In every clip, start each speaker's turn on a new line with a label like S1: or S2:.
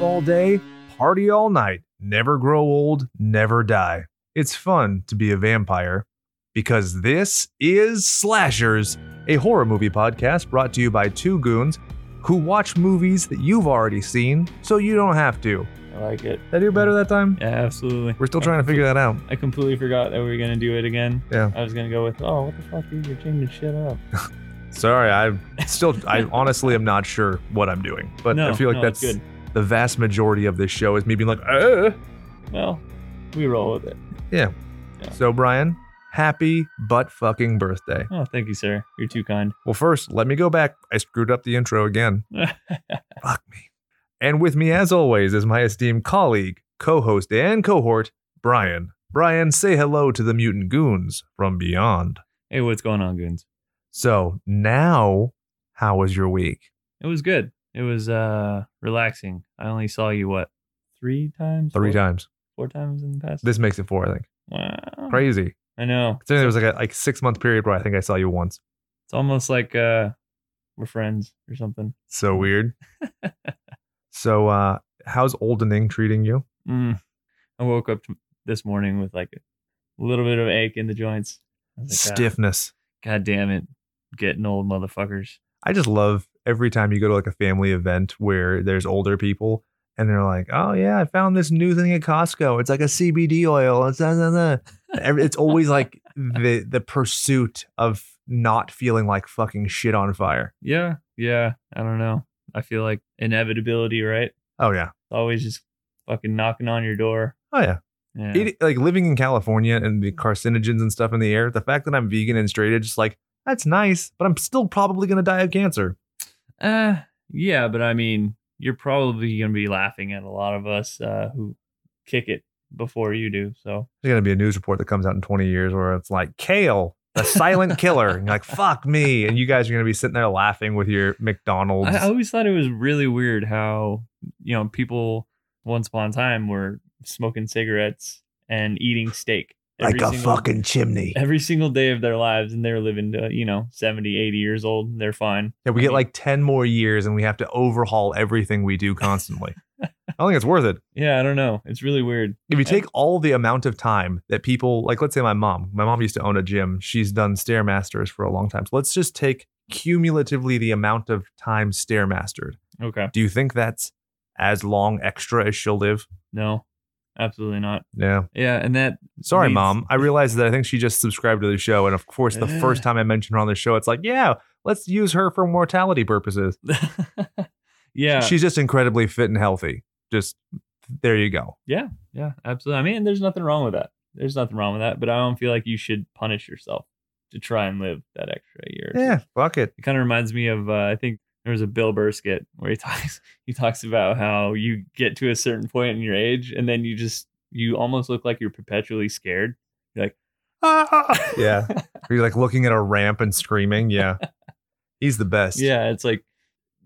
S1: all day, party all night, never grow old, never die. It's fun to be a vampire because this is Slashers, a horror movie podcast brought to you by two goons who watch movies that you've already seen so you don't have to.
S2: I like it.
S1: Did I do better that time?
S2: Yeah, absolutely.
S1: We're still trying to figure that out.
S2: I completely forgot that we were gonna do it again.
S1: Yeah.
S2: I was gonna go with, oh, what the fuck, dude, you're changing shit up.
S1: Sorry, I'm still, I honestly am not sure what I'm doing, but
S2: no,
S1: I feel like
S2: no, it's
S1: that's
S2: good.
S1: the vast majority of this show is me being like, uh.
S2: Well, we roll with it. Yeah.
S1: So, Brian, happy butt fucking birthday.
S2: Oh, thank you, sir. You're too kind.
S1: Well, first, let me go back. I screwed up the intro again. Fuck me. And with me, as always, is my esteemed colleague, co host, and cohort, Brian. Brian, say hello to the mutant goons from beyond.
S2: hey, what's going on, goons?
S1: So, now, how was your week?
S2: It was good. It was uh relaxing. I only saw you what three times?
S1: Three
S2: Four-
S1: times.
S2: Four times in the past.
S1: This makes it four, I think.
S2: wow.
S1: Crazy.
S2: I know.
S1: Considering there was like a like six month period where I think I saw you once.
S2: It's almost like uh we're friends or something.
S1: So weird. so, uh, how's Oldening treating you?
S2: Mm. I woke up t- this morning with like a little bit of ache in the joints. I was like, "Ah,
S1: Stiffness.
S2: God damn it. Getting old motherfuckers.
S1: I just love every time you go to like a family event where there's older people and they're like, "Oh yeah, I found this new thing at Costco. It's like a CBD oil." It's da, da, da." Every- it's always like the the pursuit of not feeling like fucking shit on fire.
S2: Yeah. Yeah. I don't know. I feel like inevitability, right?
S1: Oh yeah.
S2: Always just fucking knocking on your door.
S1: Oh yeah.
S2: Yeah.
S1: It- like living in California and the carcinogens and stuff in the air, the fact that I'm vegan and straight edge just like that's nice, but I'm still probably going to die of cancer.
S2: Uh, yeah. But I mean, you're probably going to be laughing at a lot of us uh, who kick it before you do. So
S1: There's going to be a news report that comes out in 20 years where it's like kale, the silent killer. And you're like, fuck me. And you guys are going to be sitting there laughing with your McDonald's.
S2: I, I always thought it was really weird how, you know, people once upon a time were smoking cigarettes and eating steak. every single-
S1: chimney.
S2: Every single day of their lives, and they're living to, you know, 70, 80 years old, and they're fine.
S1: Yeah, we get like 10 more years and we have to overhaul everything we do constantly. I don't think it's worth it.
S2: Yeah, I don't know. It's really weird.
S1: If you
S2: Okay.
S1: take all the amount of time that people, like, let's say my mom, my mom used to own a gym. She's done Stairmasters for a long time. So let's just take cumulatively the amount of time Stairmastered.
S2: Okay.
S1: Do you think that's as long extra as she'll live?
S2: No, absolutely not.
S1: Yeah.
S2: Yeah, and that
S1: Sorry,
S2: leads-
S1: mom. I realized that I think she just subscribed to the show, and of course, the
S2: Yeah.
S1: first time I mentioned her on the show, it's like, yeah, let's use her for mortality purposes.
S2: yeah.
S1: She's just incredibly fit and healthy. Just there you go.
S2: yeah, absolutely. I mean, there's nothing wrong with that. There's nothing wrong with that, but I don't feel like you should punish yourself to try and live that extra year. or two.
S1: Yeah, fuck it.
S2: It kind of reminds me of uh, I think there was a Bill Burr skit where he talks he talks about how you get to a certain point in your age and then you just you almost look like you're perpetually scared.
S1: yeah, you're like looking at a ramp and screaming. Yeah, he's the best.
S2: Yeah, it's like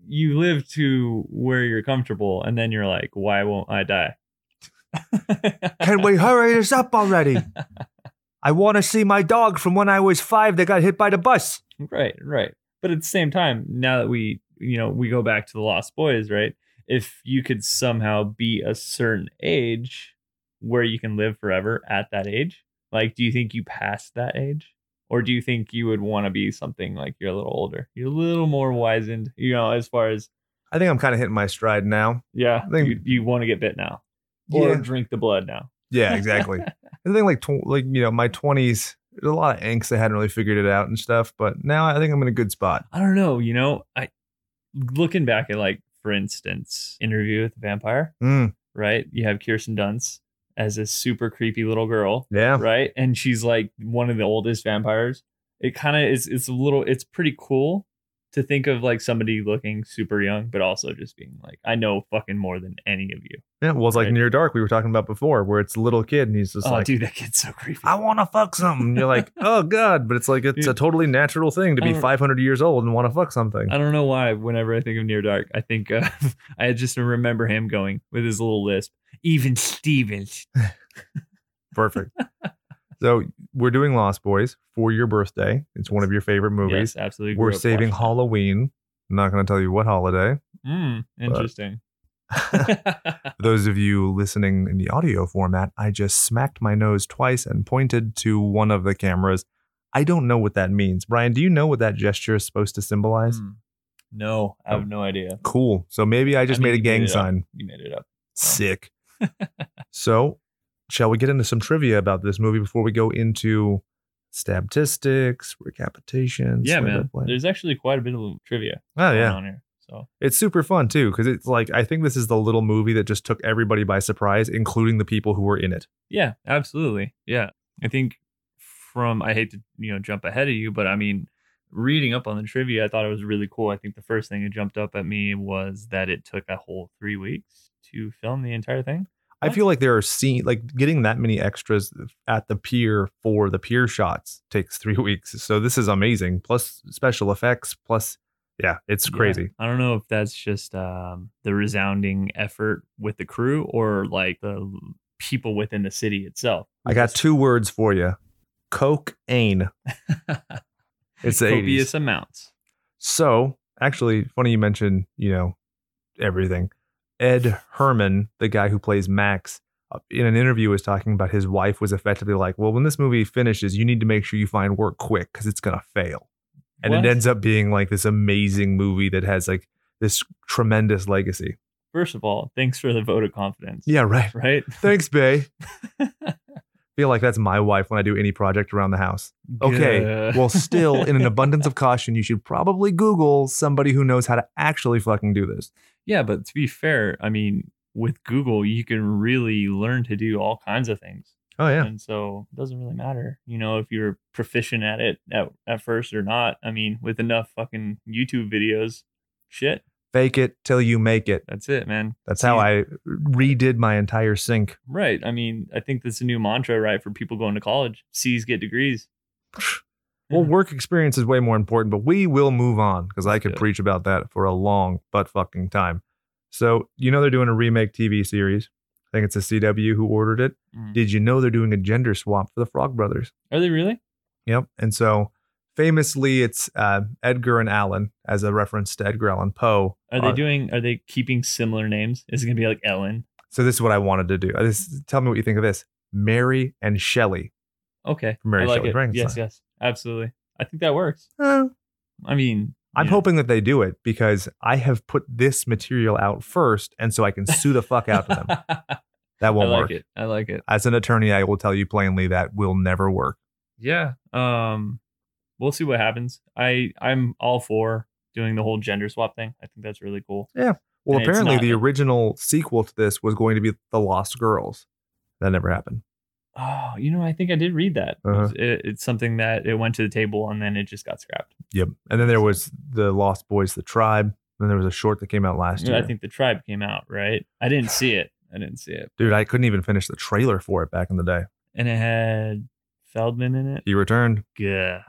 S2: you live to where you're comfortable and then you're like, why won't I die?
S1: Can we hurry this up already? I want to see my dog from when I was five that got hit by the bus.
S2: Right, right. But at the same time, now that we, you know, we go back to the Lost Boys, right? If you could somehow be a certain age where you can live forever at that age, like, do you think you passed that age? Or do you think you would want to be something like you're a little older? You're a little more wizened, you know, as far as,
S1: I think I'm kind of hitting my stride now.
S2: yeah,
S1: I think-
S2: you, you want to get bit now or
S1: Yeah.
S2: drink the blood now.
S1: Yeah, exactly. I think like tw- like you know my twenties. There's a lot of angst. I hadn't really figured it out and stuff, but now I think I'm in a good spot.
S2: I don't know, you know, I looking back at, like, for instance, interview with the vampire,
S1: Mm,
S2: right? You have Kirsten Dunst as a super creepy little girl,
S1: yeah,
S2: right? And she's like one of the oldest vampires. It kind of is. It's a little. It's pretty cool to think of like somebody looking super young, but also just being like, I know fucking more than any of you.
S1: yeah. Well, it's like
S2: Right.
S1: Near Dark we were talking about before, where it's a little kid and he's just
S2: oh,
S1: like,
S2: dude, that kid's so creepy.
S1: "I want to fuck something." And you're like, "Oh God!" But it's like it's a
S2: Dude. Uh.
S1: totally natural thing to
S2: I
S1: be
S2: don't-
S1: 500 years old and want to fuck something.
S2: I don't know why. Whenever I think of Near Dark, I think uh, I just remember him going with his little lisp. Even Stevens.
S1: Perfect. so we're doing Lost Boys for your birthday. It's one of your favorite movies.
S2: Yes, absolutely.
S1: we're
S2: grew up
S1: saving
S2: watching
S1: Halloween. I'm not going to tell you what holiday.
S2: that. Mm, interesting.
S1: Those of you listening in the audio format, I just smacked my nose twice and pointed to one of the cameras. I don't know what that means. Brian, do you know what that gesture is supposed to symbolize?
S2: Hmm. No, I
S1: Oh.
S2: have no idea.
S1: Cool. So maybe I just
S2: I mean, Oh.
S1: made a
S2: you made
S1: gang
S2: it up.
S1: sign.
S2: You made it up.
S1: Sick. so, shall we get into some trivia about this movie before we go into statistics, recapitations?
S2: Yeah,
S1: blah, blah,
S2: man.
S1: blah?
S2: There's actually quite a bit of trivia
S1: Oh,
S2: going
S1: yeah.
S2: on here. So
S1: It's super fun too, because it's like I think this is the little movie that just took everybody by surprise, including the people who were in it.
S2: Yeah, absolutely. Yeah. I think from I hate to, you know, jump ahead of you, but I mean, reading up on the trivia, I thought it was really cool. I think the first thing that jumped up at me was that it took a whole 3 weeks to film the entire thing.
S1: I
S2: What?
S1: feel like there are scene like getting that many extras at the pier for the pier shots takes three weeks. So this is amazing. Plus special effects. Plus, yeah, it's
S2: Yeah.
S1: crazy.
S2: I don't know if that's just um the resounding effort with the crew or like the people within the city itself.
S1: I got two words for you: cocaine. It's the
S2: copious
S1: 80s.
S2: amounts.
S1: So actually, funny you mentioned you know everything. Ed Herman, the guy who plays Max, uh, in an interview was talking about his wife was effectively like, "Well, when this movie finishes, you need to make sure you find work quick because it's gonna fail." And
S2: What?
S1: it ends up being like this amazing movie that has like this tremendous legacy.
S2: First of all, thanks for the vote of confidence.
S1: Yeah, right.
S2: Right?
S1: Thanks, Bay. Feel like that's my wife when I do any project around the house. Okay.
S2: Good.
S1: Well, still, in an abundance of caution, you should probably Google somebody who knows how to actually fucking do this.
S2: Yeah, but to be fair, I mean, with Google, you can really learn to do all kinds of things.
S1: Oh yeah.
S2: And so it doesn't really matter, you know, if you're proficient at it at, at first or not. I mean, with enough fucking YouTube videos, shit,
S1: Fake it till you make it.
S2: that's it, man.
S1: That's how I redid my entire sink.
S2: Right. I mean, I think that's a new mantra, right, for people going to college. C's get degrees.
S1: Well, work experience is way more important, but we will move on because I
S2: Let's
S1: could
S2: do it.
S1: preach about that for a long butt fucking time. So, you know, they're doing a remake TV series. I think it's a CW who ordered it.
S2: Mm.
S1: Did you know they're doing a gender swap for the Frog Brothers?
S2: Are they really?
S1: Yep. And so, famously, it's uh, Edgar and Allan as a reference to Edgar Allan Poe.
S2: Are they
S1: Uh,
S2: doing, are they keeping similar names? Is it going to be like Ellen?
S1: So, this is what I wanted to do. Uh, This, tell me what you think of this Mary and Shelley.
S2: Okay.
S1: Mary
S2: I like
S1: Shelley
S2: it.
S1: Frankenstein.
S2: Yes, yes. Absolutely. I think that works.
S1: Eh,
S2: I mean,
S1: I'm
S2: you know.
S1: hoping that they do it because I have put this material out first, and so I can sue the fuck out of them. That
S2: I
S1: won't
S2: like
S1: work.
S2: it. I like it.
S1: As an attorney, I will tell you plainly that will never work.
S2: Yeah. Um, we'll see what happens. I I'm all for doing the whole gender swap thing. I think that's really cool.
S1: Well,
S2: And it's
S1: apparently,
S2: not-
S1: the original sequel to this was going to be The Lost Girls. That never happened.
S2: Oh, you know, I think I did read that. It
S1: Uh-huh.
S2: was- it- it's something that it went to the table and then it just got scrapped.
S1: Yep. And then there was The Lost Boys, The Tribe. Then there was a short that came out last year.
S2: I think the tribe came out right. I didn't see it. I didn't see it.
S1: Dude, I couldn't even finish the trailer for it back in the day.
S2: And it had Feldman in it.
S1: He returned.
S2: Yeah.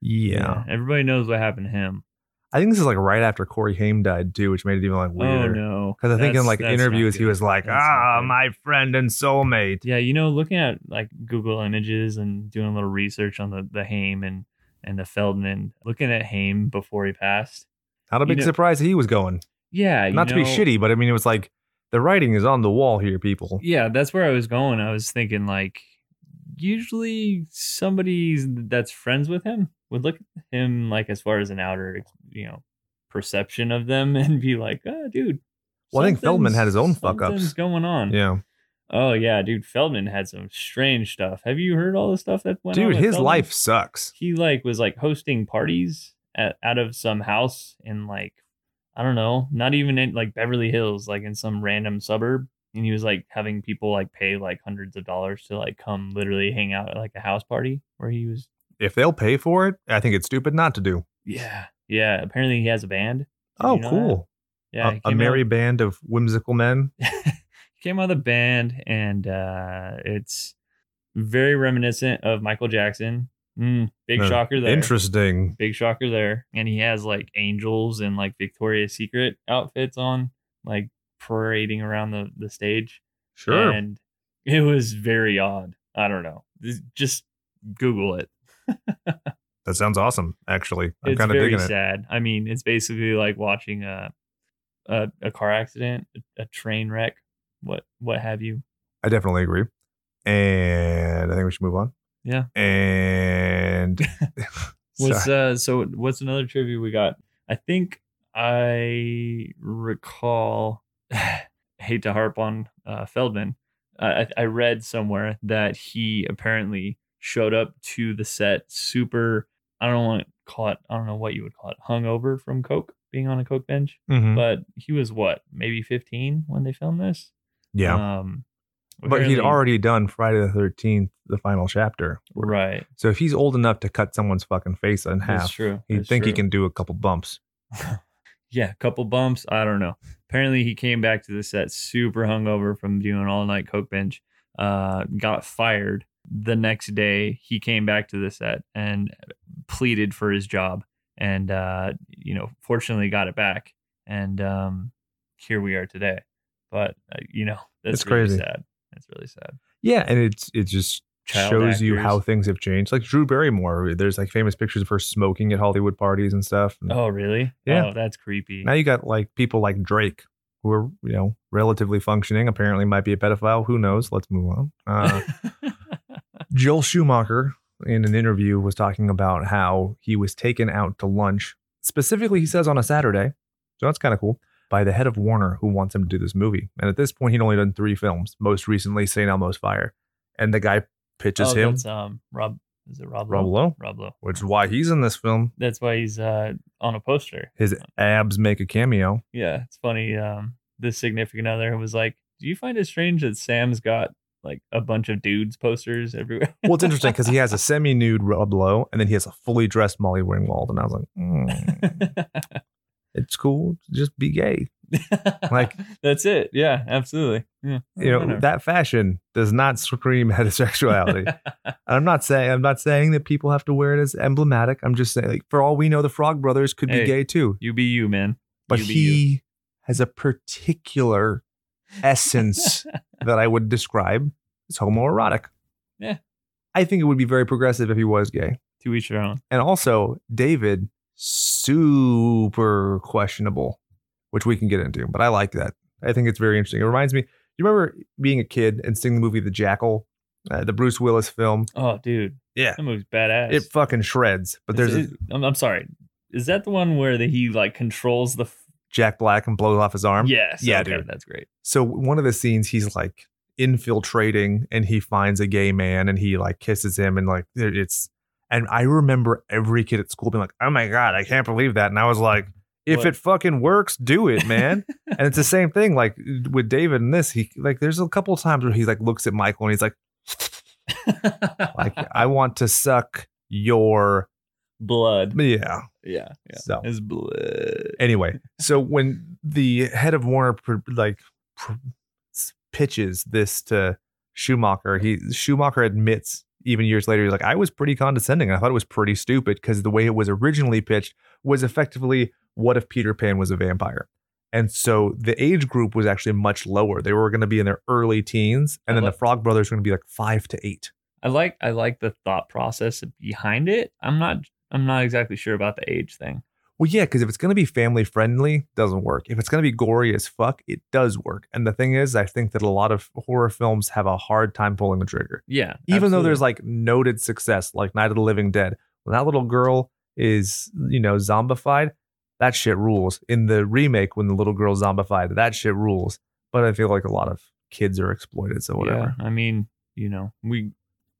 S1: Yeah.
S2: Everybody knows what happened to him.
S1: I think this is like right after Corey Haim died, too, which made it even like
S2: Oh
S1: weirder.
S2: no.
S1: Because I think in
S2: That's-
S1: like
S2: that's not
S1: interviews, he
S2: good.
S1: was like,
S2: That's not
S1: ah,
S2: good."
S1: my friend and soulmate.
S2: Yeah, you know, looking at like Google Images and doing a little research on the the Haim and and the Feldman, looking at Haim before he passed.
S1: Not a
S2: You
S1: big
S2: know-
S1: surprise he was going.
S2: Yeah, you
S1: Not to be
S2: know-
S1: shitty, but I mean, it was like the writing is on the wall here, people.
S2: Yeah, that's where I was going. I was thinking like, usually somebody that's friends with him would look at him like as far as an outer, you know, perception of them and be like, oh, dude.
S1: Well, I think Feldman had his own
S2: something's-
S1: fuck-ups.
S2: something's going on.
S1: Yeah.
S2: Oh yeah, dude. Feldman had some strange stuff. Have you heard all the stuff that went on?
S1: Dude,
S2: with
S1: his
S2: Feldman?
S1: life sucks.
S2: he like was like hosting parties at, out of some house in like I don't know, not even in like Beverly Hills, like in some random suburb. And he was like having people like pay like hundreds of dollars to like come literally hang out at like a house party where he was.
S1: If they'll pay for it, I think it's stupid not to do.
S2: Yeah, yeah. Apparently he has a band. Did you
S1: oh,
S2: know
S1: cool.
S2: that? Yeah,
S1: A-
S2: he
S1: a
S2: came
S1: merry
S2: Out,
S1: band of whimsical men.
S2: he came out of the band, and uh it's very reminiscent of Michael Jackson. Mm, big
S1: Uh,
S2: shocker there.
S1: Interesting.
S2: big shocker there. And he has like angels and like Victoria's Secret outfits on, like parading around the, the stage.
S1: Sure.
S2: And it was very odd. I don't know. This- Just Google it.
S1: that sounds awesome, actually. I'm
S2: It's
S1: kind of
S2: very
S1: digging it.
S2: sad. I mean, it's basically like watching a a, a car accident, a, a train wreck, what what have you.
S1: I definitely agree. And I think we should move on.
S2: Yeah.
S1: And
S2: What's uh so what's another trivia we got? I think I recall hate to harp on uh Feldman. Uh, I I read somewhere that he apparently showed up to the set super I don't want to call it I don't know what you would call it, hungover from coke, being on a coke bench,
S1: Mhm.
S2: but he was what, maybe 15 when they filmed this?
S1: yeah.
S2: Um
S1: but he'd
S2: apparently-
S1: already done Friday the 13th, the final chapter.
S2: right.
S1: So if he's old enough to cut someone's fucking face in
S2: That's
S1: half,
S2: true.
S1: he'd
S2: that's
S1: think he
S2: true.
S1: can do a couple bumps.
S2: yeah, a couple bumps. I don't know. Apparently, he came back to the set super hungover from doing all night coke binge. Uh, got fired the next day. He came back to the set and pleaded for his job, and uh, you know, fortunately, got it back. And um, here we are today. But uh, you know, that's
S1: It's
S2: really
S1: crazy.
S2: sad. That's really sad.
S1: Yeah, and it's it just
S2: Child
S1: shows you
S2: actors.
S1: how things have changed. Like Drew Barrymore, there's like famous pictures of her smoking at Hollywood parties and stuff. And
S2: Oh, really?
S1: Yeah.
S2: Oh, that's creepy.
S1: Now you got like people like Drake who are, you know, relatively functioning, apparently might be a pedophile, who knows? Let's move on. Uh, Joel Schumacher in an interview was talking about how he was taken out to lunch. Specifically, he says on a Saturday. So that's kind of cool. By the head of Warner, who wants him to do this movie. And at this point, he'd only done three films, most recently, St. Elmo's Fire. And the guy pitches
S2: oh,
S1: him,
S2: That's, um, Rob. Is it Rob?
S1: Rob
S2: Lowe?
S1: Lowe,
S2: Rob Lowe.
S1: which is why he's in this film.
S2: That's why he's uh, on a poster.
S1: His abs make a cameo.
S2: Yeah, it's funny. Um, the significant other was like, "Do you find it strange that Sam's got like a bunch of dudes posters everywhere?"
S1: Well, it's interesting because he has a semi nude Rob Lowe and then he has a fully dressed Molly Ringwald. And I was like, "Hmm, it's cool. Just be gay. Like-
S2: that's it. Yeah, absolutely. Yeah,
S1: you know
S2: Whatever.
S1: that fashion does not scream heterosexuality. I'm not saying I'm not saying that people have to wear it as emblematic. I'm just saying, like, for all we know, the Frog Brothers could
S2: Hey.
S1: be gay too.
S2: you be you, man.
S1: But
S2: You be
S1: he has a particular essence that I would describe as homoerotic.
S2: Yeah.
S1: I think it would be very progressive if he was gay.
S2: to each their own.
S1: And also, David, super questionable, which we can get into. But I like that. I think it's very interesting. It reminds me. You remember being a kid and seeing the movie The Jackal, uh, the Bruce Willis film?
S2: Oh, dude,
S1: Yeah.
S2: that movie's badass.
S1: It fucking shreds. But there's
S2: Is
S1: a
S2: it- I'm, I'm sorry. Is that the one where the, he like controls the? F-
S1: Jack Black and blows off his arm.
S2: yes.
S1: Yeah,
S2: okay,
S1: dude.
S2: That's great.
S1: So one of the scenes, he's like infiltrating, and he finds a gay man, and he like kisses him, and like it's. And I remember every kid at school being like, "Oh my god, I can't believe that!" And I was like, "If
S2: What?
S1: it fucking works, do it, man." and it's the same thing like with David and this. He like there's a couple times where he like looks at Michael and he's like, like I want to suck your
S2: blood.
S1: yeah.
S2: Yeah. Yeah.
S1: So
S2: His blood.
S1: anyway, so when the head of Warner pr- like pr- s- pitches this to Schumacher, he Schumacher admits even years later he's like, I was pretty condescending. I thought it was pretty stupid because the way it was originally pitched was effectively what if Peter Pan was a vampire. And so the age group was actually much lower. They were going to be in their early teens, and
S2: I
S1: then the
S2: love-
S1: Frog Brothers were going to be like five to eight.
S2: I like I like the thought process behind it. I'm not I'm not exactly sure about the age thing.
S1: Well, yeah, because if it's going to be family friendly, doesn't work. If it's going to be gory as fuck, it does work. And the thing is, I think that a lot of horror films have a hard time pulling the trigger,
S2: Yeah.
S1: even though there's
S2: absolutely.
S1: like noted success, like Night of the Living Dead. When that little girl is, you know, zombified, that shit rules. In the remake, when the little girl's zombified, that shit rules. But I feel like a lot of kids are exploited, so whatever.
S2: Yeah, I mean, you know, we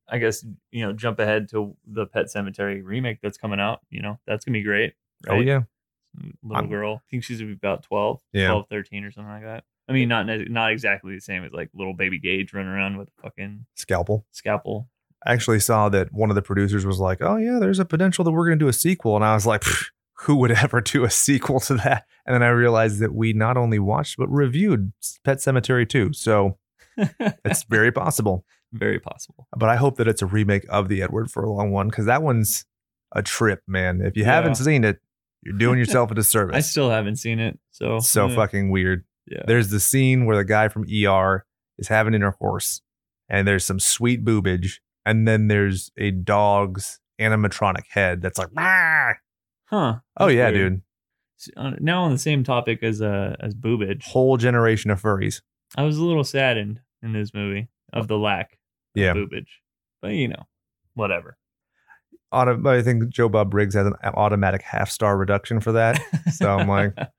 S2: I guess, you know, jump ahead to the Pet Cemetery remake that's coming out, you know. That's going to be great.
S1: Oh
S2: right?
S1: yeah,
S2: Little
S1: I'm-
S2: girl. I think she's about 12,
S1: Yeah.
S2: 12, 13 or something like that. I mean, not ne- not exactly the same as like little baby Gage running around with a fucking
S1: scalpel.
S2: scalpel.
S1: I actually saw that one of the producers was like, "Oh yeah, there's a potential that we're going to do a sequel," and I was like, "Pfft, "Who would ever do a sequel to that?" And then I realized that we not only watched but reviewed Pet Cemetery 2, so it's very possible.
S2: very possible.
S1: But I hope that it's a remake of the Edward Furlong one because that one's a trip, man. If you haven't
S2: Yeah.
S1: seen it, you're doing yourself a
S2: I
S1: disservice.
S2: still haven't seen it, so
S1: so fucking weird.
S2: Yeah.
S1: There's the scene where the guy from ER is having intercourse, and there's some sweet boobage, and then there's a dog's animatronic head that's like, "Bah!"
S2: Huh.
S1: oh
S2: That's
S1: yeah,
S2: weird.
S1: dude.
S2: s- on- now on the same topic as uh as boobage.
S1: Whole generation of furries.
S2: I was a little saddened in this movie of the lack of
S1: Yeah.
S2: boobage, but you know, whatever.
S1: Auto, I think Joe Bob Briggs has an automatic half star reduction for that. So I'm like,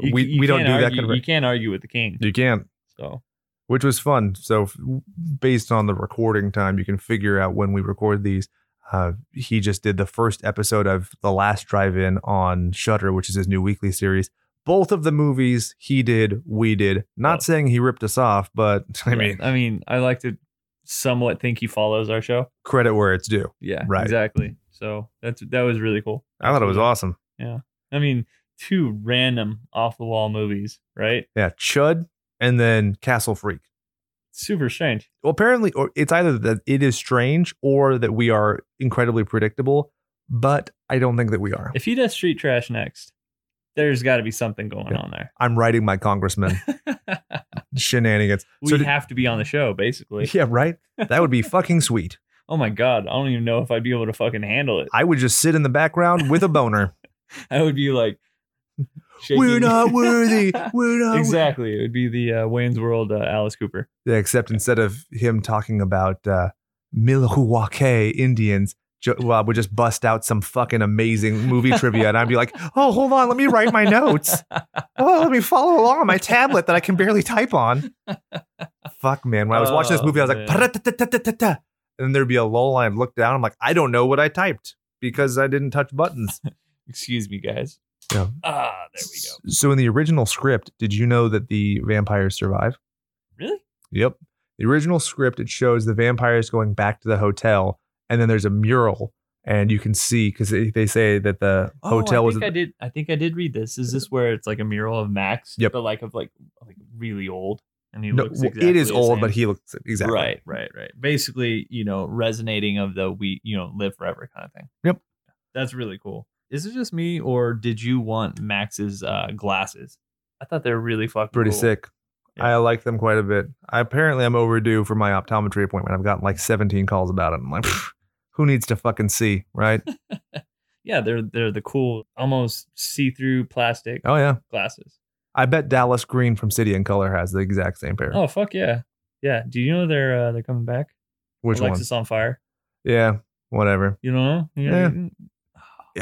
S2: You-
S1: we
S2: you
S1: we don't
S2: can't
S1: do that.
S2: argue-
S1: Kind of,
S2: you can't argue with the king.
S1: you can't,
S2: So
S1: which was fun. So f- based on the recording time, you can figure out when we record these. Uh, he just did the first episode of The Last Drive In on Shutter, which is his new weekly series. Both of the movies he did, we did. Not
S2: Oh.
S1: saying he ripped us off, but I
S2: yeah,
S1: mean,
S2: I mean, I like to somewhat think he follows our show.
S1: credit where it's due.
S2: Yeah,
S1: Right.
S2: Exactly. So that's that was really cool.
S1: I thought it was awesome.
S2: I mean, two random off the wall movies, right?
S1: Yeah, Chud and then Castle Freak.
S2: Super strange.
S1: Well, apparently, or it's either that it is strange or that we are incredibly predictable, but I don't think that we are.
S2: If he does street trash next, there's got to be something going
S1: Yeah.
S2: on there.
S1: I'm writing my congressman shenanigans.
S2: we
S1: So did-
S2: have to be on the show, basically.
S1: yeah, right. That would be fucking sweet.
S2: Oh my god, I don't even know if I'd be able to fucking handle it.
S1: I would just sit in the background with a boner.
S2: I would be like, shaking.
S1: We're not worthy. We're not. wor-
S2: exactly. It would be the uh, Wayne's World uh, Alice Cooper.
S1: Yeah, except instead of him talking about uh, Milwaukee Indians, Jo- Bob would just bust out some fucking amazing movie trivia, and I'd be like, "Oh, hold on, let me write my notes. Oh, let me follow along on my tablet that I can barely type on." Fuck, man. When I was watching this
S2: Oh,
S1: movie, I was like,
S2: man.
S1: "Pa-da-ta-ta-ta-ta-ta." and then there'd be a lull, and I'd look down. I'm like, "I don't know what I typed because I didn't touch buttons."
S2: Excuse me, guys.
S1: Yeah.
S2: Ah, there we go.
S1: So in the original script, did you know that the vampires survive?
S2: Really?
S1: Yep. The original script it shows the vampires going back to the hotel, and then there's a mural, and you can see because they, they say that the hotel
S2: Oh, I
S1: was.
S2: think I did. I think I did read this. Is this where it's like a mural of Max?
S1: Yep.
S2: But like of like like really old, and he
S1: No,
S2: looks.
S1: well,
S2: Exactly
S1: it is
S2: the
S1: old,
S2: same.
S1: but he looks exactly
S2: Right, right, right. Basically, you know, resonating of the we, you know, live forever kind of thing.
S1: Yep.
S2: That's really cool. Is it just me, or did you want Max's uh, glasses? I thought they were really fucking
S1: pretty
S2: cool.
S1: sick.
S2: Yeah.
S1: I like them quite a bit. I, apparently, I'm overdue for my optometry appointment. I've gotten like 17 calls about it. I'm like, "Pfft, who needs to fucking see, right?
S2: Yeah, they're they're the cool, almost see-through plastic
S1: oh yeah,
S2: glasses.
S1: I bet Dallas Green from City and Color has the exact same pair.
S2: Oh fuck yeah, yeah. Do you know they're uh, they're coming back?
S1: Which
S2: Alexis on fire.
S1: one? Yeah, whatever.
S2: You don't know? You
S1: Yeah.
S2: know-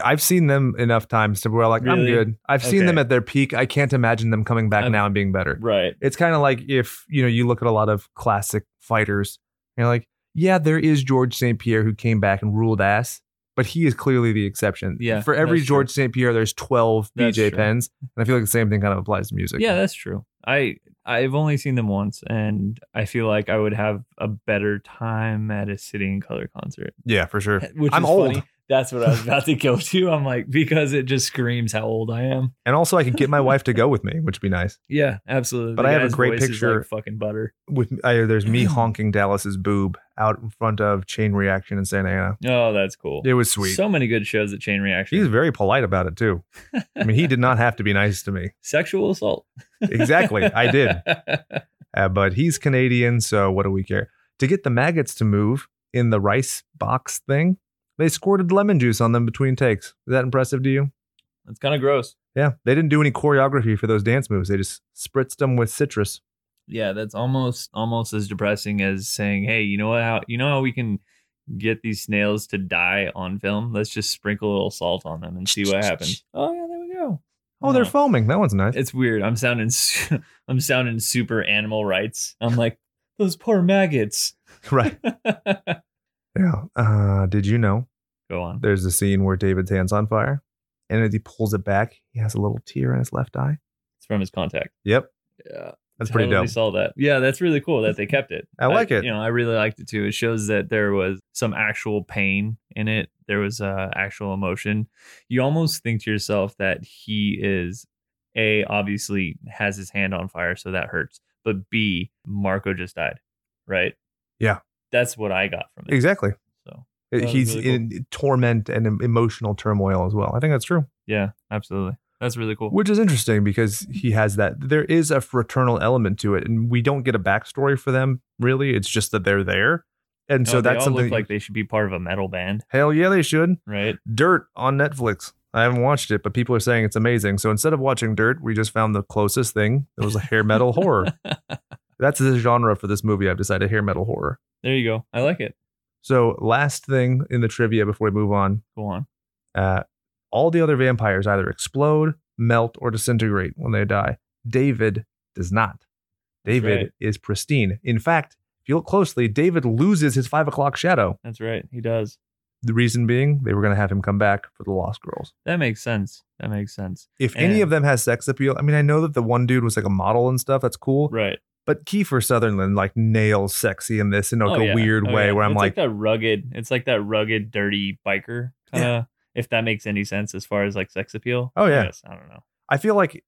S1: I've seen them enough times to where like I'm
S2: Really?
S1: good. I've seen
S2: Okay.
S1: them at their peak. I can't imagine them coming back
S2: I'm-
S1: now and being better.
S2: Right.
S1: It's kind of like if you know you look at a lot of classic fighters, and you're like, yeah, there is George St. Pierre who came back and ruled ass, but he is clearly the exception.
S2: Yeah,
S1: For every
S2: that's true.
S1: George St. Pierre, there's 12
S2: That's
S1: BJ
S2: true.
S1: Penns, and I feel like the same thing kind of applies to music.
S2: Yeah, that's true. I I've only seen them once, and I feel like I would have a better time at a City and Color concert.
S1: yeah, for sure.
S2: Which
S1: I'm
S2: is
S1: old.
S2: Funny. That's what I was about to go to. I'm like because it just screams how old I am.
S1: And also, I could get my wife to go with me, which would be nice.
S2: Yeah, absolutely.
S1: But
S2: The
S1: I have a
S2: guy's
S1: great
S2: voice is
S1: picture-
S2: like fucking butter.
S1: With I, there's me honking Dallas's boob out in front of Chain Reaction in Santa Ana.
S2: Oh, that's cool.
S1: It was sweet.
S2: So many good shows at Chain Reaction.
S1: He was very polite about it too. I mean, he did not have to be nice to me.
S2: Sexual assault.
S1: Exactly, I did. Uh, but he's Canadian, so what do we care? To get the maggots to move in the rice box thing, they squirted lemon juice on them between takes. Is that impressive to you?
S2: That's kind of gross.
S1: Yeah, they didn't do any choreography for those dance moves. They just spritzed them with citrus.
S2: yeah that's almost almost as depressing as saying hey you know what how you know how we can get these snails to die on film let's just sprinkle a little salt on them and see what happens oh yeah there we go
S1: Oh, they're
S2: Uh,
S1: foaming. That one's nice.
S2: it's weird i'm sounding su- i'm sounding super animal rights i'm like those poor maggots
S1: right.
S2: go
S1: Yeah. Uh, did you know
S2: on
S1: there's a scene where David's hand's on fire, and as he pulls it back, he has a little tear in his left eye.
S2: it's from his contact
S1: Yep,
S2: yeah
S1: that's pretty
S2: totally
S1: dope.
S2: saw that. Yeah, that's really cool that they kept it.
S1: I like it.
S2: You know, I really liked it too. It shows that there was some actual pain in it. There was uh, actual emotion. You almost think to yourself that he is a obviously has his hand on fire, so that hurts. But B, Marco just died, right?
S1: Yeah.
S2: that's what I got from it.
S1: Exactly.
S2: So
S1: Uh,
S2: That was
S1: he's
S2: really cool.
S1: in torment and em- emotional turmoil as well. I think that's true,
S2: yeah, absolutely. That's really cool.
S1: which is interesting because he has that. There is a fraternal element to it, and we don't get a backstory for them really. It's just that they're there, and
S2: No,
S1: so
S2: they
S1: that's
S2: all
S1: something.
S2: look like they should be part of a metal band,
S1: Hell yeah, they should.
S2: right?
S1: Dirt on Netflix. I haven't watched it, but people are saying it's amazing. So instead of watching Dirt, we just found the closest thing. It was a hair metal horror. That's the genre for this movie. I've decided hair metal horror.
S2: There you go. I like it.
S1: So last thing in the trivia before we move on,
S2: Go on.
S1: uh, all the other vampires either explode, melt, or disintegrate when they die. David does not. David
S2: right.
S1: is pristine. In fact, if you look closely, David loses his five o'clock shadow.
S2: That's right. He does.
S1: The reason being, they were going to have him come back for the Lost Girls.
S2: That makes sense. That makes sense.
S1: If any
S2: And-
S1: of them has sex appeal, I mean, I know that the one dude was like a model and stuff. That's cool.
S2: Right.
S1: But Kiefer Sutherland like nails sexy in this in like
S2: Oh,
S1: a
S2: yeah.
S1: weird
S2: Oh,
S1: way
S2: yeah.
S1: where I'm
S2: It's
S1: like,
S2: that rugged. It's like that rugged, dirty biker kind of. If that makes any sense as far as like sex appeal.
S1: Oh,
S2: I
S1: yeah.
S2: guess. I don't know.
S1: I feel like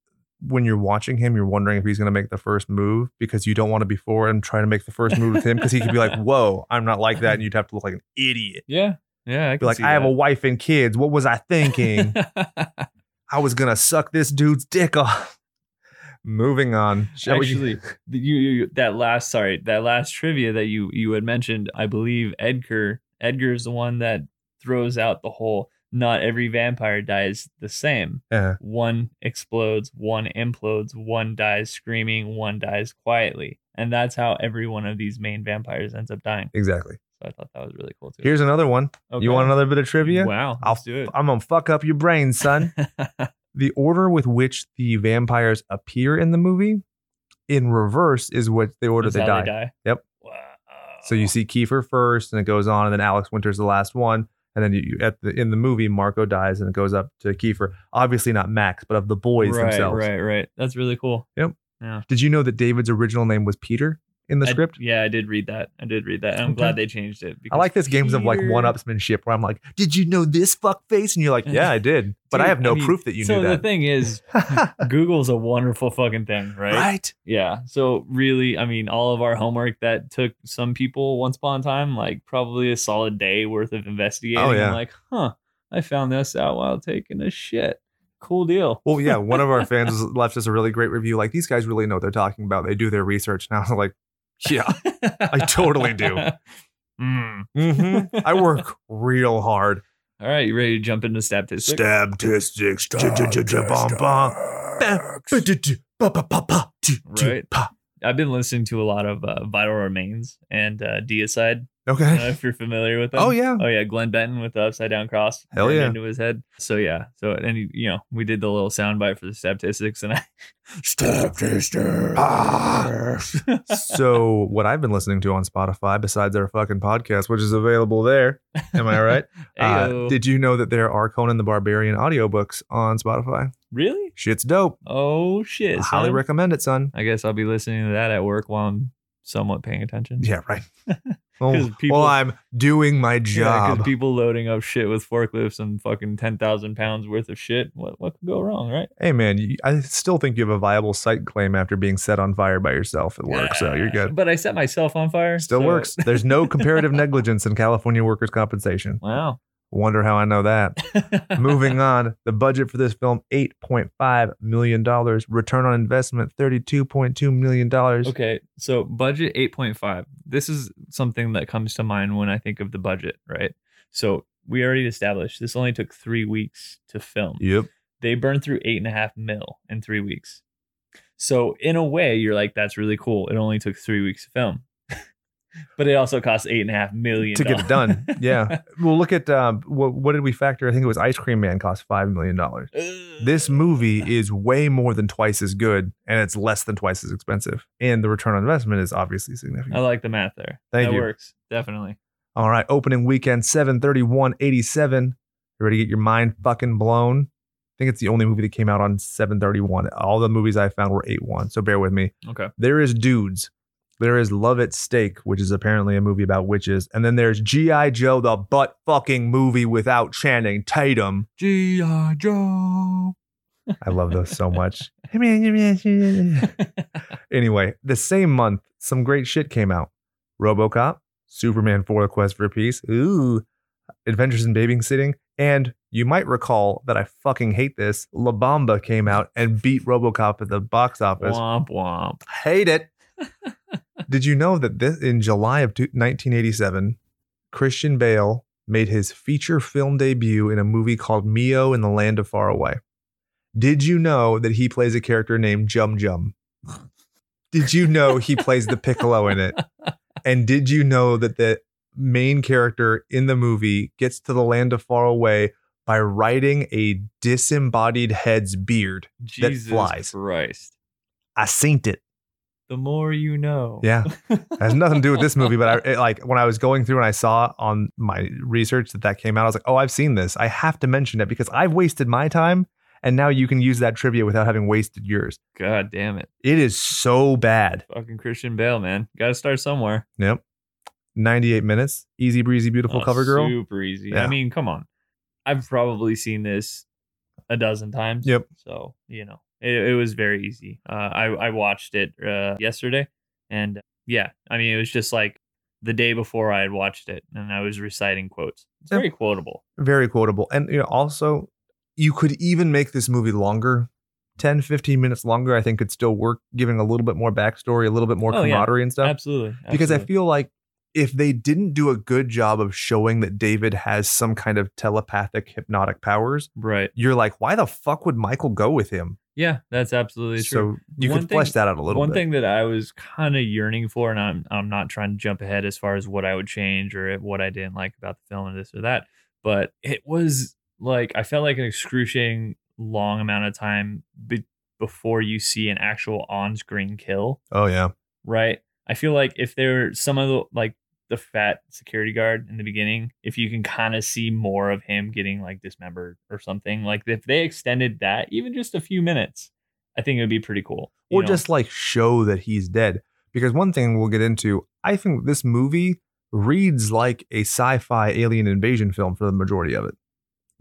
S1: when you're watching him, you're wondering if he's going to make the first move because you don't want to be forward and try to make the first move with him because he could be like, "Whoa, I'm not like that," and you'd have to look like an idiot.
S2: Yeah. Yeah. I
S1: Be like, "I have a wife and kids. What was I thinking?
S2: a.
S1: I was gonna suck this dude's dick off." Moving on. Shall we-
S2: Actually, the- you, you that last sorry that last trivia that you you had mentioned i believe edgar edgar's the one that throws out the whole not every vampire dies the same
S1: Uh,
S2: one explodes one implodes one dies screaming one dies quietly and that's how every one of these main vampires ends up dying
S1: exactly.
S2: so i thought that was really cool too
S1: Here's another one. You want another bit of trivia?
S2: wow
S1: I'll-
S2: let's do it
S1: I'm gonna fuck up your brain, son. the order with which the vampires appear in the movie, in reverse, is what the order
S2: Is
S1: they
S2: how
S1: die. Yep.
S2: wow
S1: So you see Kiefer first, and it goes on, and then Alex Winter's the last one, and then you, you at the in the movie Marco dies, and it goes up to Kiefer. Obviously not Max, but of the boys
S2: right,
S1: themselves.
S2: right right that's really cool
S1: Did you know that David's original name was Peter in the
S2: I-
S1: script?
S2: yeah, I did read that. I did read that. and I'm
S1: Okay.
S2: glad they changed it.
S1: I
S2: because
S1: like this games of like
S2: Peter-
S1: one-upsmanship where I'm like, "Did you know this fuckface?" And you're like, "Yeah, I did," but I
S2: Dude,
S1: have no
S2: mean,
S1: proof that you
S2: so
S1: knew
S2: the
S1: that.
S2: thing is, Google's a wonderful fucking thing, right?
S1: right?
S2: Yeah. So really, I mean, all of our homework that took some people once upon a time, like probably a solid day worth of investigating.
S1: Oh, yeah.
S2: I'm like, huh, I found this out while taking a shit. Cool deal.
S1: Well, yeah. One of our fans left us a really great review. Like, these guys really know what they're talking about. They do their research. And I was like, "Yeah,
S2: I
S1: totally do. mhm. I work real hard."
S2: All right, you ready to jump into statistics?
S1: Stabtistics. Right.
S2: Right. I've been listening to a lot of uh, Vital Remains and uh, Deicide. I don't know
S1: Okay.
S2: if you're familiar with them.
S1: Oh yeah.
S2: Oh yeah, Glenn Benton with the upside down cross.
S1: Hell
S2: burned
S1: yeah.
S2: Into his head. So yeah. So and he- you know, we did the little soundbite for the statistics and I
S1: Ah. so what I've been listening to on Spotify, besides our fucking podcast, which is available there, am I right?
S2: Ayo.
S1: Uh, did you know that there are Conan the Barbarian audiobooks on Spotify?
S2: Really?
S1: Shit's dope.
S2: Oh shit.
S1: I highly
S2: son.
S1: recommend it, son.
S2: I guess I'll be listening to that at work while I'm somewhat paying attention.
S1: Yeah, right. Well,
S2: 'Cause people-
S1: while I'm doing my
S2: Yeah,
S1: job.
S2: because people loading up shit with forklifts and fucking ten thousand pounds worth of shit. What what could go wrong, right?
S1: Hey man, you, I still think you have a viable site claim after being set on fire by yourself at work, so you're good.
S2: Ah, But I set myself on fire.
S1: Still
S2: so-
S1: works. There's no comparative negligence in California workers' compensation.
S2: Wow.
S1: Wonder how I know that. Moving on, the budget for this film $8.5 million, return on investment $32.2 million.
S2: Okay, so budget 8.5. This is something that comes to mind when I think of the budget, right? So we already established this only took three weeks to film.
S1: Yep.
S2: They burned through eight and a half mil in three weeks. So in a way, you're like, that's really cool. It only took three weeks to film. but it also cost eight and a half million
S1: To get it done. Yeah. Well, look at um, what, what did we factor? I think it was Ice Cream Man cost $5 million. This
S2: Mm,
S1: movie is way more than twice as good and it's less than twice as expensive. And the return on investment is obviously significant.
S2: I like the math there.
S1: Thank
S2: that
S1: you.
S2: works. Definitely.
S1: All right, opening weekend 73187. You ready to get your mind fucking blown? I think it's the only movie that came out on 731. All the movies I found were 81, so bear with me.
S2: Okay.
S1: There is Dudes. There is Love at Stake, which is apparently a movie about witches. And then there's G.I. Joe, the butt fucking movie without Channing Tatum.
S2: G.I. Joe.
S1: I love those so much. anyway, the same month, some great shit came out. RoboCop, Superman 4: The Quest for Peace, ooh, Adventures in Babysitting, and you might recall that I fucking hate this. La Bamba came out and beat RoboCop at the box office.
S2: Womp womp.
S1: Hate it. Did you know that this in July of two- 1987, Christian Bale made his feature film debut in a movie called Mio in the Land of Far Away. Did you know that he plays a character named Jum Jum? Did you know he plays the piccolo in it? And did you know that the main character in the movie gets to the land of far away by riding a disembodied head's beard?
S2: Jesus
S1: flies.
S2: Christ.
S1: I synced it.
S2: The more you know.
S1: Yeah. has nothing to do with this movie, but I it, like when I was going through and I saw on my research that that came out, I was like, oh, I've seen this. I have to mention it because I've wasted my time, and now you can use that trivia without having wasted yours.
S2: God damn it.
S1: It is so bad.
S2: Fucking Christian Bale, man. Got to start somewhere.
S1: Yep. 98 minutes, easy breezy, beautiful
S2: Oh,
S1: cover girl.
S2: Super easy.
S1: Yeah.
S2: I mean, come on. I've probably seen this a dozen times.
S1: Yep.
S2: So, you know, it, it was very easy. Uh, I, I watched it uh, yesterday. And yeah, I mean, it was just like the day before I had watched it and I was reciting quotes. It's
S1: Yeah.
S2: very quotable.
S1: Very quotable. And you know, also, you could even make this movie longer. 10, 15 minutes longer, I think could still work, giving a little bit more backstory, a little bit more
S2: Oh, yeah.
S1: camaraderie and stuff.
S2: Absolutely.
S1: because I
S2: absolutely.
S1: feel like if they didn't do a good job of showing that David has some kind of telepathic hypnotic powers,
S2: Right.
S1: you're like, why the fuck would Michael go with him?
S2: Yeah, that's absolutely true.
S1: So you
S2: One
S1: could
S2: thing-
S1: flesh that out a little
S2: One
S1: bit.
S2: thing that I was kind of yearning for, and I'm I'm not trying to jump ahead as far as what I would change or what I didn't like about the film and this or that, but it was like I felt like an excruciating long amount of time be- before you see an actual on-screen kill,
S1: oh yeah,
S2: right? I feel like if there some of the like the fat security guard in the beginning, if you can kind of see more of him getting like dismembered or something, like if they extended that even just a few minutes, I think it would be pretty cool. you
S1: or
S2: know?
S1: just like show that he's dead. Because one thing we'll get into, I think this movie reads like a sci-fi alien invasion film for the majority of it.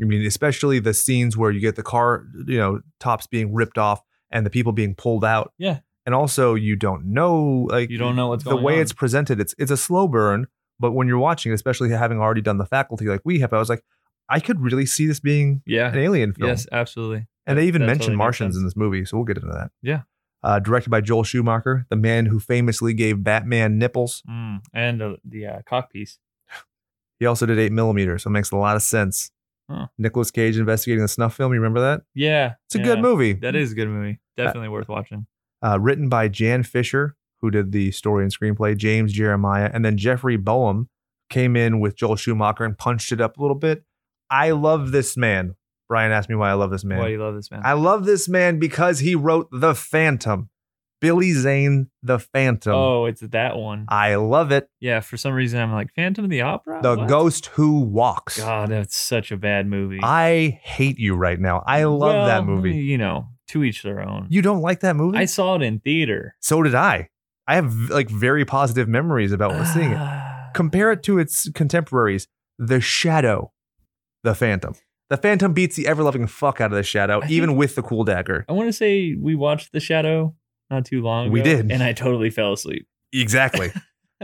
S1: I mean, especially the scenes where you get the car, you know, tops being ripped off and the people being pulled out.
S2: Yeah.
S1: And also, you don't know, like
S2: you don't know what's
S1: the
S2: going
S1: way
S2: on.
S1: it's presented, it's it's a slow burn, but when you're watching it, especially having already done the faculty like we have, I was like, I could really see this being an
S2: yeah
S1: alien film.
S2: yes absolutely
S1: and they even
S2: that
S1: mentioned
S2: totally makes
S1: Martians in
S2: sense.
S1: this movie, so we'll get into that.
S2: Yeah.
S1: Uh, directed by Joel Schumacher, the man who famously gave Batman nipples.
S2: mm. and the, the uh, cock piece
S1: He also did 8 millimeter, so it makes a lot of sense.
S2: Huh.
S1: Nicholas Cage investigating the snuff film. You remember that?
S2: yeah
S1: It's a
S2: yeah.
S1: good movie.
S2: that is a good movie definitely worth watching
S1: uh, written by Jan Fisher, who did the story and screenplay, James Jeremiah, and then Jeffrey Boehm came in with Joel Schumacher and punched it up a little bit. I love this man. Brian asked me why I love this man.
S2: why do you love this man
S1: I love this man because he wrote The Phantom, Billy Zane, The Phantom.
S2: oh it's that one
S1: I love it.
S2: yeah for some reason i'm like phantom of the opera
S1: The
S2: What?
S1: Ghost Who Walks.
S2: god that's such a bad movie
S1: I hate you right now. I love that
S2: Well,
S1: movie.
S2: you know to each their own
S1: You don't like that movie?
S2: i saw it in theater
S1: so did I. I have like very positive memories about Oh, seeing it. compare it to its contemporaries, The Shadow, The Phantom. The Phantom beats the ever loving fuck out of The Shadow,
S2: I
S1: even
S2: think-
S1: with the cool dagger.
S2: i want to say we watched the shadow not too long ago
S1: We did.
S2: and i totally fell asleep
S1: Exactly.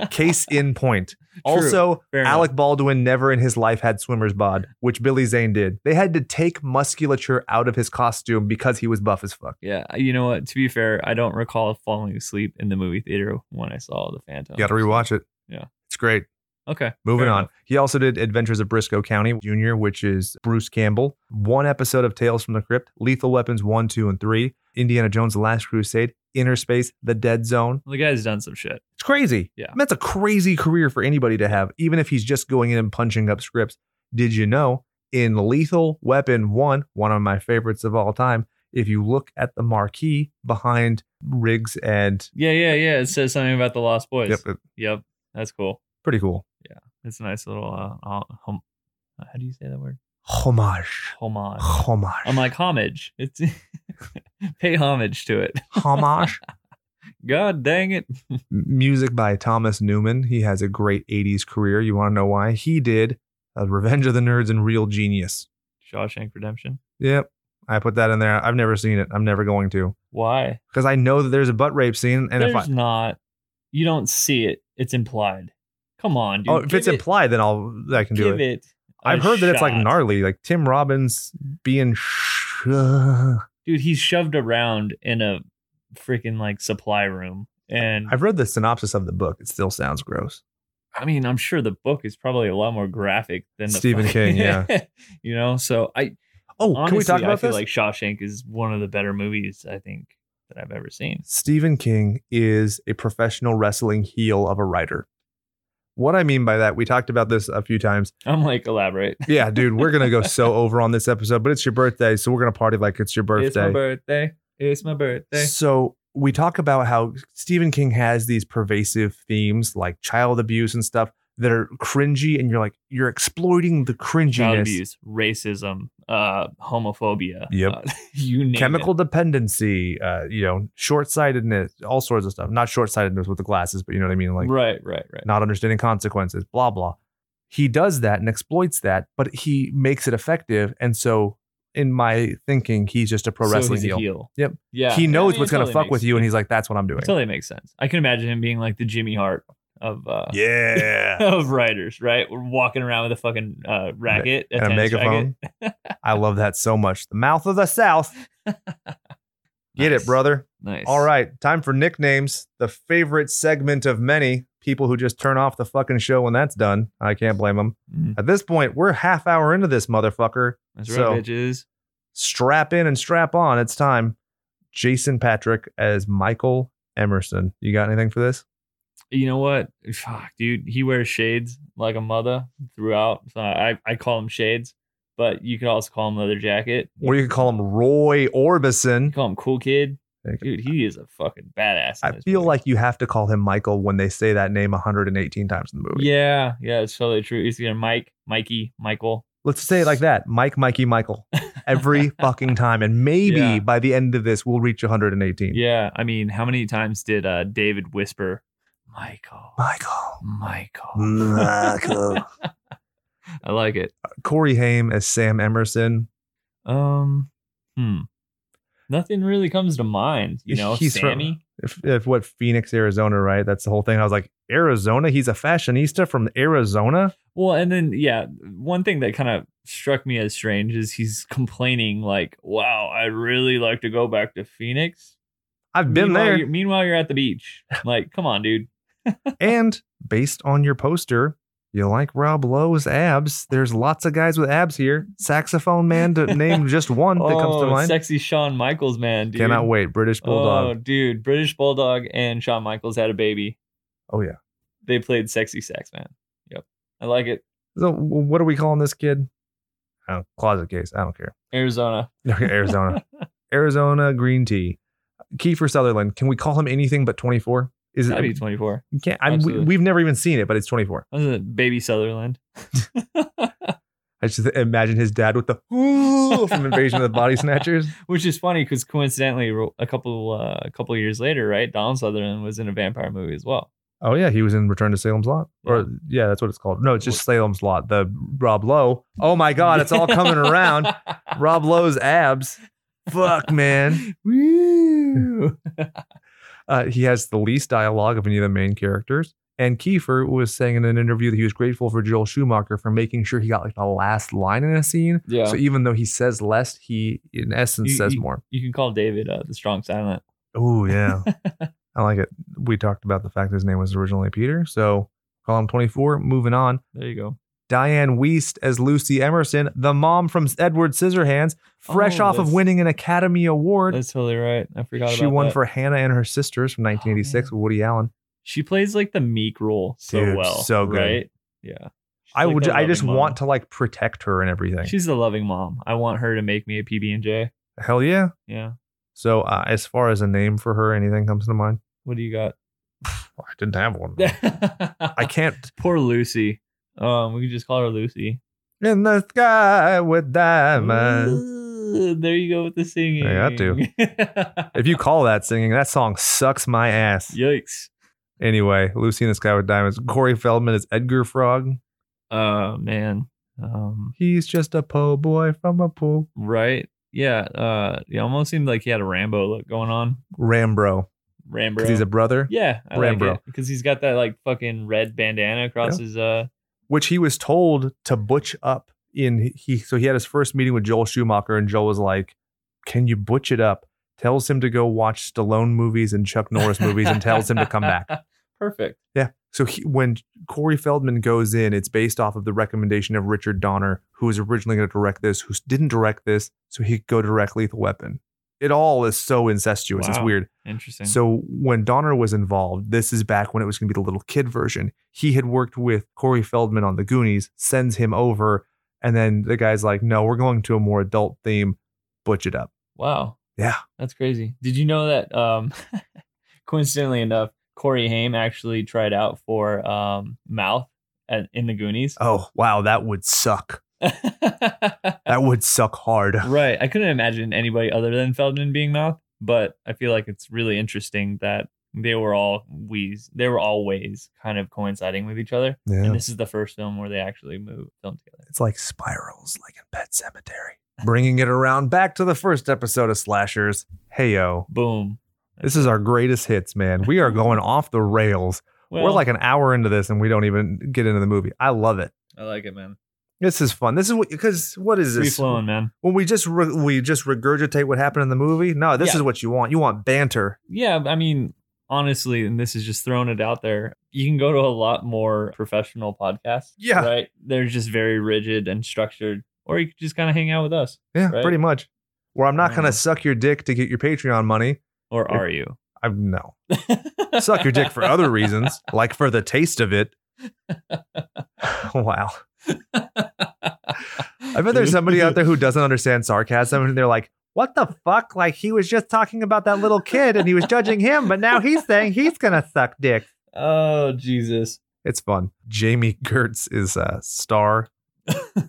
S1: Case in point.
S2: True.
S1: Also,
S2: Fair enough.
S1: Alec Baldwin never in his life had swimmer's bod, which Billy Zane did. They had to take musculature out of his costume because he was buff as fuck.
S2: Yeah, uh, you know what? To be fair, I don't recall falling asleep in the movie theater when I saw the Phantom.
S1: You got to rewatch it.
S2: Yeah.
S1: It's great.
S2: Okay,
S1: Moving
S2: fair
S1: on.
S2: enough.
S1: He also did Adventures of Briscoe County Jr., which is Bruce Campbell, one episode of Tales from the Crypt, Lethal Weapons 1, 2, and 3, Indiana Jones, The Last Crusade, Inner Space, The Dead Zone.
S2: Well, the guy's done some shit.
S1: It's crazy.
S2: Yeah.
S1: That's a crazy career for anybody to have, even if he's just going in and punching up scripts. Did you know in Lethal Weapon 1, one of my favorites of all time, if you look at the marquee behind Riggs and.
S2: Yeah, yeah, yeah. It says something about the Lost Boys.
S1: Yep, uh,
S2: Yep, that's cool.
S1: pretty cool.
S2: It's a nice little uh, uh, hom- how do you say that word?
S1: Homage.
S2: Homage.
S1: Homage.
S2: I'm like homage. It's pay homage to it.
S1: homage.
S2: God dang it!
S1: music by Thomas Newman. He has a great 80s career. You want to know why? He did uh, Revenge of the Nerds and Real Genius.
S2: Shawshank Redemption.
S1: Yep. I put that in there. I've never seen it. I'm never going to
S2: Why?
S1: because I know that there's a butt rape scene. And
S2: There's
S1: if I,
S2: not. You don't see it. It's implied. Come on, dude.
S1: oh, if
S2: Give
S1: it's
S2: it-
S1: implied, then I'll, I can do
S2: give
S1: it.
S2: it. a
S1: I've heard that it's like
S2: shot.
S1: gnarly, like Tim Robbins being. Sh- I've
S2: dude he's shoved around in a freaking like supply room and
S1: read the synopsis of the book. It still sounds gross.
S2: I mean, I'm sure the book is probably a lot more graphic than the
S1: Stephen King, yeah.
S2: you know, so I
S1: Oh,
S2: honestly,
S1: can we talk
S2: I
S1: about
S2: feel
S1: this?
S2: like Shawshank is one of the better movies I think that I've ever seen.
S1: Stephen King is a professional wrestling heel of a writer. What I mean by that, we talked about this a few times.
S2: I'm like elaborate.
S1: Yeah, dude, we're gonna go so over on this episode, but it's your birthday, so we're gonna party like it's your birthday.
S2: It's my birthday. It's my birthday.
S1: So we talk about how Stephen King has these pervasive themes like child abuse and stuff that are cringy, and you're like, you're exploiting the
S2: Child
S1: cringiness.
S2: abuse, racism, uh, homophobia.
S1: Yep.
S2: uh, you name
S1: Chemical
S2: it.
S1: dependency, uh, you know, short sightedness, all sorts of stuff. Not short sightedness with the glasses, but you know what I mean? Like
S2: right, right, right.
S1: not understanding consequences, blah, blah. He does that and exploits that, but he makes it effective. And so, in my thinking, he's just a pro
S2: So
S1: wrestling
S2: he's a
S1: heel. Yep.
S2: Yeah.
S1: He knows
S2: I mean,
S1: what's
S2: it
S1: going to
S2: totally
S1: fuck
S2: makes-
S1: with you, and he's like, that's what I'm doing.
S2: it totally makes sense. I can imagine him being like the Jimmy Hart of uh,
S1: yeah.
S2: of writers, right? We're walking around with a fucking uh, racket
S1: and a
S2: tennis racket.
S1: megaphone. I love that so much. The mouth of the South. Get
S2: Nice.
S1: it, brother.
S2: Nice.
S1: All right, time for nicknames, the favorite segment of many people who just turn off the fucking show when that's done. I can't blame them.
S2: Mm,
S1: At this point, we're half hour into this motherfucker.
S2: That's right,
S1: So-
S2: bitches.
S1: Strap in and strap on. It's time. Jason Patrick as Michael Emerson. You got anything for this?
S2: You know what? Fuck, dude. He wears shades like a mother throughout. So I, I call him shades, but you could also call him leather jacket.
S1: Or you could call him Roy
S2: You
S1: Orbison.
S2: call him cool kid.
S1: Thank
S2: Dude, he is a fucking badass. in
S1: I
S2: this
S1: feel
S2: movie.
S1: like you have to call him Michael when they say that name 118 times in the movie.
S2: Yeah, yeah, it's totally true. He's either Mike, Mikey, Michael.
S1: Let's say it like that. Mike, Mikey, Michael. Every fucking time. And maybe
S2: Yeah.
S1: by the end of this, we'll reach 118.
S2: Yeah, I mean, how many times did uh, David whisper, Michael, Oh
S1: Michael. Hmm.
S2: Michael?
S1: Michael.
S2: I like it.
S1: Corey Haim as Sam Emerson.
S2: Um, hmm. Nothing really comes to mind, you know.
S1: He's from-
S2: Sammy.
S1: If, if what Phoenix, Arizona, right? That's the whole thing. I was like, Arizona? He's a fashionista from Arizona?
S2: Well, and then yeah, one thing that kind of struck me as strange is he's complaining like, "Wow, I really like to go back to Phoenix."
S1: I've been
S2: meanwhile,
S1: there.
S2: You're, meanwhile, you're at the beach. Like, come on, dude.
S1: and based on your poster, you like Rob Lowe's abs. There's lots of guys with abs here. Saxophone man to name just one that comes to
S2: Oh,
S1: mind.
S2: sexy Shawn Michaels, man, dude.
S1: Cannot wait. British Bulldog.
S2: Oh, dude, British Bulldog and Shawn Michaels had a baby.
S1: oh yeah.
S2: They played sexy sax, man. Yep, I like it.
S1: So what are we calling this kid? Oh, closet case. I don't care.
S2: Arizona.
S1: Okay, Arizona. Arizona green tea. Kiefer Sutherland. Can we call him anything but 24? Is
S2: That'd be
S1: it?
S2: 24.
S1: You can't, I'm, we,
S2: absolutely.
S1: we've never even seen it, but it's 24.
S2: That was a baby Sutherland.
S1: I just imagine his dad with the ooh from Invasion of the Body Snatchers.
S2: Which is funny because coincidentally, ro- a couple uh, a couple years later, right, Donald Sutherland was in a vampire movie as well.
S1: Oh yeah, he was in Return to Salem's Lot, or
S2: Yeah.
S1: yeah, that's what it's called. No, it's just Salem's Lot. The Rob Lowe. Oh my God, it's all coming around. Rob Lowe's abs. Fuck man.
S2: Woo!
S1: Uh, he has the least dialogue of any of the main characters. And Kiefer was saying in an interview that he was grateful for Joel Schumacher for making sure he got like the last line in a scene.
S2: Yeah,
S1: So even though he says less, he in essence
S2: You-
S1: says more.
S2: you can call David uh, the strong silent.
S1: Oh yeah, I like it. We talked about the fact that his name was originally Peter, so call him twenty four. Moving on.
S2: There you go.
S1: Diane Weist as Lucy Emerson, the mom from Edward Scissorhands, fresh
S2: Oh,
S1: off of
S2: that's-
S1: winning an Academy Award.
S2: That's totally right. I forgot.
S1: She
S2: about
S1: won
S2: that. Oh,
S1: for Hannah and Her Sisters from 1986 with Woody Allen.
S2: She plays like the meek role so
S1: Dude,
S2: well.
S1: so good.
S2: Right? Yeah. She's
S1: I
S2: like
S1: would.
S2: the
S1: I just
S2: loving
S1: want to like protect her and everything.
S2: mom. She's the loving mom. I want her to make me a PB and J.
S1: Hell yeah.
S2: Yeah.
S1: So uh, as far as a name for her, anything comes to mind?
S2: What do you got?
S1: Well, I didn't have one. I can't.
S2: Poor Lucy. Um, we could just call her Lucy.
S1: In the sky with diamonds.
S2: Ooh, there you go with the singing.
S1: I got
S2: to.
S1: If you call that singing, that song sucks my ass.
S2: Yikes.
S1: Anyway, Lucy in the Sky with Diamonds. Corey Feldman is Edgar Frog.
S2: Oh man. Um,
S1: He's just a po' boy from a pool.
S2: right. Yeah. Uh, it almost seemed like he had a Rambo look going on.
S1: Rambro.
S2: Rambo.
S1: Because he's a brother.
S2: yeah. I
S1: Rambo.
S2: because he's got that like fucking red bandana across his uh
S1: which he was told to butch up in he so he had his first meeting with Joel Schumacher and Joel was like, "Can you butch it up?" tells him to go watch Stallone movies and Chuck Norris movies and tells him to come back.
S2: Perfect.
S1: Yeah. So he, when Corey Feldman goes in, it's based off of the recommendation of Richard Donner, who was originally going to direct this, who didn't direct this, so he could go direct Lethal Weapon. It all is so incestuous. It's
S2: Wow.
S1: weird.
S2: Interesting.
S1: So when Donner was involved, this is back when it was going to be the little kid version. He had worked with Corey Feldman on The Goonies, sends him over, and then the guy's like, "No, we're going to a more adult theme. Butch it up."
S2: wow.
S1: Yeah.
S2: That's crazy. Did you know that um coincidentally enough, Corey Haim actually tried out for um Mouth at, in the Goonies?
S1: Oh wow, that would suck. That would suck hard.
S2: right. I couldn't imagine anybody other than Feldman being Mouth, but I feel like it's really interesting that they were all we's they were always kind of coinciding with each other.
S1: Yeah.
S2: And this is the first film where they actually move film together.
S1: It's like spirals, like in Pet Cemetery. Bringing it around back to the first episode of Slashers. Hey yo,
S2: Boom.
S1: this is our greatest hits, man. We are going off the rails. We're
S2: Well,
S1: like an hour into this, and we don't even get into the movie. I love it.
S2: I like it, man.
S1: This is fun. This is what because what is
S2: Free
S1: this?
S2: flowing, man.
S1: When we just re- we just regurgitate what happened in the movie. No, this
S2: Yeah.
S1: is what you want. You want banter.
S2: Yeah, I mean, honestly, and this is just throwing it out there. You can go to a lot more professional podcasts.
S1: Yeah.
S2: Right? They're just very rigid and structured. Or you could just kind of hang out with us.
S1: Yeah,
S2: Right.
S1: pretty much. Where I'm not
S2: Yeah.
S1: gonna suck your dick to get your Patreon money.
S2: Or are you?
S1: I'm no suck your dick for other reasons, like for the taste of it. wow. I bet there's somebody out there who doesn't understand sarcasm and they're like, what the fuck? Like he was just talking about that little kid and he was judging him, but now he's saying he's gonna suck dick.
S2: Oh, Jesus.
S1: It's fun. Jamie Gertz is a star.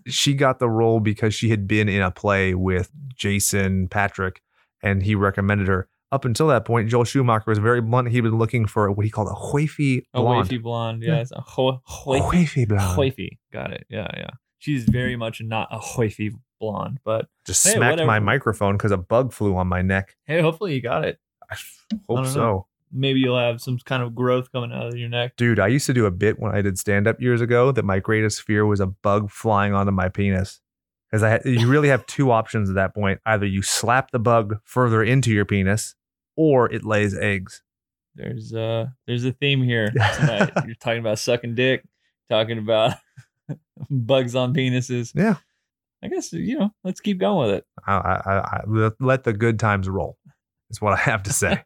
S1: she got the role because she had been in a play with Jason Patrick and he recommended her. Up until that point, Joel Schumacher was very blunt. He'd been looking for what he called a hoify
S2: A
S1: blonde. Oh,
S2: wafy blonde. Yeah. It's a ho- hoify.
S1: Hoify blonde.
S2: Hoify. Got it. Yeah, yeah. She's very much not a hoify blonde, but
S1: Just
S2: Hey,
S1: smacked my
S2: whatever.
S1: microphone because a bug flew on my neck.
S2: hey, hopefully you got it.
S1: I f-
S2: I
S1: hope
S2: don't
S1: so.
S2: know. Maybe you'll have some kind of growth coming out of your neck.
S1: Dude, I used to do a bit when I did stand up years ago that my greatest fear was a bug flying onto my penis. Because I had, you really have two options at that point. Either you slap the bug further into your penis or it lays eggs.
S2: There's uh there's a theme here tonight. You're talking about sucking dick, talking about bugs on penises.
S1: Yeah.
S2: I guess you know, let's keep going with it.
S1: I, I, I, I- let the good times roll, is what I have to say.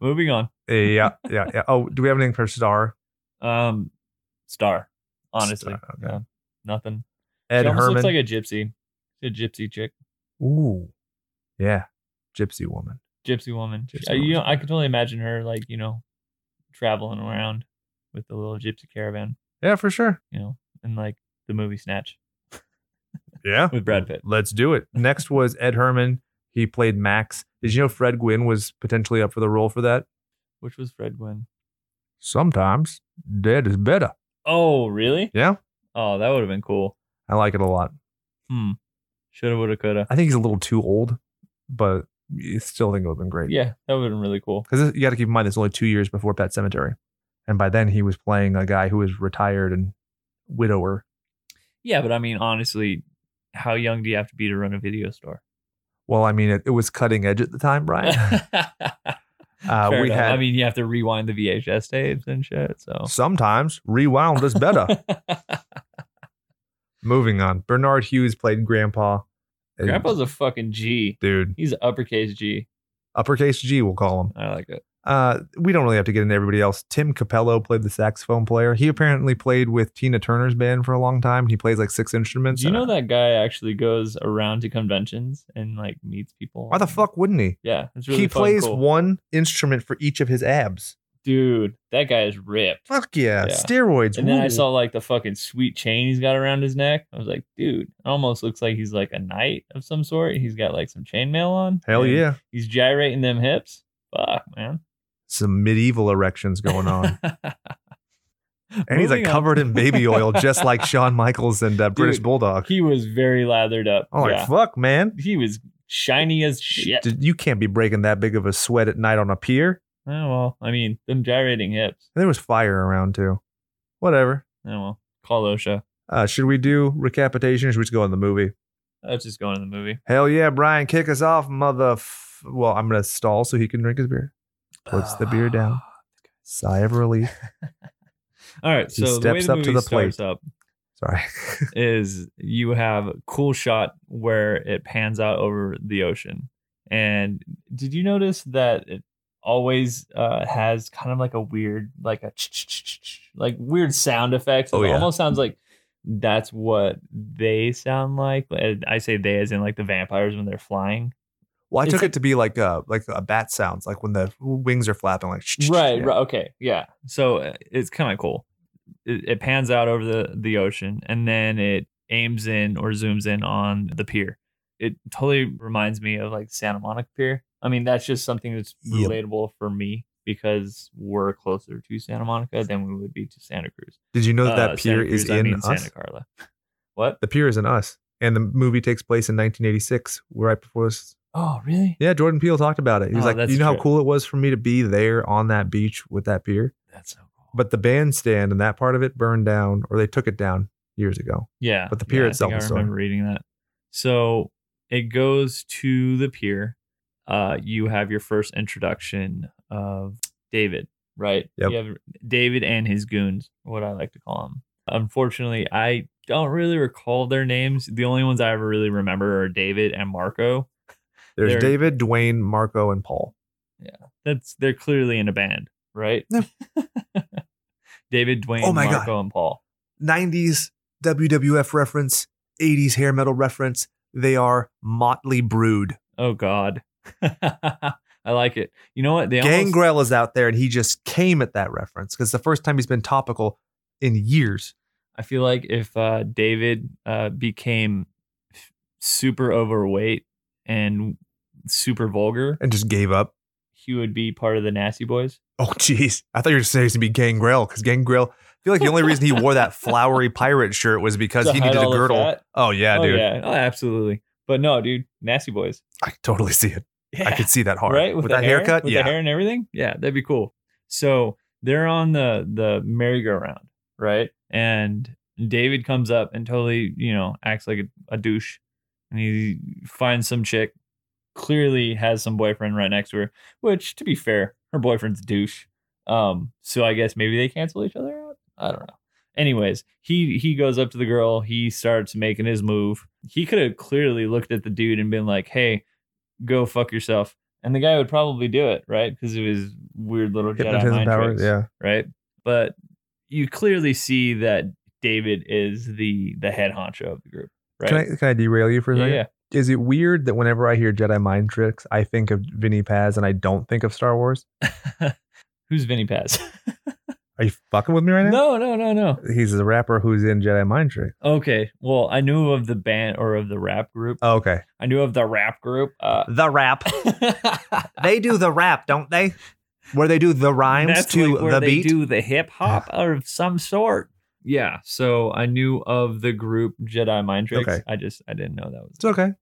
S2: Moving on.
S1: yeah, yeah, yeah. Oh, do we have anything for Star?
S2: Um star. Honestly.
S1: Star, okay.
S2: Yeah, nothing.
S1: Ed
S2: she almost
S1: Herman.
S2: looks like a gypsy. She's a gypsy chick.
S1: Ooh, yeah. Gypsy woman.
S2: Gypsy woman. She-
S1: Gypsy
S2: you know,
S1: woman's
S2: I could totally imagine her like, you know, traveling around with the little gypsy caravan,
S1: Yeah, for sure.
S2: you know, in like the movie Snatch
S1: Yeah.
S2: with Brad Pitt.
S1: Let's do it. Next was Ed Herman. He played Max. Did you know Fred Gwynn was potentially up for the role for that?
S2: Which was Fred Gwynn.
S1: Sometimes dead is better.
S2: Oh, really?
S1: Yeah.
S2: Oh, that would have been cool.
S1: I like it a lot.
S2: Hmm. Shoulda, woulda, coulda.
S1: I think he's a little too old, but I still think it would have been great.
S2: Yeah, that would have been really cool.
S1: Because you got to keep in mind, it's only two years before Pet Cemetery. And by then, he was playing a guy who was retired and widower.
S2: Yeah, but I mean, honestly, how young do you have to be to run a video store?
S1: Well, I mean, it, it was cutting edge at the time, Brian.
S2: uh,
S1: we had-
S2: I mean, you have to rewind the VHS tapes and shit. So
S1: Sometimes rewound is better. Moving on. Bernard Hughes played Grandpa. And-
S2: Grandpa's a fucking G.
S1: Dude,
S2: He's a uppercase G.
S1: uppercase G, we'll call him.
S2: I like it.
S1: uh, we don't really have to get into everybody else. Tim Capello played the saxophone player. He apparently played with Tina Turner's band for a long time. He plays like six instruments.
S2: Do you
S1: And
S2: know that guy actually goes around to conventions and like meets people?
S1: Why the fuck wouldn't he?
S2: Yeah, it's really
S1: he
S2: fucking
S1: plays
S2: cool.
S1: one instrument for each of his abs.
S2: Dude, that guy is ripped.
S1: Fuck yeah,
S2: Yeah.
S1: steroids.
S2: And then I
S1: rule.
S2: saw like the fucking sweet chain he's got around his neck. I was like, dude, it almost looks like he's like a knight of some sort. He's got like some chainmail on.
S1: Hell
S2: And
S1: yeah,
S2: He's gyrating them hips. Fuck, man.
S1: some medieval erections going on, and he's like
S2: Moving on.
S1: covered in baby oil, just like Shawn Michaels and uh, British
S2: Dude,
S1: Bulldog.
S2: He was very lathered up.
S1: Oh like
S2: yeah.
S1: fuck, man.
S2: He was shiny as shit.
S1: Dude, You can't be breaking that big of a sweat at night on a pier.
S2: Oh, well, I mean, them gyrating hips.
S1: And there was fire around too. Whatever.
S2: Oh, well. Call OSHA.
S1: Uh, should we do recapitation or should we just go in the movie?
S2: Let's just go into the movie.
S1: Hell yeah, Brian, kick us off, mother. F- well, I'm gonna stall so he can drink his beer. Puts the beer down. Sigh of relief.
S2: All right,
S1: He
S2: so the way
S1: steps
S2: the
S1: up to
S2: movie
S1: the
S2: starts up
S1: Sorry.
S2: is you have a cool shot where it pans out over the ocean. And did you notice that it always uh, has kind of like a weird, like a like weird sound effects? It
S1: Oh, yeah.
S2: almost sounds like that's what they sound like. And I say they as in like the vampires when they're flying.
S1: Well, I
S2: It's
S1: took
S2: like-
S1: it to be like a like a bat sounds, like when the wings are flapping, like
S2: right
S1: yeah.
S2: right okay yeah so uh, it's kind of cool it, it pans out over the the ocean and then it aims in or zooms in on the pier it totally reminds me of like santa monica pier i mean that's just something that's
S1: Yep.
S2: relatable for me because we're closer to santa monica than we would be to santa cruz
S1: Did you know that,
S2: Uh,
S1: that
S2: Santa
S1: pier is
S2: Cruz, I
S1: in
S2: mean
S1: us?
S2: santa carla what
S1: The pier is in us, and the movie takes place in 1986, right before this.
S2: oh really
S1: Yeah, Jordan Peele talked about it. He was
S2: Oh,
S1: like,
S2: that's
S1: "You know how
S2: true.
S1: cool it was for me to be there on that beach with that pier."
S2: that's so cool
S1: But the bandstand and that part of it burned down, or they took it down years ago.
S2: Yeah.
S1: But the pier
S2: yeah,
S1: itself
S2: I, think
S1: is
S2: I
S1: still
S2: remember reading that. So it goes to the pier. Uh, you have your first introduction of David, right?
S1: Yep.
S2: You have David and his goons, what I like to call them. Unfortunately, I don't really recall their names. The only ones I ever really remember are David and Marco.
S1: There's
S2: They're-
S1: David, Dwayne, Marco, and Paul.
S2: That's they're clearly in a band, right?
S1: No.
S2: David, Dwayne,
S1: Oh my God.
S2: Marco, and Paul.
S1: 90s WWF reference, 80s hair metal reference. They are Motley Brood.
S2: Oh God. I like it. You know what? They almost-
S1: Gangrel is out there, and he just came at that reference because the first time he's been topical in years.
S2: I feel like if uh, David uh, became f- super overweight and super vulgar,
S1: And just gave up.
S2: he would be part of the Nasty Boys.
S1: Oh, jeez. I thought you were saying he's going to be Gangrel because Gangrel, I feel like the only reason he wore that flowery pirate shirt was because
S2: To
S1: he
S2: hide
S1: needed a
S2: all the
S1: girdle.
S2: fat?
S1: Oh, yeah,
S2: oh
S1: dude.
S2: yeah, oh absolutely. But no, dude, Nasty Boys.
S1: I could totally see it. I
S2: Yeah.
S1: could see that hard.
S2: right
S1: With,
S2: the
S1: that
S2: hair?
S1: haircut?
S2: with
S1: yeah.
S2: the hair and everything. Yeah, that'd be cool. So they're on the the merry-go-round, right? And David comes up and totally, you know, acts like a, a douche, and he finds some chick. Clearly has some boyfriend right next to her, which, to be fair, her boyfriend's a douche. Um, so I guess maybe they cancel each other out. I don't know. Anyways, he he goes up to the girl. He starts making his move. He could have clearly looked at the dude and been like, "Hey, go fuck yourself," and the guy would probably do it, right? Because of his weird little Jedi
S1: Hypnotism
S2: mind
S1: powers.
S2: tricks,
S1: Yeah.
S2: right? But you clearly see that David is the the head honcho of the group, right?
S1: Can, I, can I derail you for a
S2: yeah,
S1: second?
S2: yeah.
S1: Is it weird that whenever I hear Jedi mind tricks, I think of Vinny Paz and I don't think of Star Wars?
S2: Who's Vinny Paz?
S1: Are you fucking with me right now?
S2: no, no, no, no.
S1: He's a rapper who's in Jedi mind trick.
S2: Okay. Well, I knew of the band or of the rap group.
S1: Oh, okay.
S2: I knew of the rap group. Uh,
S1: The rap. They do the rap, don't they? Where they do the rhymes
S2: that's
S1: to
S2: like where
S1: the
S2: they
S1: beat.
S2: do the hip hop of some sort. Yeah. So I knew of the group Jedi Mind Tricks.
S1: Okay.
S2: I just I didn't know that was.
S1: It's okay.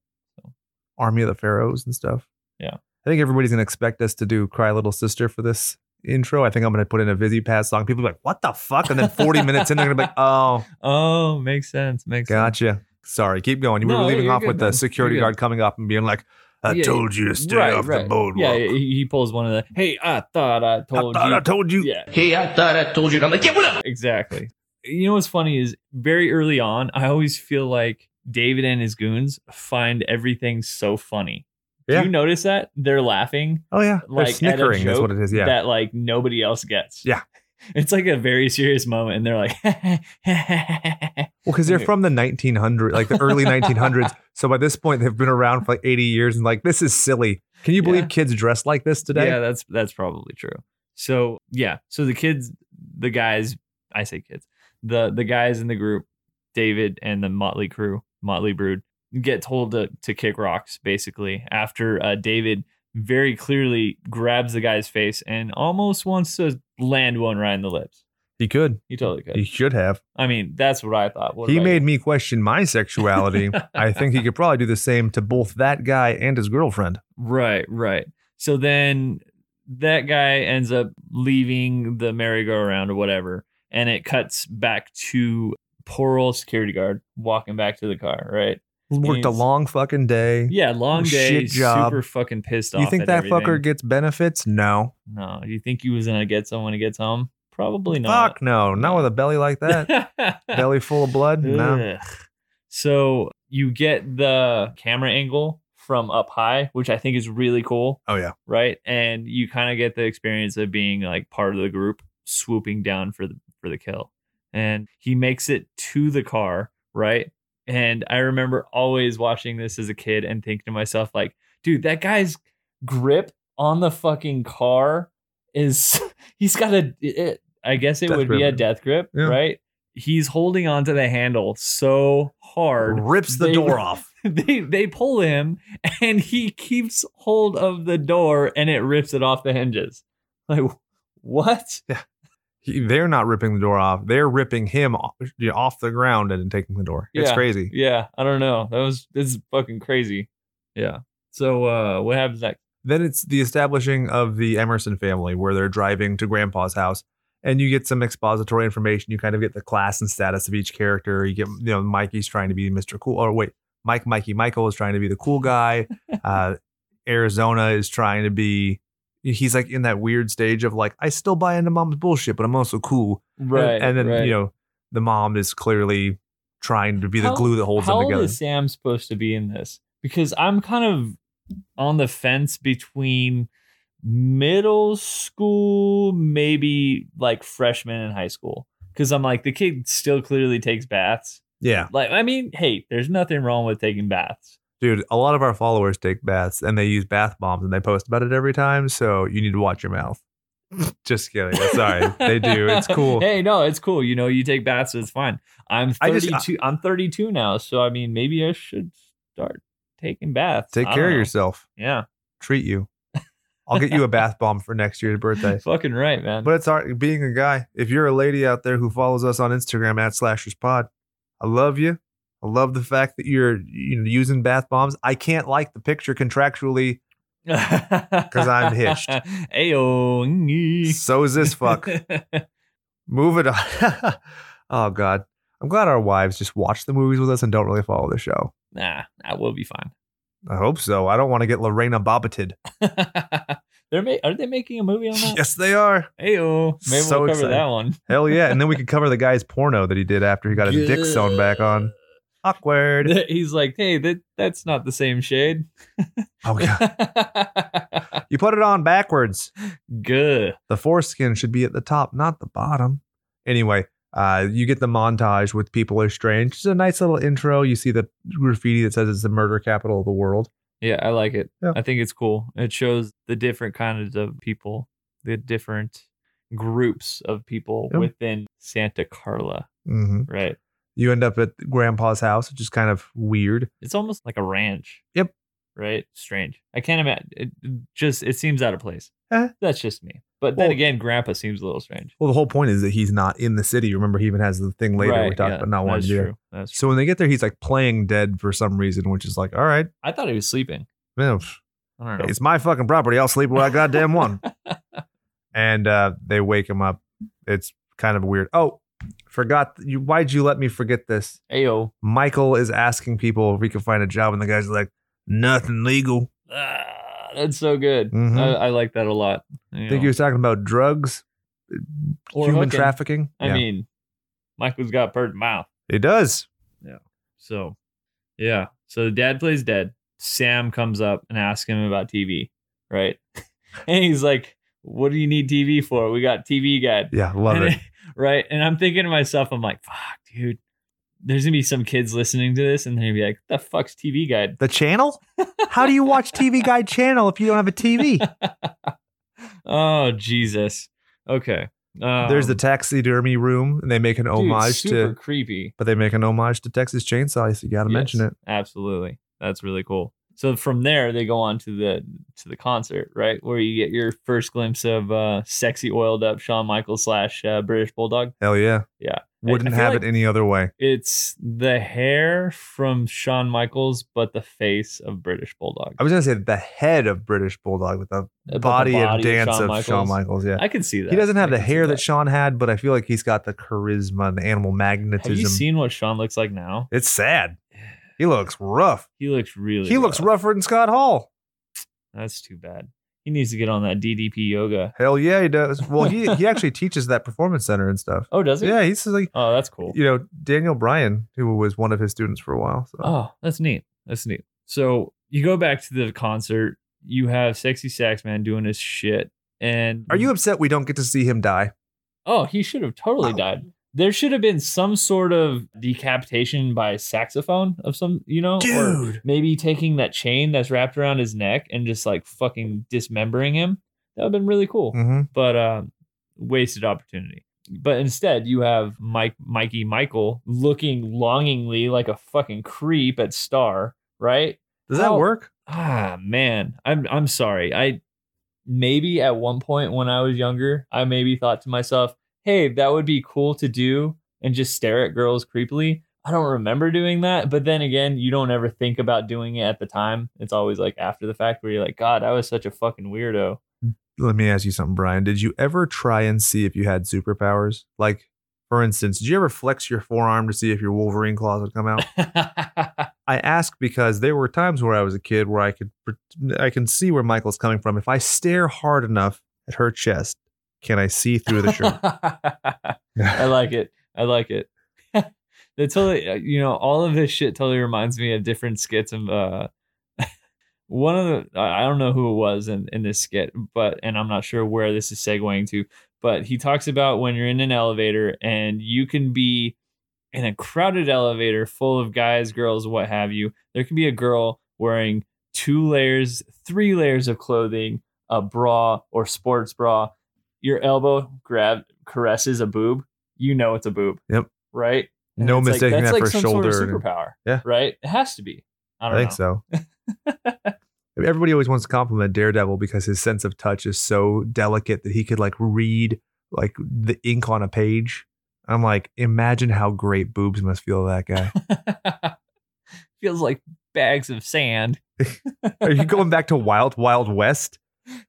S1: Army of the Pharaohs and stuff.
S2: Yeah.
S1: I think everybody's gonna expect us to do "Cry Little Sister" for this intro. I think I'm gonna put in a Vizzy Pass song. People be like, "What the fuck?" And then 40 minutes in, they're gonna be like, "Oh,
S2: Oh, makes sense. Makes sense.
S1: gotcha." Sorry, keep going. You
S2: No,
S1: were leaving
S2: you're
S1: off
S2: good,
S1: with
S2: man.
S1: the security
S2: You're good.
S1: guard coming up and being like, "I
S2: Yeah,
S1: told you to stay off the boardwalk."
S2: Yeah, he, he pulls one of the. Hey, I thought I
S1: I
S2: told
S1: thought
S2: you.
S1: I told you.
S2: yeah,
S3: Hey, I thought I told you. And I'm like, yeah, what up?
S2: exactly. You know what's funny is very early on, I always feel like David and his goons find everything so funny.
S1: Yeah.
S2: Do you notice that they're laughing
S1: Oh yeah,
S2: Like, at
S1: They're
S2: a
S1: snickering is
S2: joke
S1: what it is. Yeah,
S2: that like nobody else gets?
S1: Yeah.
S2: It's like a very serious moment, and they're like,
S1: well, because they're
S2: Anyway.
S1: from the 1900s, like the early 1900s. So by this point, they've been around for like 80 years, and like this is silly. Can you believe
S2: Yeah.
S1: kids dress like this today?
S2: Yeah, that's that's probably true. So yeah, so the kids, the guys, I say kids, the the guys in the group, David and the Motley crew, Motley Brood, get told to to kick rocks basically after uh, David very clearly grabs the guy's face and almost wants to land one right in the lips.
S1: He could.
S2: He totally could.
S1: He should have.
S2: I mean, that's what I thought. What
S1: he
S2: about
S1: made me question my sexuality. I think he could probably do the same to both that guy and his girlfriend.
S2: Right, right. So then that guy ends up leaving the merry-go-round or whatever, and it cuts back to poor old security guard walking back to the car, right?
S1: Worked a
S2: It's-
S1: long fucking day.
S2: Yeah, long day,
S1: Mm. Oh, Shit job.
S2: super fucking pissed off.
S1: you think
S2: at
S1: that
S2: everything.
S1: fucker gets benefits? No.
S2: No, you think he was gonna get some when he gets home? Probably not.
S1: Fuck no. Not with a belly like that. belly full of blood? No.
S2: Ugh. So you get the camera angle from up high, which I think is really cool,
S1: Oh yeah.
S2: right? And you kind of get the experience of being like part of the group swooping down for the for the kill. And he makes it to the car, right? And I remember always watching this as a kid and thinking to myself like, dude, that guy's grip on the fucking car is he's got a it, I guess it
S1: Death
S2: would be
S1: grip.
S2: a death grip,
S1: Yeah.
S2: right? He's holding onto the handle so hard.
S1: Rips the
S2: They-
S1: door off.
S2: They they pull him and he keeps hold of the door and it rips it off the hinges. Like what?
S1: He, they're not ripping the door off. They're ripping him off, you know, off the ground and taking the door. It's
S2: Yeah.
S1: crazy.
S2: Yeah, I don't know. That was this is fucking crazy. Yeah. So uh what happens next?
S1: Then it's the establishing of the Emerson family where they're driving to grandpa's house and you get some expository information. You kind of get the class and status of each character. You get, you know, Mikey's trying to be Mr. Cool. Or wait, Mike, Mikey, Michael is trying to be the cool guy. Uh, Arizona is trying to be, he's like in that weird stage of like, I still buy into mom's bullshit, but I'm also cool.
S2: Right.
S1: And, and then,
S2: right.
S1: you know, the mom is clearly trying to be the
S2: How-
S1: glue that holds
S2: How
S1: them
S2: old
S1: together.
S2: is Sam supposed to be in this? Because I'm kind of on the fence between middle school, maybe like freshman in high school. Because I'm like, the kid still clearly takes baths.
S1: yeah.
S2: Like, I mean, hey, there's nothing wrong with taking baths.
S1: Dude, a lot of our followers take baths and they use bath bombs and they post about it every time. So you need to watch your mouth. Just kidding. Sorry. they do. It's cool.
S2: hey, no, it's cool. You know, you take baths, it's fine. I'm
S1: I just-
S2: 32. I'm 32 now, so I mean, maybe I should start taking baths.
S1: Take
S2: I
S1: care of
S2: don't know.
S1: yourself.
S2: Yeah,
S1: Treat you. I'll get you a bath bomb for next year's birthday.
S2: fucking right, man.
S1: But it's our being a guy. If you're a lady out there who follows us on Instagram at Slashers Pod, I love you. I love the fact that you're you know, using bath bombs. I can't like the picture contractually.
S2: Because
S1: I'm hitched.
S2: Ayo. ngi.
S1: So is this fuck. Move it on. oh God. I'm glad our wives just watch the movies with us and don't really follow the show.
S2: nah, that will be fine.
S1: I hope so. I don't want to get Lorena Bobbited.
S2: They're ma- are they making a movie on that?
S1: yes, they are.
S2: Ayo. Maybe
S1: So
S2: we'll cover
S1: excited.
S2: that one.
S1: Hell yeah. And then we could cover the guy's porno that he did after he got his dick sewn back on. Awkward.
S2: He's like, hey, that that's not the same shade.
S1: Oh god. You put it on backwards.
S2: Good.
S1: The foreskin should be at the top, not the bottom. Anyway, uh, you get the montage with people are strange. It's a nice little intro. You see the graffiti that says it's the murder capital of the world.
S2: Yeah, I like it.
S1: Yeah.
S2: I think it's cool. It shows the different kinds of people, the different groups of people
S1: Yeah.
S2: within Santa Carla,
S1: hmm
S2: right?
S1: You end up at Grandpa's house, which is kind of weird.
S2: It's almost like a ranch.
S1: Yep.
S2: Right? Strange. I can't imagine. It just it seems out of place.
S1: Eh.
S2: That's just me. But
S1: Well-
S2: then again, Grandpa seems a little strange.
S1: Well, the whole point is that he's not in the city. Remember, he even has the thing later we
S2: Right,
S1: talked
S2: yeah,
S1: about not wanting
S2: that's
S1: to do. that.
S2: true. That's true.
S1: So when they get there, he's like playing dead for some reason, which is like, all right,
S2: I thought he was sleeping.
S1: man, pff,
S2: I don't know.
S1: it's my fucking property. I'll sleep where I goddamn want. and uh, they wake him up. It's kind of weird. Oh, forgot you. Why'd you let me forget this?
S2: Ayo.
S1: Michael is asking people if we can find a job, and the guy's like, nothing legal.
S2: Ah, that's so good.
S1: Mhm.
S2: I, I like that a lot. You
S1: I think
S2: know.
S1: he was talking about drugs,
S2: Or
S1: human
S2: hooking.
S1: trafficking.
S2: I
S1: yeah,
S2: mean, Michael's got bird mouth.
S1: it does.
S2: So, yeah. So the dad plays dead. Sam comes up and asks him about TV, right? and he's like, "What do you need TV for? We got TV guide,
S1: Yeah, love
S2: And
S1: it.
S2: it- right?" And I'm thinking to myself, I'm like, "Fuck, dude." There's gonna be some kids listening to this, and they're gonna be like, "The fuck's TV guide?"
S1: The channel? How do you watch TV Guide channel if you don't have a TV?
S2: oh Jesus. Okay. Um,
S1: There's the taxidermy room, and they make an
S2: dude,
S1: homage
S2: super
S1: to
S2: creepy.
S1: but they make an homage to Texas Chainsaw. So you got to mention
S2: Yes,
S1: it.
S2: Absolutely. That's really cool. So from there they go on to the to the concert, right? Where you get your first glimpse of uh sexy oiled up Shawn Michaels slash uh, British Bulldog.
S1: Hell yeah.
S2: Yeah.
S1: Wouldn't
S2: I feel
S1: have
S2: like-
S1: it any other way.
S2: It's the hair from Shawn Michaels, but the face of British Bulldog.
S1: I was gonna say the head of British Bulldog with the
S2: But the
S1: body, and
S2: body of
S1: dance
S2: Shawn
S1: of Shawn
S2: Michaels.
S1: Michaels. Yeah,
S2: I can see that.
S1: he doesn't have the
S2: I can see
S1: hair that. Shawn had, but I feel like he's got the charisma and the animal
S2: Have you
S1: magnetism.
S2: seen what Shawn looks like now?
S1: it's sad. He looks rough.
S2: He looks really.
S1: he looks rougher than Scott Hall.
S2: That's too bad. He needs to get on that DDP yoga.
S1: Hell yeah, he does. Well, he he actually teaches that performance center and stuff.
S2: Oh, does he?
S1: Yeah, he's just like
S2: Oh, that's cool.
S1: you know Daniel Bryan, who was one of his students for a while. So
S2: Oh, that's neat. That's neat. So you go back to the concert. You have sexy sax man doing his shit. And
S1: are you upset we don't get to see him die?
S2: Oh, he should have totally
S1: Oh.
S2: died. There should have been some sort of decapitation by saxophone of some, you know, or
S1: Dude.
S2: maybe taking that chain that's wrapped around his neck and just like fucking dismembering him. That would have been really cool,
S1: Mm-hmm.
S2: but um, wasted opportunity. But instead, you have Mike, Mikey, Michael looking longingly like a fucking creep at Star, right?
S1: Does that
S2: How-
S1: work?
S2: Ah man, I'm I'm sorry. I maybe at one point when I was younger, I maybe thought to myself, "Hey, that would be cool to do and just stare at girls creepily." I don't remember doing that, but then again, you don't ever think about doing it at the time. It's always like after the fact where you're like, "God, I was such a fucking weirdo."
S1: Let me ask you something, Brian. Did you ever try and see if you had superpowers? Like, for instance, did you ever flex your forearm to see if your Wolverine claws would come out? I ask because there were times where I was a kid where I could pre- I can see where Michael's coming from. If I stare hard enough at her chest, can I see through the shirt?
S2: I like it. I like it. That totally, uh, you know, all of this shit totally reminds me of different skits of uh, one of the I I don't know who it was in in this skit, but and I'm not sure where this is segueing to, but he talks about when you're in an elevator and you can be in a crowded elevator full of guys, girls, what have you. There can be a girl wearing two layers, three layers of clothing, a bra or sports bra. Your elbow grab caresses a boob. You know it's a boob.
S1: Yep.
S2: Right. And
S1: no
S2: it's like-
S1: mistaking
S2: that's
S1: that
S2: like
S1: for
S2: some
S1: shoulder.
S2: Sort of superpower.
S1: Yeah.
S2: Right. It has to be. I
S1: I,
S2: don't
S1: think
S2: know.
S1: so. Everybody always wants to compliment Daredevil because his sense of touch is so delicate that he could like read like the ink on a page. I'm like, imagine how great boobs must feel to that guy.
S2: Feels like bags of sand.
S1: Are you going back to Wild Wild West?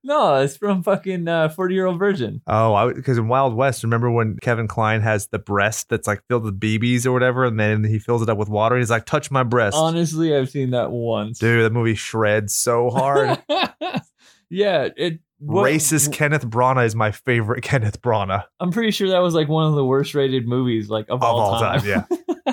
S2: No, it's from fucking uh, forty year old virgin.
S1: Oh, because in Wild West, remember when Kevin Klein has the breast that's like filled with BBs or whatever, and then he fills it up with water and he's like, touch my breast.
S2: Honestly, I've seen that once.
S1: Dude, that movie shreds so hard.
S2: yeah, it what-
S1: Racist Kenneth Brana is my favorite Kenneth Brana
S2: I'm pretty sure that was like one of the worst rated movies like
S1: of
S2: of,
S1: all, time.
S2: time.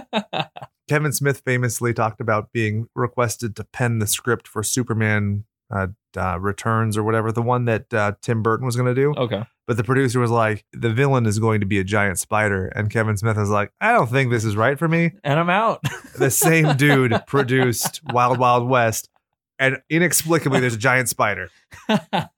S1: Yeah. Kevin Smith famously talked about being requested to pen the script for Superman uh, uh, Returns or whatever, the one that uh, Tim Burton was going to do.
S2: Okay.
S1: But the producer was like, the villain is going to be a giant spider. And Kevin Smith is like, I don't think this is right for me.
S2: And I'm out.
S1: the same dude produced Wild Wild West, and inexplicably there's a giant spider.
S2: that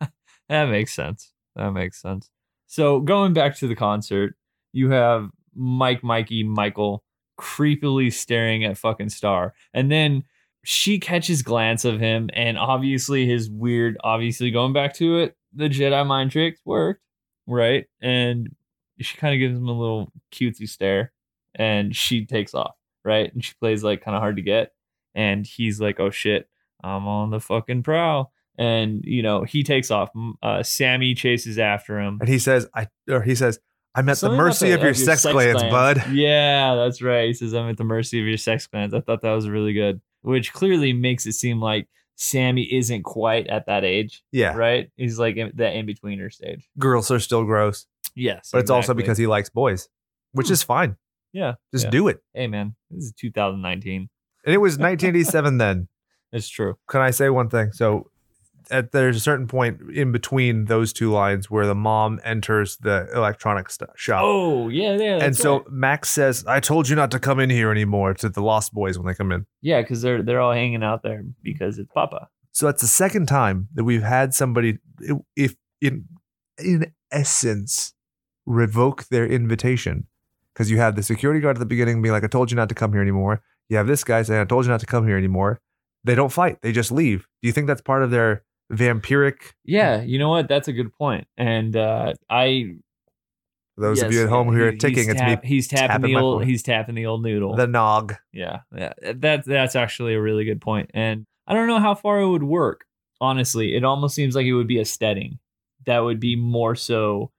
S2: makes sense. That makes sense. So going back to the concert, you have Mike, Mikey, Michael creepily staring at fucking Star, and then she catches glance of him, and obviously his weird, obviously going back to it, the Jedi mind tricks worked, right? And she kind of gives him a little cutesy stare, and she takes off, right? And she plays like kind of hard to get, and he's like, "Oh shit, I'm on the fucking prowl." And you know he takes off. M- Uh, Sammy chases after him.
S1: And he says, "I," or he says, "I'm at the
S2: Something about
S1: mercy of your sex glands, bud."
S2: Yeah, that's right. He says, I'm at the mercy of your sex glands. I thought that was really good, which clearly makes it seem like Sammy isn't quite at that age,
S1: Yeah,
S2: right? He's like in that in betweener stage.
S1: girls are still gross,
S2: Yes.
S1: but it's also
S2: exactly.
S1: because he likes boys, which is fine.
S2: Yeah,
S1: just
S2: Hmm. yeah.
S1: do it.
S2: hey, man, this is 2019.
S1: And it was 1987 then.
S2: It's true.
S1: Can I say one thing? So. At, there's a certain point in between those two lines where the mom enters the electronics st- shop.
S2: Oh, yeah, yeah.
S1: and
S2: that's
S1: so
S2: right.
S1: Max says, I told you not to come in here anymore to the Lost Boys when they come in.
S2: yeah, because they're, they're all hanging out there because it's Papa.
S1: So that's the second time that we've had somebody, if in in essence, revoke their invitation, because you have the security guard at the beginning being like, "I told you not to come here anymore." You have this guy saying, "I told you not to come here anymore." They don't fight; they just leave. Do you think that's part of their vampiric?
S2: Yeah, you know what? That's a good point. And uh, I
S1: For those of
S2: Yes,
S1: you at home who
S2: he-
S1: are
S2: he's
S1: ticking, it's
S2: tap-
S1: me.
S2: He's tapping,
S1: tapping
S2: the
S1: my
S2: old.
S1: phone.
S2: He's tapping the old noodle.
S1: The nog.
S2: yeah, yeah. That that's actually a really good point. And I don't know how far it would work. Honestly, it almost seems like it would be a steading. That would be more so,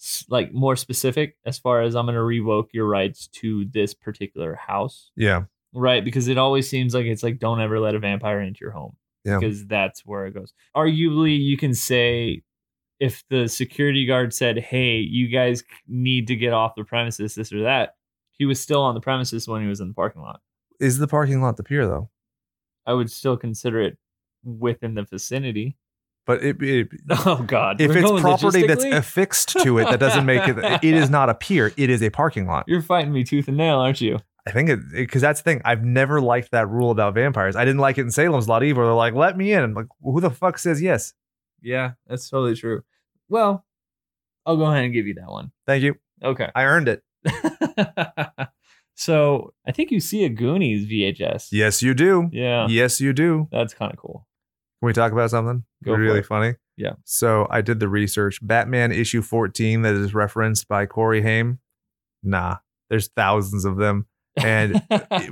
S2: s- like more specific as far as I'm going to revoke your rights to this particular house
S1: Yeah,
S2: right? Because it always seems like it's like don't ever let a vampire into your home
S1: Yeah.
S2: because that's where it goes. Arguably, you can say if the security guard said, "Hey, you guys need to get off the premises," this or that, he was still on the premises when he was in the parking lot.
S1: Is the parking lot the pier though?
S2: I would still consider it within the vicinity.
S1: But it, it
S2: Oh God!
S1: if
S2: We're
S1: it's
S2: going
S1: property that's
S2: logistically?
S1: affixed to it, that doesn't make it. It is not a pier. It is a parking lot.
S2: you're fighting me tooth and nail, aren't you?
S1: I think it because that's the thing. I've never liked that rule about vampires. I didn't like it in Salem's Lot either. They're like, "Let me in." I'm like, "Who the fuck says yes?"
S2: Yeah, that's totally true. Well, I'll go ahead and give you that one.
S1: Thank you.
S2: Okay.
S1: I earned it.
S2: so I think you see a Goonies VHS.
S1: Yes, you do.
S2: Yeah.
S1: Yes, you do.
S2: That's kind of cool.
S1: Can we talk about something
S2: Go for
S1: really
S2: it.
S1: funny?
S2: Yeah.
S1: So I did the research. Batman issue 14 that is referenced by Corey Haim. Nah, there's thousands of them. And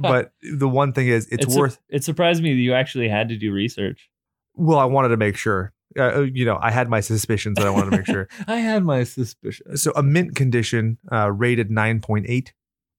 S1: but the one thing is, it's,
S2: su-
S1: worth.
S2: it surprised me that you actually had to do research.
S1: well, I wanted to make sure. Uh, you know, I had my suspicions, and I wanted to make sure.
S2: I had my suspicions.
S1: So a mint condition uh, rated 9.8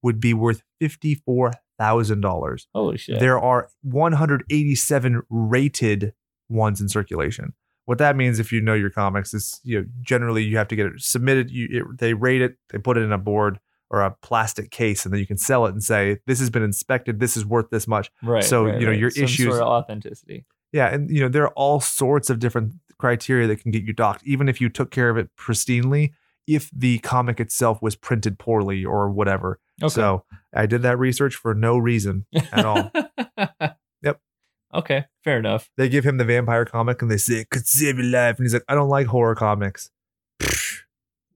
S1: would be worth $54,000.
S2: Holy shit.
S1: There are 187 rated ones in circulation. What that means, if you know your comics, is you know generally you have to get it submitted. You it, they rate it, they put it in a board or a plastic case, and then you can sell it and say this has been inspected. This is worth this much.
S2: right.
S1: so,
S2: right,
S1: you know,
S2: right.
S1: your
S2: Some
S1: issues-
S2: Sort of authenticity.
S1: Yeah, and you know there are all sorts of different criteria that can get you docked, even if you took care of it pristinely. If the comic itself was printed poorly or whatever,
S2: Okay.
S1: so I did that research for no reason at all. Yep.
S2: Okay. Fair enough.
S1: they give him the vampire comic and they say it could save your life, and he's like, I don't like horror comics,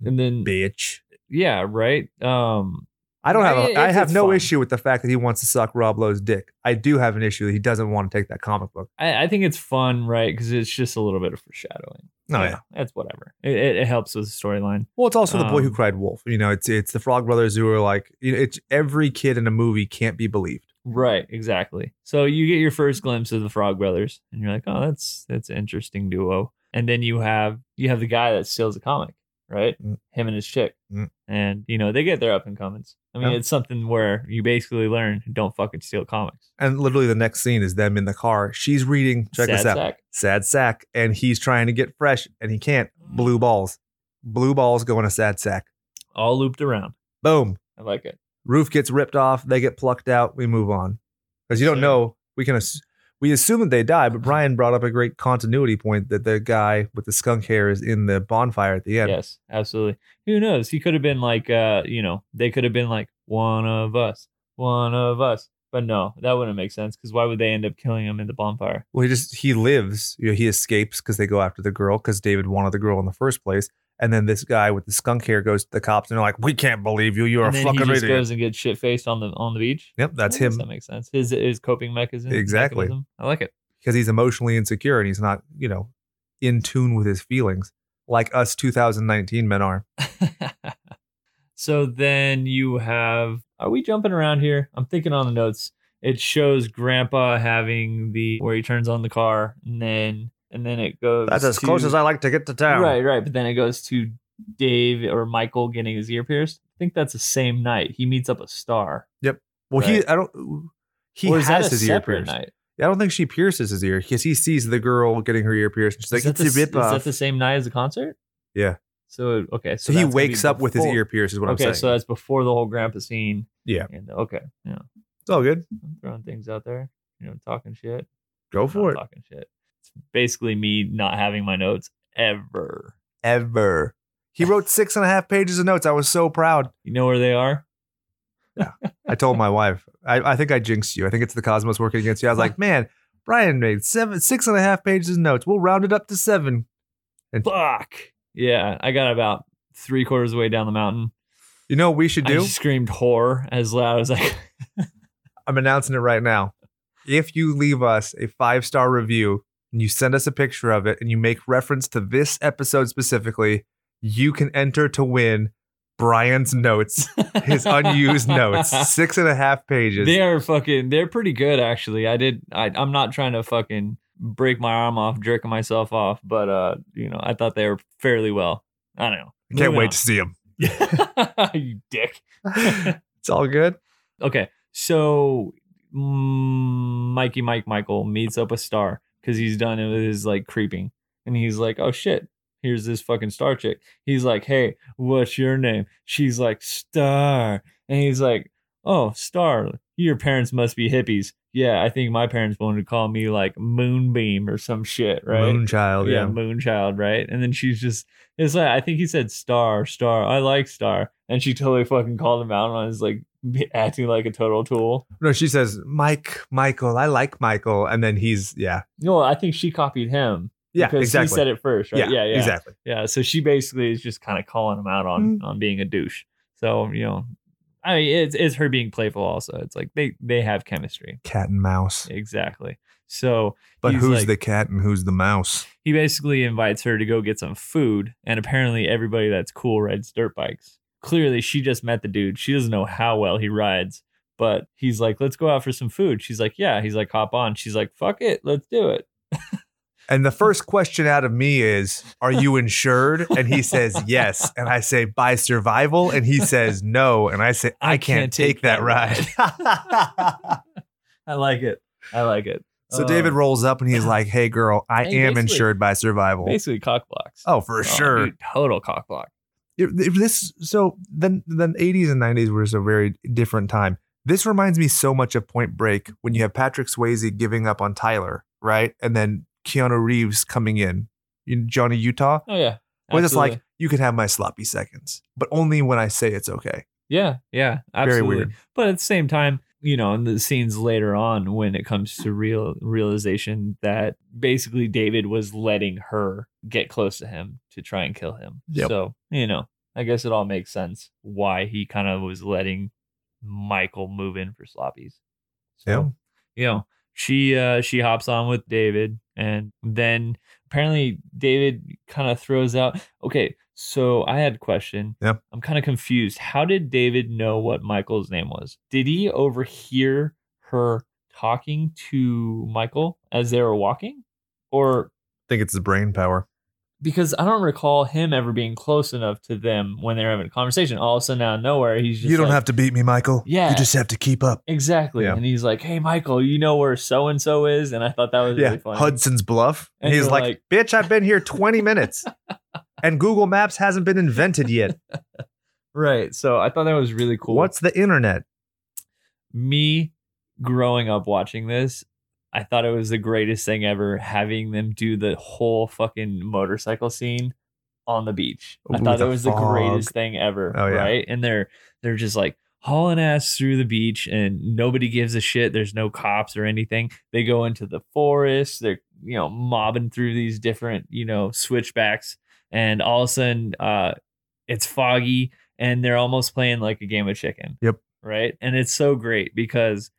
S2: And then
S1: bitch.
S2: yeah, right. Um.
S1: I don't have
S2: Yeah,
S1: a,
S2: yeah,
S1: I
S2: it's-
S1: have
S2: it's
S1: no
S2: fine.
S1: issue with the fact that he wants to suck Rob Lowe's dick. I do have an issue that he doesn't want to take that comic book.
S2: I, I think it's fun, right? Because it's just a little bit of foreshadowing.
S1: Oh yeah.
S2: that's whatever. It, it, it helps with the storyline.
S1: Well, it's also the boy who
S2: Um,
S1: cried wolf. You know, it's it's the Frog Brothers who are like, you know, it's every kid in a movie can't be believed.
S2: Right, exactly. So you get your first glimpse of the Frog Brothers, and you're like, "Oh, that's that's an interesting duo." And then you have you have the guy that steals the comic, right?
S1: Mm.
S2: Him and his chick,
S1: Mm.
S2: and you know they get their up and comings. I mean,
S1: Yeah.
S2: it's something where you basically learn don't fucking steal comics.
S1: And literally the next scene is them in the car. She's reading, check
S2: Sad
S1: this out,
S2: sack.
S1: sad sack, and he's trying to get fresh and he can't. Blue balls. Blue balls go in a sad sack.
S2: all looped around.
S1: Boom.
S2: I like it.
S1: Roof gets ripped off. They get plucked out. We move on. Because you don't
S2: Sure.
S1: know. We can ass- we assume that they die, but Brian brought up a great continuity point that the guy with the skunk hair is in the bonfire at the end.
S2: Yes, absolutely. Who knows? He could have been like, uh, you know, they could have been like one of us, one of us. But no, that wouldn't make sense because why would they end up killing him in the bonfire?
S1: Well, he just he lives. You know, he escapes because they go after the girl because David wanted the girl in the first place. And then this guy with the skunk hair goes to the cops and they're like, "We can't believe you. You're
S2: and
S1: a
S2: then
S1: fucking
S2: he just
S1: idiot."
S2: goes and gets shit faced on the on the beach.
S1: yep, that's
S2: I guess
S1: him
S2: That makes sense. His his coping mechanism.
S1: Exactly.
S2: mechanism. I like it.
S1: because he's emotionally insecure and he's not, you know, in tune with his feelings like us 2019 men are.
S2: so then you have. Are we jumping around here? I'm thinking on the notes. It shows Grandpa having the where he turns on the car, and then and then it goes.
S1: That's as close
S2: to-
S1: as I like to get to town.
S2: Right, right. But then it goes to Dave or Michael getting his ear pierced. I think that's the same night he meets up a star.
S1: Well, he
S2: Right.
S1: I don't he
S2: or is that
S1: has
S2: a
S1: his ear
S2: separate
S1: pierced.
S2: Night?
S1: I don't think she pierces his ear because he sees the girl getting her ear pierced. And she's like,
S2: is, that
S1: "It's
S2: the,
S1: a
S2: s- is
S1: rip off."
S2: that the same night as the concert?
S1: Yeah.
S2: So okay,
S1: So
S2: so,
S1: he
S2: that's gonna be
S1: wakes up with his
S2: before-
S1: ear pierced. Is what
S2: okay,
S1: I'm saying.
S2: so that's before the whole grandpa scene.
S1: Yeah.
S2: And okay, yeah,
S1: it's all good.
S2: I'm throwing things out there, you know, talking shit.
S1: Go
S2: not
S1: for it.
S2: Talking shit. It's basically me not having my notes ever.
S1: ever. He wrote six and a half pages of notes. I was so proud.
S2: You know where they are?
S1: I told my wife, I, I think I jinxed you. I think it's the cosmos working against you. I was like, man, Brian made seven, six and a half pages of notes. We'll round it up to seven.
S2: Fuck. Yeah, I got about three quarters of the way down the mountain.
S1: You know what we should
S2: I
S1: do?
S2: just screamed horror as loud as I could.
S1: I'm announcing it right now. If you leave us a five star review and you send us a picture of it and you make reference to this episode specifically, you can enter to win Brian's notes, his unused notes, six and a half pages.
S2: They are fucking. They're pretty good, actually. I did. I, I'm not trying to fucking break my arm off, jerking myself off, but uh, you know, I thought they were fairly well. I don't know.
S1: I can't
S2: Moving
S1: wait
S2: on.
S1: to see them.
S2: you dick.
S1: it's all good.
S2: okay, so mm, Mikey Mike Michael meets up with Star because he's done with his like creeping, and he's like, "Oh shit, here's this fucking Star chick." He's like, "Hey, what's your name?" She's like, "Star," and he's like, "Oh, Star, your parents must be hippies." Yeah, I think my parents wanted to call me like Moonbeam or some shit, right?
S1: Moonchild.
S2: yeah,
S1: Oh, Yeah.
S2: Moonchild, right? And then she's just, it's like, I think he said Star, Star. I like Star. And she totally fucking called him out on his like acting like a total tool.
S1: No, she says Mike, Michael. I like Michael, and then he's yeah,
S2: No, I think she copied him.
S1: yeah,
S2: because
S1: exactly.
S2: He said it first, right?
S1: Yeah,
S2: yeah, yeah.
S1: exactly.
S2: Yeah. So she basically is just kind of calling him out on
S1: Mm.
S2: on being a douche. So you know, I mean, it's it's her being playful. Also, it's like they they have chemistry.
S1: Cat and mouse.
S2: Exactly. So
S1: But
S2: He's
S1: who's
S2: like-
S1: the cat and who's the mouse?
S2: he basically invites her to go get some food, and apparently everybody that's cool rides dirt bikes. Clearly, she just met the dude. She doesn't know how well he rides, but he's like, "Let's go out for some food." She's like, "Yeah." He's like, "Hop on." She's like, "Fuck it, let's do it."
S1: And the first question out of me is, Are you insured? And he says, Yes. And I say, By survival. And he says, No. And I say, I, can't, take, that, ride.
S2: I like it. I like it.
S1: So
S2: Uh,
S1: David rolls up and he's like, Hey, girl, I
S2: And
S1: am
S2: basically-
S1: insured by survival.
S2: basically cock blocks.
S1: Oh, for sure.
S2: dude, total cock block.
S1: It- it- this so then then 80s and 90s was a very different time. This reminds me so much of Point Break when you have Patrick Swayze giving up on Tyler, right? And then Keanu Reeves coming in. You- Johnny Utah.
S2: Oh yeah.
S1: When it's
S2: Absolutely.
S1: like, you can have my sloppy seconds, but only when I say it's okay.
S2: Yeah, yeah, absolutely.
S1: weird.
S2: But at the same time, you know, in the scenes later on, when it comes to real realization that basically David was letting her get close to him to try and kill him.
S1: Yep.
S2: So you know, I guess it all makes sense why he kind of was letting Michael move in for sloppies. So you know, she uh she hops on with David, and then apparently David kind of throws out. Okay, so I had a question. I'm kind of confused. How did David know what Michael's name was? Did he overhear her talking to Michael as they were walking? Or
S1: I think it's the brain power.
S2: because I don't recall him ever being close enough to them when they were having a conversation. All of a sudden, out of nowhere, he's just
S1: you don't
S2: like-
S1: have to beat me, Michael.
S2: Yeah.
S1: You just have to keep up.
S2: exactly.
S1: Yeah.
S2: And he's like, "Hey, Michael, you know where so and so is?" And I thought that was
S1: yeah.
S2: really funny.
S1: Hudson's Bluff.
S2: And
S1: And he's
S2: you're
S1: like,
S2: like-
S1: bitch, I've been here 20 minutes and Google Maps hasn't been invented yet.
S2: right. So I thought that was really cool.
S1: What's the internet?
S2: me growing up watching this, I thought it was the greatest thing ever having them do the whole fucking motorcycle scene on the beach. I
S1: With
S2: thought
S1: the
S2: it was the
S1: fog.
S2: greatest thing ever,
S1: Oh, yeah.
S2: right? And they're they're just like hauling ass through the beach and nobody gives a shit. There's no cops or anything. They go into the forest. They're you know mobbing through these different you know switchbacks, and all of a sudden, uh, it's foggy, and they're almost playing like a game of chicken.
S1: Yep.
S2: Right, and it's so great because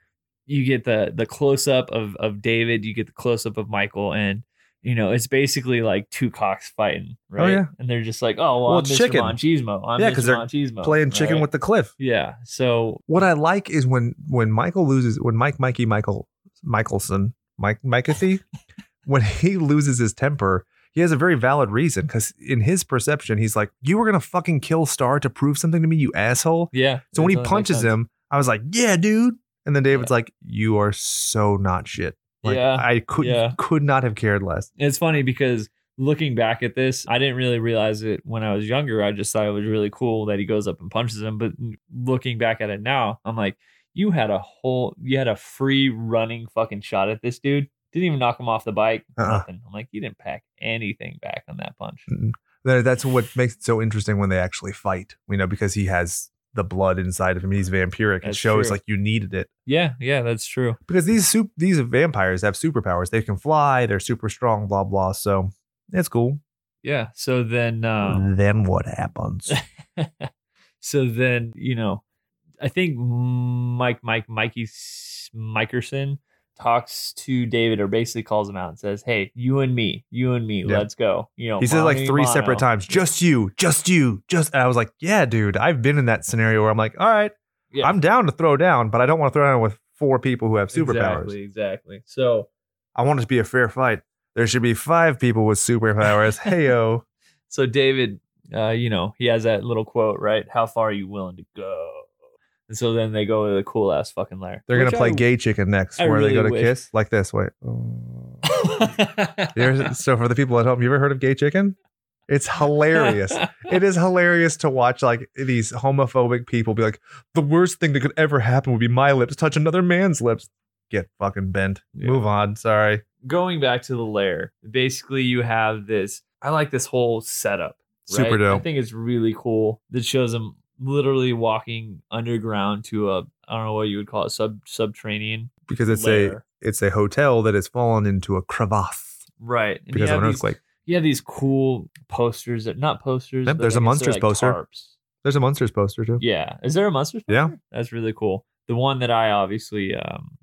S2: you get the the close up of of David, you get the close up of Michael, and you know it's basically like two cocks fighting, right?
S1: Oh, yeah.
S2: And they're just like, oh, well,
S1: Well,
S2: I'm
S1: it's
S2: Mr.
S1: chicken.
S2: Machismo. I'm
S1: Yeah, 'cause
S2: Mr.
S1: they're
S2: Machismo,
S1: Playing chicken
S2: Oh, right?
S1: with the cliff.
S2: Yeah. So
S1: What I like is when when Michael loses when Mike Mikey Michael Michelson Mike Micathy when he loses his temper, he has a very valid reason because in his perception, he's like, "You were gonna fucking kill Star to prove something to me, you asshole."
S2: yeah.
S1: So when
S2: that
S1: he
S2: totally makes
S1: punches
S2: sense.
S1: him, I was like, "Yeah, dude." And then David's like, "You are so not shit." Like
S2: Yeah,
S1: I could
S2: yeah.
S1: could not have cared less.
S2: it's funny because looking back at this, I didn't really realize it when I was younger. I just thought it was really cool that he goes up and punches him. But looking back at it now, I'm like, you had a whole, you had a free running fucking shot at this dude. Didn't even knock him off the bike.
S1: Uh-uh.
S2: Nothing. I'm like, you didn't pack anything back on that punch.
S1: That- That's what makes it so interesting when they actually fight. You know, because he has the blood inside of him. He's vampiric. it
S2: That's
S1: shows
S2: true.
S1: like you needed it.
S2: Yeah, yeah, that's true.
S1: because these sup- these vampires have superpowers. They can fly. They're super strong. Blah blah. So it's cool.
S2: Yeah. So then, uh,
S1: then what happens?
S2: so then you know i think mike mike mikey S- mikerson talks to david or basically calls him out and says hey you and me you and me
S1: Yeah.
S2: let's go you know
S1: he says like
S2: mommy
S1: three
S2: mono."
S1: separate times. Just you. Just you. Just. And I was like, yeah, dude. I've been in that scenario where I'm like, all right,
S2: Yeah.
S1: I'm down to throw down, but I don't want to throw down with four people who have superpowers.
S2: exactly exactly so
S1: I want it to be a fair fight. There should be five people with superpowers. Heyo.
S2: so david uh you know he has that little quote right how far are you willing to go And so then they go to the cool ass fucking lair.
S1: They're gonna
S2: Which
S1: play
S2: I-
S1: gay chicken next,
S2: I
S1: where they go
S2: really
S1: to
S2: wish-
S1: kiss like this. Wait. Oh. You ever- so for the people at home, you ever heard of gay chicken? It's hilarious. it is hilarious to watch like these homophobic people be like, the worst thing that could ever happen would be my lips touch another man's lips. Get fucking bent.
S2: Yeah.
S1: Move on. Sorry.
S2: Going back to the lair, basically you have this. I like this whole setup. right?
S1: Super dope.
S2: I think it's really cool. That shows them literally walking underground to a I don't know what you would call it sub subterranean
S1: Because it's
S2: lair.
S1: a it's a hotel that has fallen into a crevasse
S2: right And you
S1: because of
S2: have
S1: an
S2: these-
S1: earthquake.
S2: You have these cool posters that not posters.
S1: Yep,
S2: but
S1: there's
S2: I
S1: a
S2: guess they're
S1: Munsters
S2: like
S1: poster.
S2: tarps.
S1: There's a monsters poster too.
S2: Yeah. Is there a Munsters?
S1: Yeah.
S2: poster? That's really cool. The one that I obviously, um,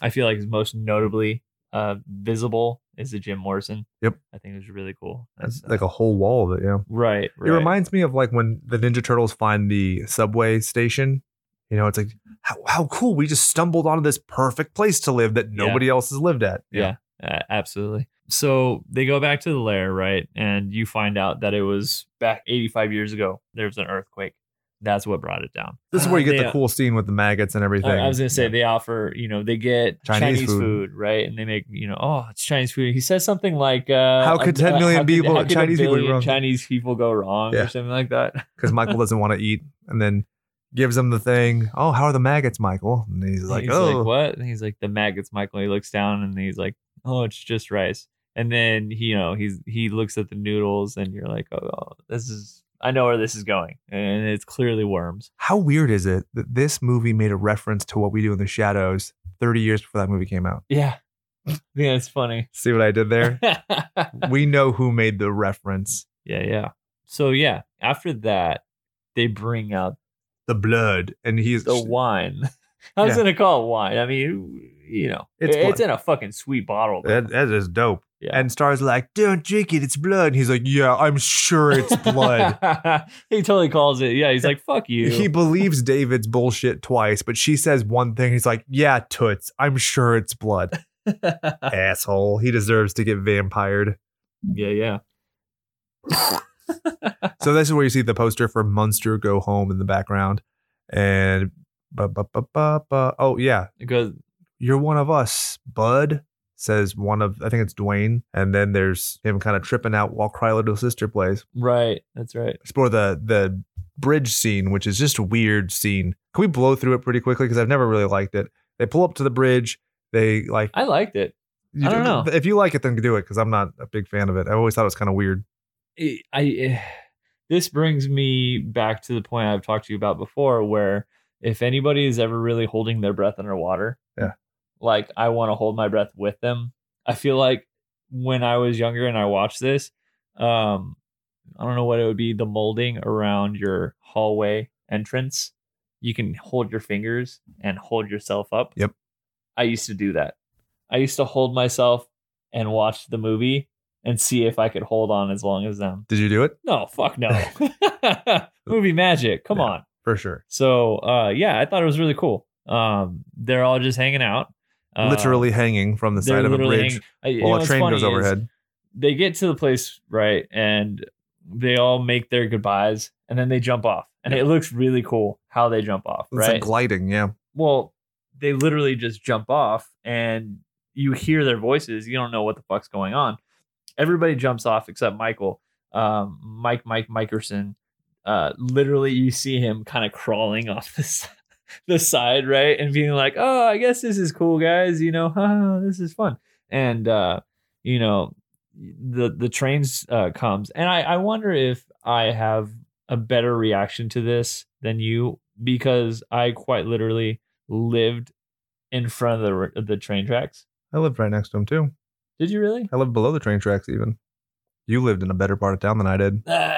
S2: I feel like is most notably uh, visible is the Jim Morrison.
S1: Yep.
S2: I think it was really cool.
S1: That's
S2: That's, uh,
S1: like a whole wall of it, yeah.
S2: right, right.
S1: It reminds me of like when the Ninja Turtles find the subway station. You know, it's like how, how cool we just stumbled onto this perfect place to live that
S2: Yeah.
S1: nobody else has lived at.
S2: Yeah, uh, absolutely. So they go back to the lair, right? And you find out that it was back 85 years ago. There was an earthquake. That's what brought it down.
S1: This is where you get
S2: They-
S1: the cool scene with the maggots and everything.
S2: I, I was gonna say they offer, you know, they get
S1: Chinese
S2: Chinese,
S1: food.
S2: food. right? And they make, you know, oh, it's Chinese food. He says something like, uh,
S1: How could
S2: uh,
S1: 10 million
S2: how could-
S1: people-
S2: how could a
S1: Chinese people go
S2: billion
S1: wrong?
S2: Chinese people go wrong
S1: Yeah.
S2: or something like that.
S1: because Michael doesn't want to eat, and then gives him the thing. Oh, how are the maggots, Michael? And he's like,
S2: he's
S1: oh,
S2: like, what? And he's like, the maggots, Michael. He looks down and he's like, oh, it's just rice. And then he, you know, he's he looks at the noodles and you're like, oh, oh, this is I know where this is going, and it's clearly worms.
S1: how weird is it that this movie made a reference to what we do in the shadows 30 years before that movie came out?
S2: Yeah, yeah, it's funny.
S1: See what I did there? we know who made the reference.
S2: Yeah, yeah. So yeah, after that, they bring out
S1: The blood, and he's
S2: the wine. I was
S1: Yeah.
S2: gonna call it wine. I mean, you know,
S1: It's
S2: it's,
S1: blood.
S2: it's in a fucking sweet bottle. though.
S1: that, that is dope.
S2: yeah.
S1: And Star's like, don't drink it, it's blood. And he's like, yeah, I'm sure it's blood.
S2: he totally calls it. Yeah, he's like, "Fuck you."
S1: He believes David's bullshit twice, but she says one thing. He's like, yeah, toots, I'm sure it's blood.
S2: yeah,
S1: Asshole. He deserves to get vampired.
S2: yeah.
S1: So this is where you see the poster for Munster Go Home in the background. And ba, ba, ba, ba, ba. oh yeah,
S2: Because
S1: you're one of us, bud. Says one of I think it's Dwayne. And then there's him kind of tripping out while Cry Little Sister plays.
S2: right, that's right.
S1: Explore the the bridge scene, which is just a weird scene. Can we blow through it pretty quickly? Because I've never really liked it. They pull up to the bridge. They like
S2: I liked it. I don't know.
S1: If you like it, then do it. Because I'm not a big fan of it. I always thought it was kind of weird.
S2: I, I this brings me back to the point I've talked to you about before, where if anybody is ever really holding their breath underwater,
S1: Yeah.
S2: like I want to hold my breath with them. I feel like when I was younger and I watched this, um, I don't know what it would be the molding around your hallway entrance. You can hold your fingers and hold yourself up.
S1: Yep.
S2: I used to do that. I used to hold myself and watch the movie and see if I could hold on as long as them.
S1: Did you do it
S2: No, fuck no. Movie magic. Come
S1: Yeah.
S2: on.
S1: for sure?
S2: So uh yeah, I thought it was really cool. Um they're all just hanging out. Uh,
S1: literally hanging from the
S2: they're
S1: side of a
S2: literally
S1: bridge.
S2: hanging- I- you know
S1: Well, a
S2: what's
S1: train
S2: funny
S1: goes
S2: is
S1: overhead.
S2: They get to the place, right, and they all make their goodbyes and then they jump off. And it looks really cool how they jump off,
S1: It's
S2: right?
S1: like gliding, yeah.
S2: well, they literally just jump off and you hear their voices. You don't know what the fuck's going on. Everybody jumps off except Michael. Um, Mike, Mike, Mikerson. Uh, literally, you see him kind of crawling off the, s- the side, right? And being like, oh, I guess this is cool, guys. You know, "Ah, this is fun. And, uh, you know, the the trains uh, comes. And I, I wonder if I have a better reaction to this than you because I quite literally lived in front of the the train tracks.
S1: I lived right next to him too.
S2: Did you really?
S1: I lived below the train tracks even. You lived in a better part of town than I did.
S2: Uh,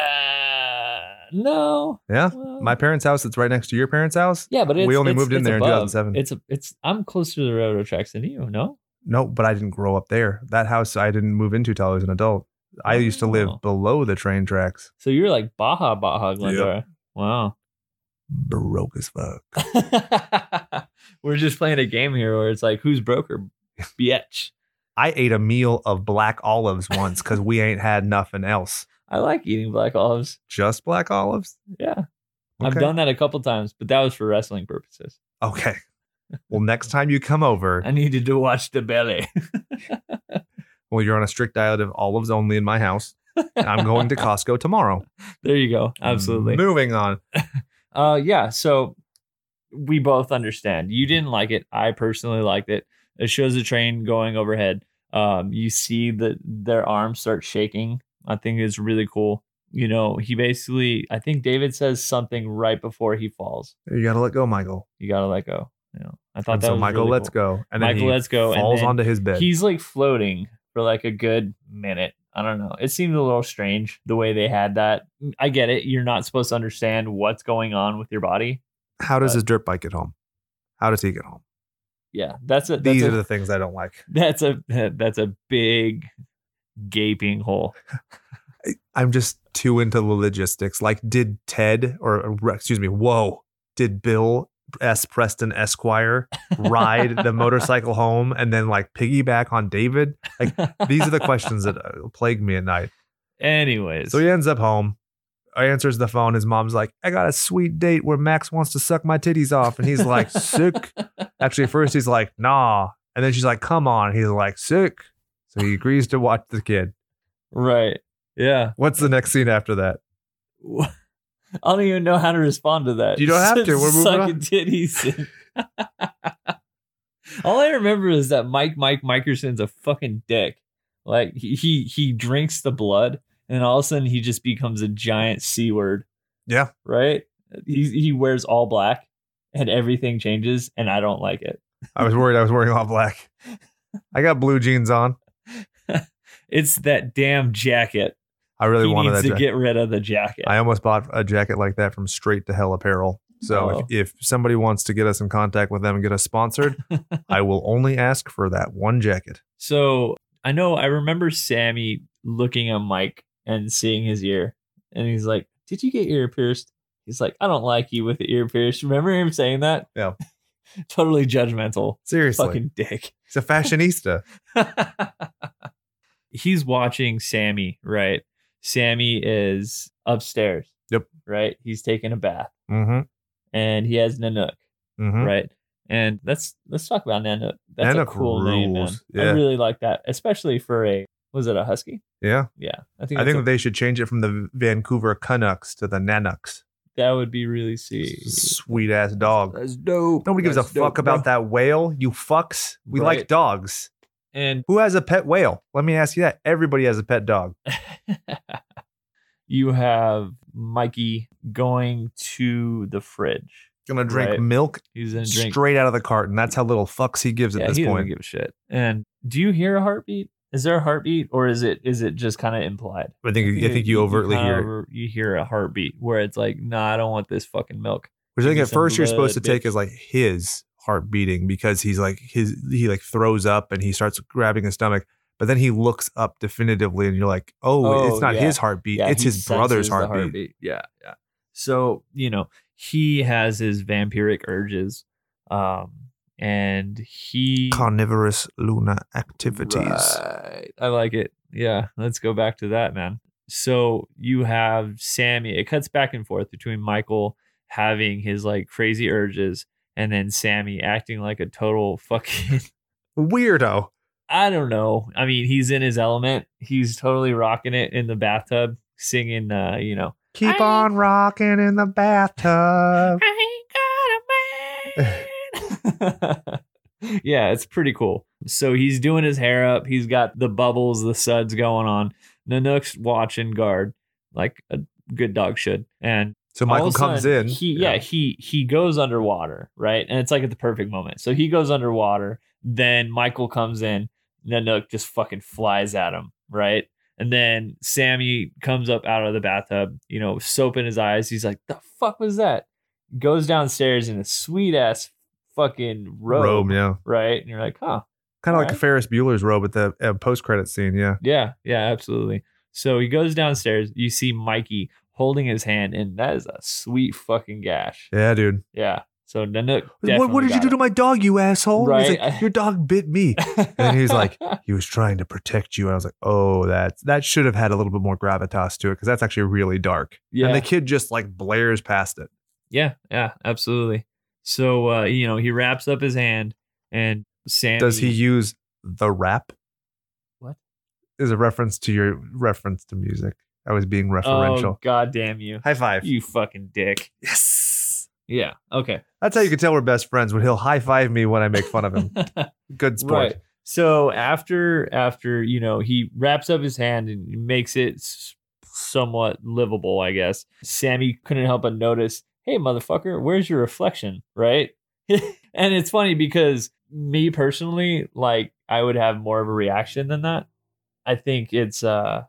S2: no.
S1: Yeah.
S2: Well,
S1: My parents' house that's right next to your parents' house.
S2: yeah, but
S1: we
S2: it's,
S1: only
S2: it's-
S1: moved in
S2: it's
S1: there in
S2: above.
S1: 2007.
S2: It's a, it's I'm closer to the railroad tracks than you. No.
S1: No, but I didn't grow up there. That house I didn't move into till I was an adult. I used to live
S2: Oh.
S1: below the train tracks.
S2: So you're like Baja Baja Glendora. Wow.
S1: Broke as fuck.
S2: We're just playing a game here where it's like who's broker, bitch.
S1: I ate a meal of black olives once because we ain't had nothing else.
S2: I like eating black olives.
S1: Just black olives?
S2: Yeah. I've done that a couple times, but that was for wrestling purposes.
S1: Okay. Well, next time you come over,
S2: I needed to watch the belly.
S1: well, you're on a strict diet of olives only in my house. And I'm going to Costco tomorrow.
S2: There you go. Absolutely.
S1: Moving on.
S2: Uh, yeah. So we both understand. You didn't like it. I personally liked it. It shows a train going overhead. Um, you see that their arms start shaking. I think it's really cool. You know, he basically, I think David says something right before he falls.
S1: You got to let go, Michael.
S2: You gotta let go. You know, I thought
S1: And
S2: that
S1: so
S2: was
S1: Michael
S2: really
S1: lets
S2: cool.
S1: go. And then
S2: Michael
S1: he
S2: lets go and
S1: falls
S2: then
S1: onto his bed.
S2: He's like floating for like a good minute. I don't know. It seemed a little strange the way they had that. I get it. You're not supposed to understand what's going on with your body.
S1: How does
S2: but-
S1: his dirt bike get home? How does he get home?
S2: Yeah, that's a that's
S1: These
S2: a,
S1: are the things I don't like.
S2: that's a that's a big gaping hole.
S1: I'm just too into the logistics. Like, did Ted or or, excuse me, whoa, did Bill S. Preston Esquire ride the motorcycle home and then like piggyback on David? Like, these are the questions that uh, plague me at night.
S2: Anyways,
S1: So he ends up home, answers the phone. His mom's like, I got a sweet date where Max wants to suck my titties off. And he's like, sick. Actually, at first he's like, nah. And then she's like, come on. He's like, sick. So he agrees to watch the kid.
S2: right? Yeah,
S1: What's the next scene after that?
S2: I don't even know how to respond to that.
S1: You don't have to. We're moving
S2: Sucking
S1: on.
S2: titties. All I remember is that Mike Mike Mikerson's a fucking dick. Like he he, he drinks the blood, and all of a sudden he just becomes a giant c word.
S1: Yeah.
S2: Right. He he wears all black, and everything changes, and I don't like it.
S1: I was worried I was wearing all black. I got blue jeans on.
S2: It's that damn jacket.
S1: I really
S2: he
S1: wanted that
S2: needs to
S1: jacket.
S2: get rid of the jacket.
S1: I almost bought a jacket like that from Straight to Hell Apparel. So
S2: Oh.
S1: if, if somebody wants to get us in contact with them and get us sponsored, I will only ask for that one jacket.
S2: So I know I remember Sammy looking at Mike and seeing his ear, and he's like, "Did you get your ear pierced?" He's like, "I don't like you with the ear pierced." Remember him saying that?
S1: Yeah.
S2: totally judgmental.
S1: Seriously.
S2: Fucking dick.
S1: He's a fashionista.
S2: he's watching Sammy, right? Sammy is upstairs.
S1: Yep.
S2: Right? He's taking a bath
S1: mm-hmm.
S2: and he has Nanook,
S1: Mm-hmm.
S2: right? And let's let's talk about Nanook. That's a
S1: Nanook
S2: cool name, man.
S1: rules.
S2: I
S1: Yeah.
S2: really like that, especially for a was it a husky?
S1: Yeah.
S2: Yeah, I think
S1: I
S2: that's
S1: think
S2: a-
S1: they should change it from the Vancouver Canucks to the Nanucks.
S2: that would be really sweet.
S1: Sweet ass dog.
S2: That's dope.
S1: Nobody gives a
S2: That's dope,
S1: fuck about
S2: bro.
S1: that whale, you fucks. We like
S2: Right.
S1: dogs.
S2: And
S1: Who has a pet whale? Let me ask you that. Everybody has a pet dog.
S2: you have Mikey going to the fridge.
S1: Gonna drink
S2: Right.
S1: milk
S2: He's gonna drink.
S1: straight out of the carton. That's how little fucks he gives
S2: yeah,
S1: at this
S2: he doesn't
S1: point.
S2: give a shit. And do you hear a heartbeat? Is there a heartbeat, or is it is it just kind of implied?
S1: I think I think you overtly
S2: kinda
S1: hear it.
S2: over- you hear a heartbeat where it's like, no, nah, I don't want this fucking milk.
S1: Which I think
S2: give
S1: at
S2: some
S1: first you're supposed to
S2: blood,
S1: take
S2: bitch.
S1: as like his heart beating because he's like his he like throws up and he starts grabbing his stomach. But then he looks up definitively and you're like, oh,
S2: Oh,
S1: it's not
S2: yeah.
S1: his heartbeat.
S2: Yeah,
S1: it's
S2: he
S1: his brother's
S2: senses the
S1: heartbeat.
S2: Yeah, yeah. So you know he has his vampiric urges, um, and he
S1: Carnivorous lunar activities.
S2: Right. I like it. Yeah, let's go back to that, man. So you have Sammy. It cuts back and forth between Michael having his like crazy urges and then Sammy acting like a total fucking
S1: Weirdo.
S2: I don't know. I mean, he's in his element. He's totally rocking it in the bathtub, singing. Uh, you know,
S1: Keep
S2: I-
S1: on rocking in the bathtub.
S2: yeah, it's pretty cool. So he's doing his hair up. He's got the bubbles, the suds going on. Nanook's watching guard like a good dog should. And
S1: So
S2: all
S1: Michael
S2: of a
S1: comes
S2: sudden,
S1: in.
S2: He, yeah. he he goes underwater, right? And it's like at the perfect moment. So he goes underwater. Then Michael comes in. Nanook just fucking flies at him, right? And then Sammy comes up out of the bathtub, you know, soap in his eyes. He's like, "The fuck was that?" Goes downstairs in a sweet ass fucking robe,
S1: Robe, yeah.
S2: right? And you're like, "Huh,
S1: Kind of like
S2: Alright.
S1: Ferris Bueller's robe at the uh, post credit scene. Yeah.
S2: yeah, yeah, absolutely." So he goes downstairs. You see Mikey holding his hand, and that is a sweet fucking gash.
S1: Yeah, dude.
S2: Yeah. So Nanook.
S1: What, what did you do to my dog, you asshole? He's
S2: Right.
S1: like, your dog bit me.
S2: my?
S1: And he's like, He was trying to protect you. And I was like, oh, that's that should have had a little bit more gravitas to it because that's actually really dark.
S2: yeah,
S1: And the kid just like blares past it.
S2: Yeah, yeah, absolutely. So uh, you know, he wraps up his hand and Sandy
S1: Does he use the rap?
S2: What?
S1: Is a reference to your reference to music. I was being referential.
S2: Oh god damn you.
S1: High five.
S2: You fucking dick.
S1: yes.
S2: Yeah. Okay.
S1: That's how you can tell we're best friends when he'll high five me when I make fun of him. Good sport.
S2: Right. So after after you know he wraps up his hand and makes it s- somewhat livable, I guess. Sammy couldn't help but notice, "Hey, motherfucker, where's your reflection?" Right? and it's funny because me personally, like I would have more of a reaction than that. I think it's uh,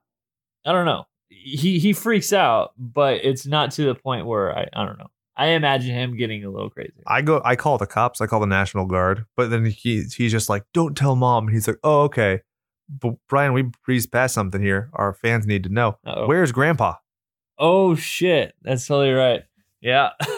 S2: I don't know. He he freaks out, but it's not to the point where I I don't know. I imagine him getting a little crazy.
S1: I go I call the cops, I call the National Guard, but then he he's just like, Don't tell mom. And he's like, Oh, okay. But Brian, we breezed past something here. Our fans need to know.
S2: Uh-oh.
S1: Where's grandpa?
S2: Oh shit, that's totally right. Yeah.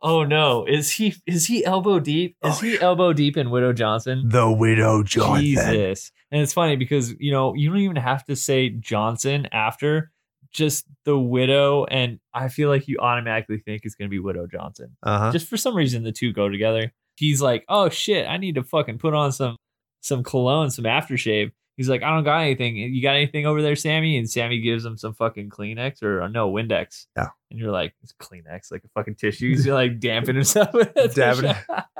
S2: Oh no, is he is he elbow deep? Is
S1: Oh,
S2: he elbow deep in Widow Johnson?
S1: The widow
S2: Jesus. And it's funny because you know you don't even have to say Johnson after just the widow, and I feel like you automatically think it's gonna be Widow Johnson.
S1: Uh-huh.
S2: Just for some reason, the two go together. He's like, "Oh shit, I need to fucking put on some some cologne, some aftershave." He's like, "I don't got anything. You got anything over there, Sammy?" And Sammy gives him some fucking Kleenex or, or no Windex.
S1: Yeah.
S2: And you're like, "It's Kleenex, like a fucking tissue." He's gonna, like damping himself with it.
S1: Dabbing.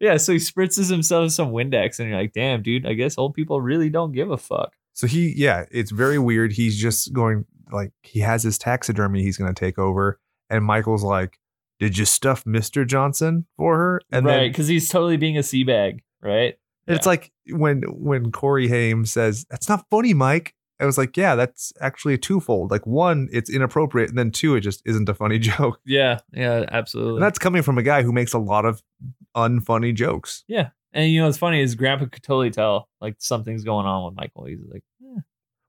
S2: yeah. So he spritzes himself with some Windex, and you're like, "Damn, dude. I guess old people really don't give a fuck."
S1: So he, yeah, it's very weird. He's just going like he has his taxidermy. He's going to take over, and Michael's like, "Did you stuff Mister Johnson for her?" And
S2: right? Because he's totally being a seabag, right?
S1: then it's like when when Corey Haim says, "That's not funny, Mike." I was like, "Yeah, that's actually a twofold. Like one, it's inappropriate, and then two, it just isn't a funny joke."
S2: Yeah. Yeah. Absolutely.
S1: And that's coming from a guy who makes a lot of unfunny jokes.
S2: And you know what's funny is Grandpa could totally tell like something's going on with Michael. He's like, eh.
S1: Well,
S2: You're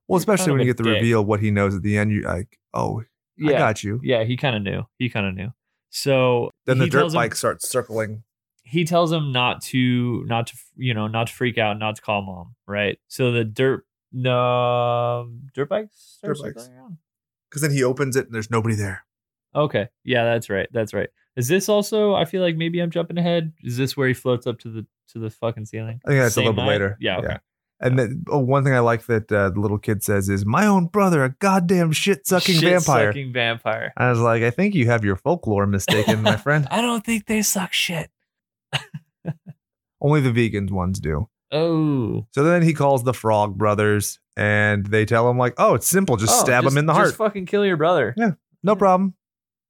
S2: kind
S1: especially
S2: of
S1: when you
S2: a
S1: get the
S2: dick.
S1: reveal of what he knows at the end. You like, "Oh,
S2: yeah,
S1: I got you."
S2: yeah. He kind of knew. He kind of knew. So
S1: Then the
S2: he
S1: dirt
S2: tells him-
S1: bike starts circling.
S2: he tells him not to, not to, you know, not to freak out, not to call mom, right? So the dirt, no, dirt bikes, starts
S1: Dirt bikes.
S2: circling around.
S1: Because then he opens it and there's nobody there.
S2: Okay, yeah, that's right, that's right. Is this also? I feel like maybe I'm jumping ahead. Is this where he floats up to the to the fucking ceiling?
S1: I think that's a
S2: Same
S1: little bit
S2: night?
S1: later.
S2: Yeah, okay.
S1: And then oh, one thing I like that uh, the little kid says is, "My own brother, a goddamn shit-sucking vampire."
S2: Sucking vampire.
S1: I was like, "I think you have your folklore mistaken, my friend.
S2: I don't think they suck shit.
S1: Only the vegans ones do."
S2: Oh,
S1: So then he calls the Frog Brothers, and they tell him like, "Oh, it's simple. Just
S2: Oh,
S1: stab
S2: just-
S1: him in the heart.
S2: Just fucking kill your brother.
S1: no problem.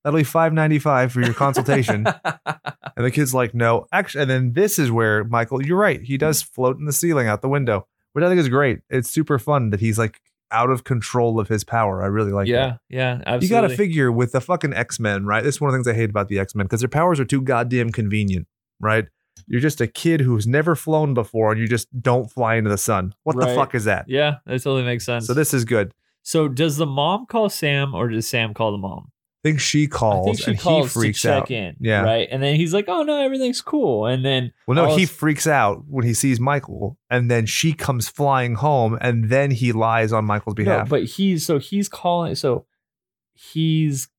S1: That'll be five ninety-five for your consultation." and the kid's like, "No, actually." And then this is where Michael, you're right. He does
S2: Mm.
S1: float in the ceiling out the window, which I think is great. It's super fun that he's like out of control of his power. I really like that.
S2: yeah, yeah, absolutely.
S1: You got to figure with the fucking X Men, right? This is one of the things I hate about the X Men because their powers are too goddamn convenient, right? You're just a kid who's never flown before and you just don't fly into the sun. What the
S2: Right.
S1: fuck is that?
S2: Yeah, that totally makes sense.
S1: So this is good.
S2: So does the mom call Sam or does Sam call the mom?
S1: I think she calls
S2: I think she
S1: and
S2: calls
S1: he freaks
S2: to check
S1: out.
S2: in.
S1: Yeah.
S2: Right. And then he's like, "Oh no, everything's cool." And then
S1: Well, no,
S2: Calls-
S1: he freaks out when he sees Michael and then she comes flying home and then he lies on Michael's
S2: no,
S1: behalf.
S2: but he's so he's calling. So he's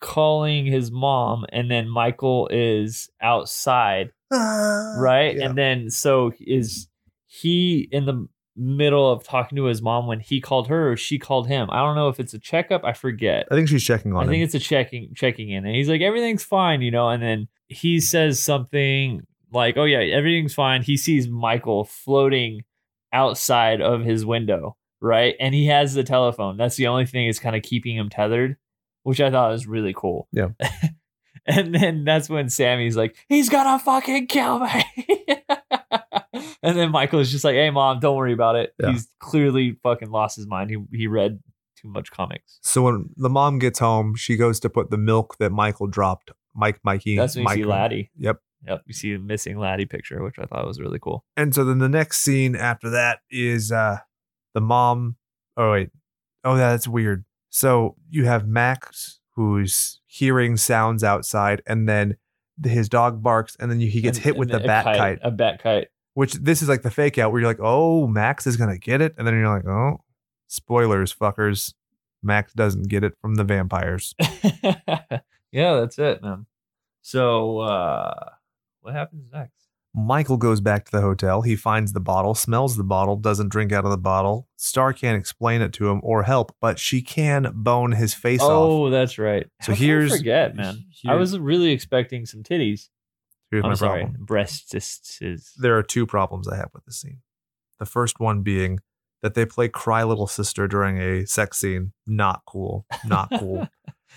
S2: calling his mom, and then Michael is outside, right?
S1: Yeah.
S2: And then so is he in the middle of talking to his mom when he called her or she called him? I don't know if it's a checkup. I forget.
S1: I think she's checking on
S2: I think
S1: him.
S2: it's a checking checking in, and he's like, everything's fine, you know. And then he says something like, "Oh yeah, everything's fine." He sees Michael floating outside of his window, right? And he has the telephone. That's the only thing that's kind of keeping him tethered, which I thought was really cool.
S1: Yeah.
S2: and then that's when Sammy's like, "He's gonna fucking kill me." and then Michael's just like, "Hey mom, don't worry about it."
S1: Yeah.
S2: He's clearly fucking lost his mind. He he read too much comics.
S1: so when the mom gets home, she goes to put the milk that Michael dropped. Mike, Mikey.
S2: That's when you see
S1: Michael.
S2: Laddie.
S1: Yep.
S2: Yep, you see the missing Laddie picture, which I thought was really cool.
S1: And so then the next scene after that is uh the mom. Oh wait, oh yeah, that's weird. So you have Max who's hearing sounds outside, and then his dog barks, and then he gets
S2: And-
S1: hit with
S2: and
S1: the bat kite.
S2: A bat kite.
S1: Which this is like the fake out where you're like, oh, Max is gonna get it, and then you're like, oh, spoilers, fuckers. Max doesn't get it from the vampires.
S2: yeah, that's it, man. So uh, what happens next?
S1: Michael goes back to the hotel. He finds the bottle, smells the bottle, doesn't drink out of the bottle. Star can't explain it to him or help, but she can bone his face off.
S2: oh, that's right.
S1: So
S2: How can I
S1: here's-
S2: forget, man. I
S1: here-
S2: was really expecting some titties.
S1: Here's
S2: I'm
S1: my
S2: sorry,
S1: problem.
S2: breasts. is-
S1: There are two problems I have with this scene. The first one being that they play Cry Little Sister during a sex scene. Not cool. Not cool.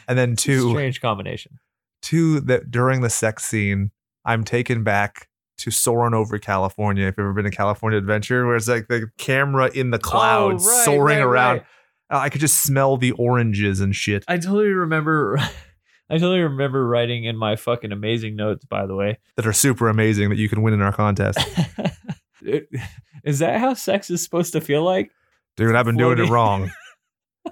S1: and then two,
S2: strange combination.
S1: two that during the sex scene, I'm taken back to soaring over California. If you've ever been to California Adventure, where it's like the camera in the clouds
S2: Oh, right,
S1: soaring
S2: right,
S1: around.
S2: right.
S1: Uh, I could just smell the oranges and shit.
S2: I totally remember. I totally remember writing in my fucking amazing notes. By the way,
S1: that are super amazing that you can win in our contest.
S2: It- is that how sex is supposed to feel like?
S1: Dude, I've been doing it
S2: Floating.
S1: wrong.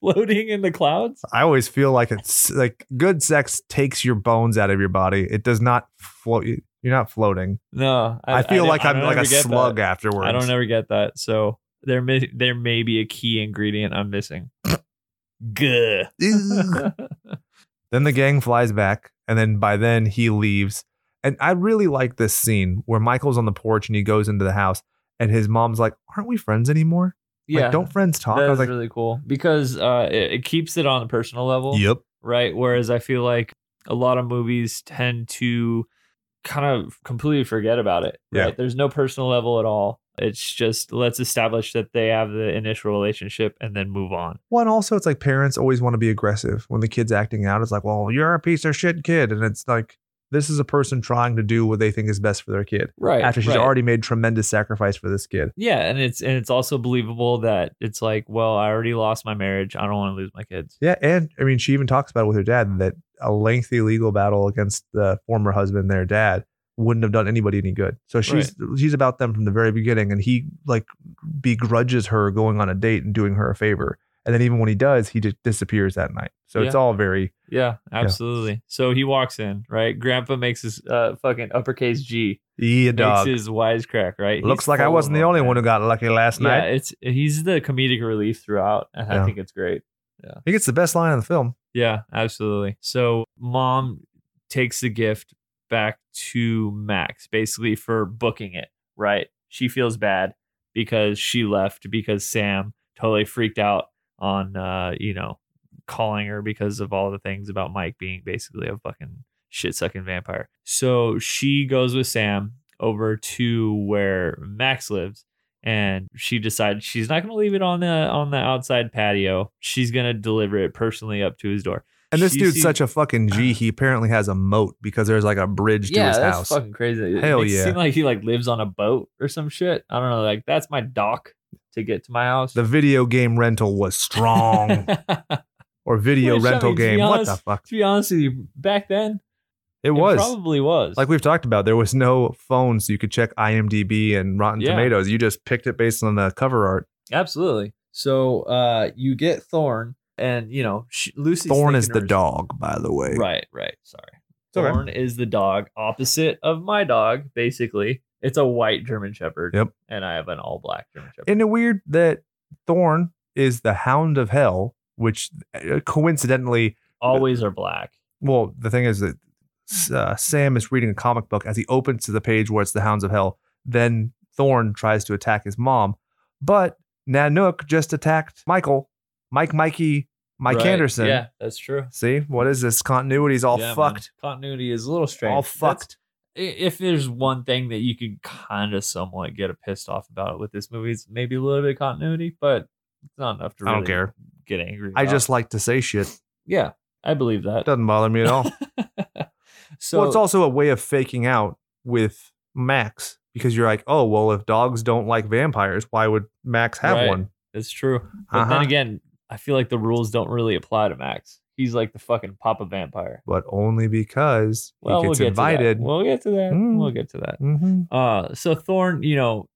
S2: Floating in the clouds?
S1: I always feel like it's like good sex takes your bones out of your body. It does not float. You're not floating.
S2: No,
S1: I, feel
S2: didn't-
S1: like I'm
S2: don't
S1: like a
S2: ever get
S1: slug
S2: That.
S1: afterwards.
S2: I don't ever get that. So there may there may be a key ingredient I'm missing. Gah.
S1: Ugh. then the gang flies back, and then by then he leaves. And I really like this scene where Michael's on the porch and he goes into the house, and his mom's like, "Aren't we friends anymore?
S2: yeah,
S1: like, don't friends talk?"
S2: that
S1: I was
S2: is
S1: like,
S2: really cool because uh, it, it keeps it on a personal level.
S1: "Yep."
S2: right? Whereas I feel like a lot of movies tend to kind of completely forget about it. Right?
S1: Yeah.
S2: There's no personal level at all. It's just let's establish that they have the initial relationship and then move on.
S1: Well, and also it's like parents always want to be aggressive when the kid's acting out. It's like, well, you're a piece of shit kid, and it's like this is a person trying to do what they think is best for their kid
S2: Right.
S1: after she's already made tremendous sacrifice for this kid.
S2: Yeah, and it's and it's also believable that it's like, well, I already lost my marriage. I don't want to lose my kids.
S1: Yeah, and I mean, she even talks about it with her dad that a lengthy legal battle against the former husband, their dad, wouldn't have done anybody any good. So she's she's about them from the very beginning, and he like begrudges her going on a date and doing her a favor. And then even when he does, he just disappears that night. So it's
S2: Yeah.
S1: all very
S2: Yeah, absolutely. So he walks in, right? Grandpa makes his uh, fucking uppercase G,
S1: yeah, dog.
S2: makes his wisecrack, right?
S1: Looks
S2: He's
S1: like I
S2: full of
S1: wasn't the
S2: them,
S1: only
S2: man.
S1: one who got lucky last
S2: yeah,
S1: night.
S2: it's he's the comedic relief throughout, and
S1: Yeah.
S2: I think it's great.
S1: He gets the best line in the film.
S2: Yeah, absolutely. So mom takes the gift back to Max basically for booking it, right? She feels bad because she left because Sam totally freaked out on uh, you know, calling her because of all the things about Mike being basically a fucking shit sucking vampire. So she goes with Sam over to where Max lives and she decides she's not going to leave it on the on the outside patio. She's going to deliver it personally up to his door.
S1: And this
S2: She
S1: dude's
S2: sees-
S1: such a fucking G. He apparently has a moat because there's like a bridge to his
S2: that's
S1: house.
S2: fucking crazy.
S1: Hell
S2: it makes
S1: yeah.
S2: It seem like he like lives on a boat or some shit. I don't know. Like that's my dock to get to my house.
S1: the video game rental was strong,
S2: to
S1: or video
S2: Which, I
S1: rental
S2: mean, to be
S1: game. What
S2: honest,
S1: the fuck?
S2: be honest with you, back then
S1: It was
S2: probably was
S1: like we've talked about. There was no phone, so you could check IMDb and Rotten
S2: Yeah.
S1: Tomatoes. You just picked it based on the cover art.
S2: absolutely. So uh, you get Thorn, and you know she, Lucy
S1: Thorn is the dog, by the way.
S2: Right, right. Sorry.
S1: It's okay.
S2: Thorn is the dog opposite of my dog. Basically, it's a white German Shepherd.
S1: Yep.
S2: And I have an all black German Shepherd.
S1: Isn't it weird that Thorn is the Hound of Hell, which uh, coincidentally
S2: Always are black.
S1: Well, the thing is that uh, Sam is reading a comic book as he opens to the page where it's the Hounds of Hell. Then Thorn tries to attack his mom, but Nanook just attacked Michael, Mike, Mikey, Mike
S2: Right.
S1: Anderson.
S2: Yeah, that's true.
S1: See what is this? Continuity's all
S2: Yeah, man.
S1: fucked.
S2: Continuity is a little strange.
S1: All
S2: That's-
S1: fucked.
S2: i- if there's one thing that you could kind of somewhat get pissed off about with this movie, it's maybe a little bit of continuity, but it's not enough to
S1: I
S2: really
S1: don't care.
S2: get angry.
S1: I
S2: about.
S1: just like to say shit.
S2: yeah, I believe that.
S1: Doesn't bother me at all.
S2: so
S1: well, it's also a way of faking out with Max because you're like, oh well, if dogs don't like vampires, why would Max have
S2: Right.
S1: one?
S2: it's true. But
S1: Uh-huh.
S2: then again, I feel like the rules don't really apply to Max. He's like the fucking Papa Vampire.
S1: But only because
S2: Well,
S1: he
S2: we'll
S1: gets
S2: get
S1: invited.
S2: To that. We'll get to that.
S1: Mm.
S2: We'll get to that.
S1: mm-hmm.
S2: Uh, so Thorn, you know,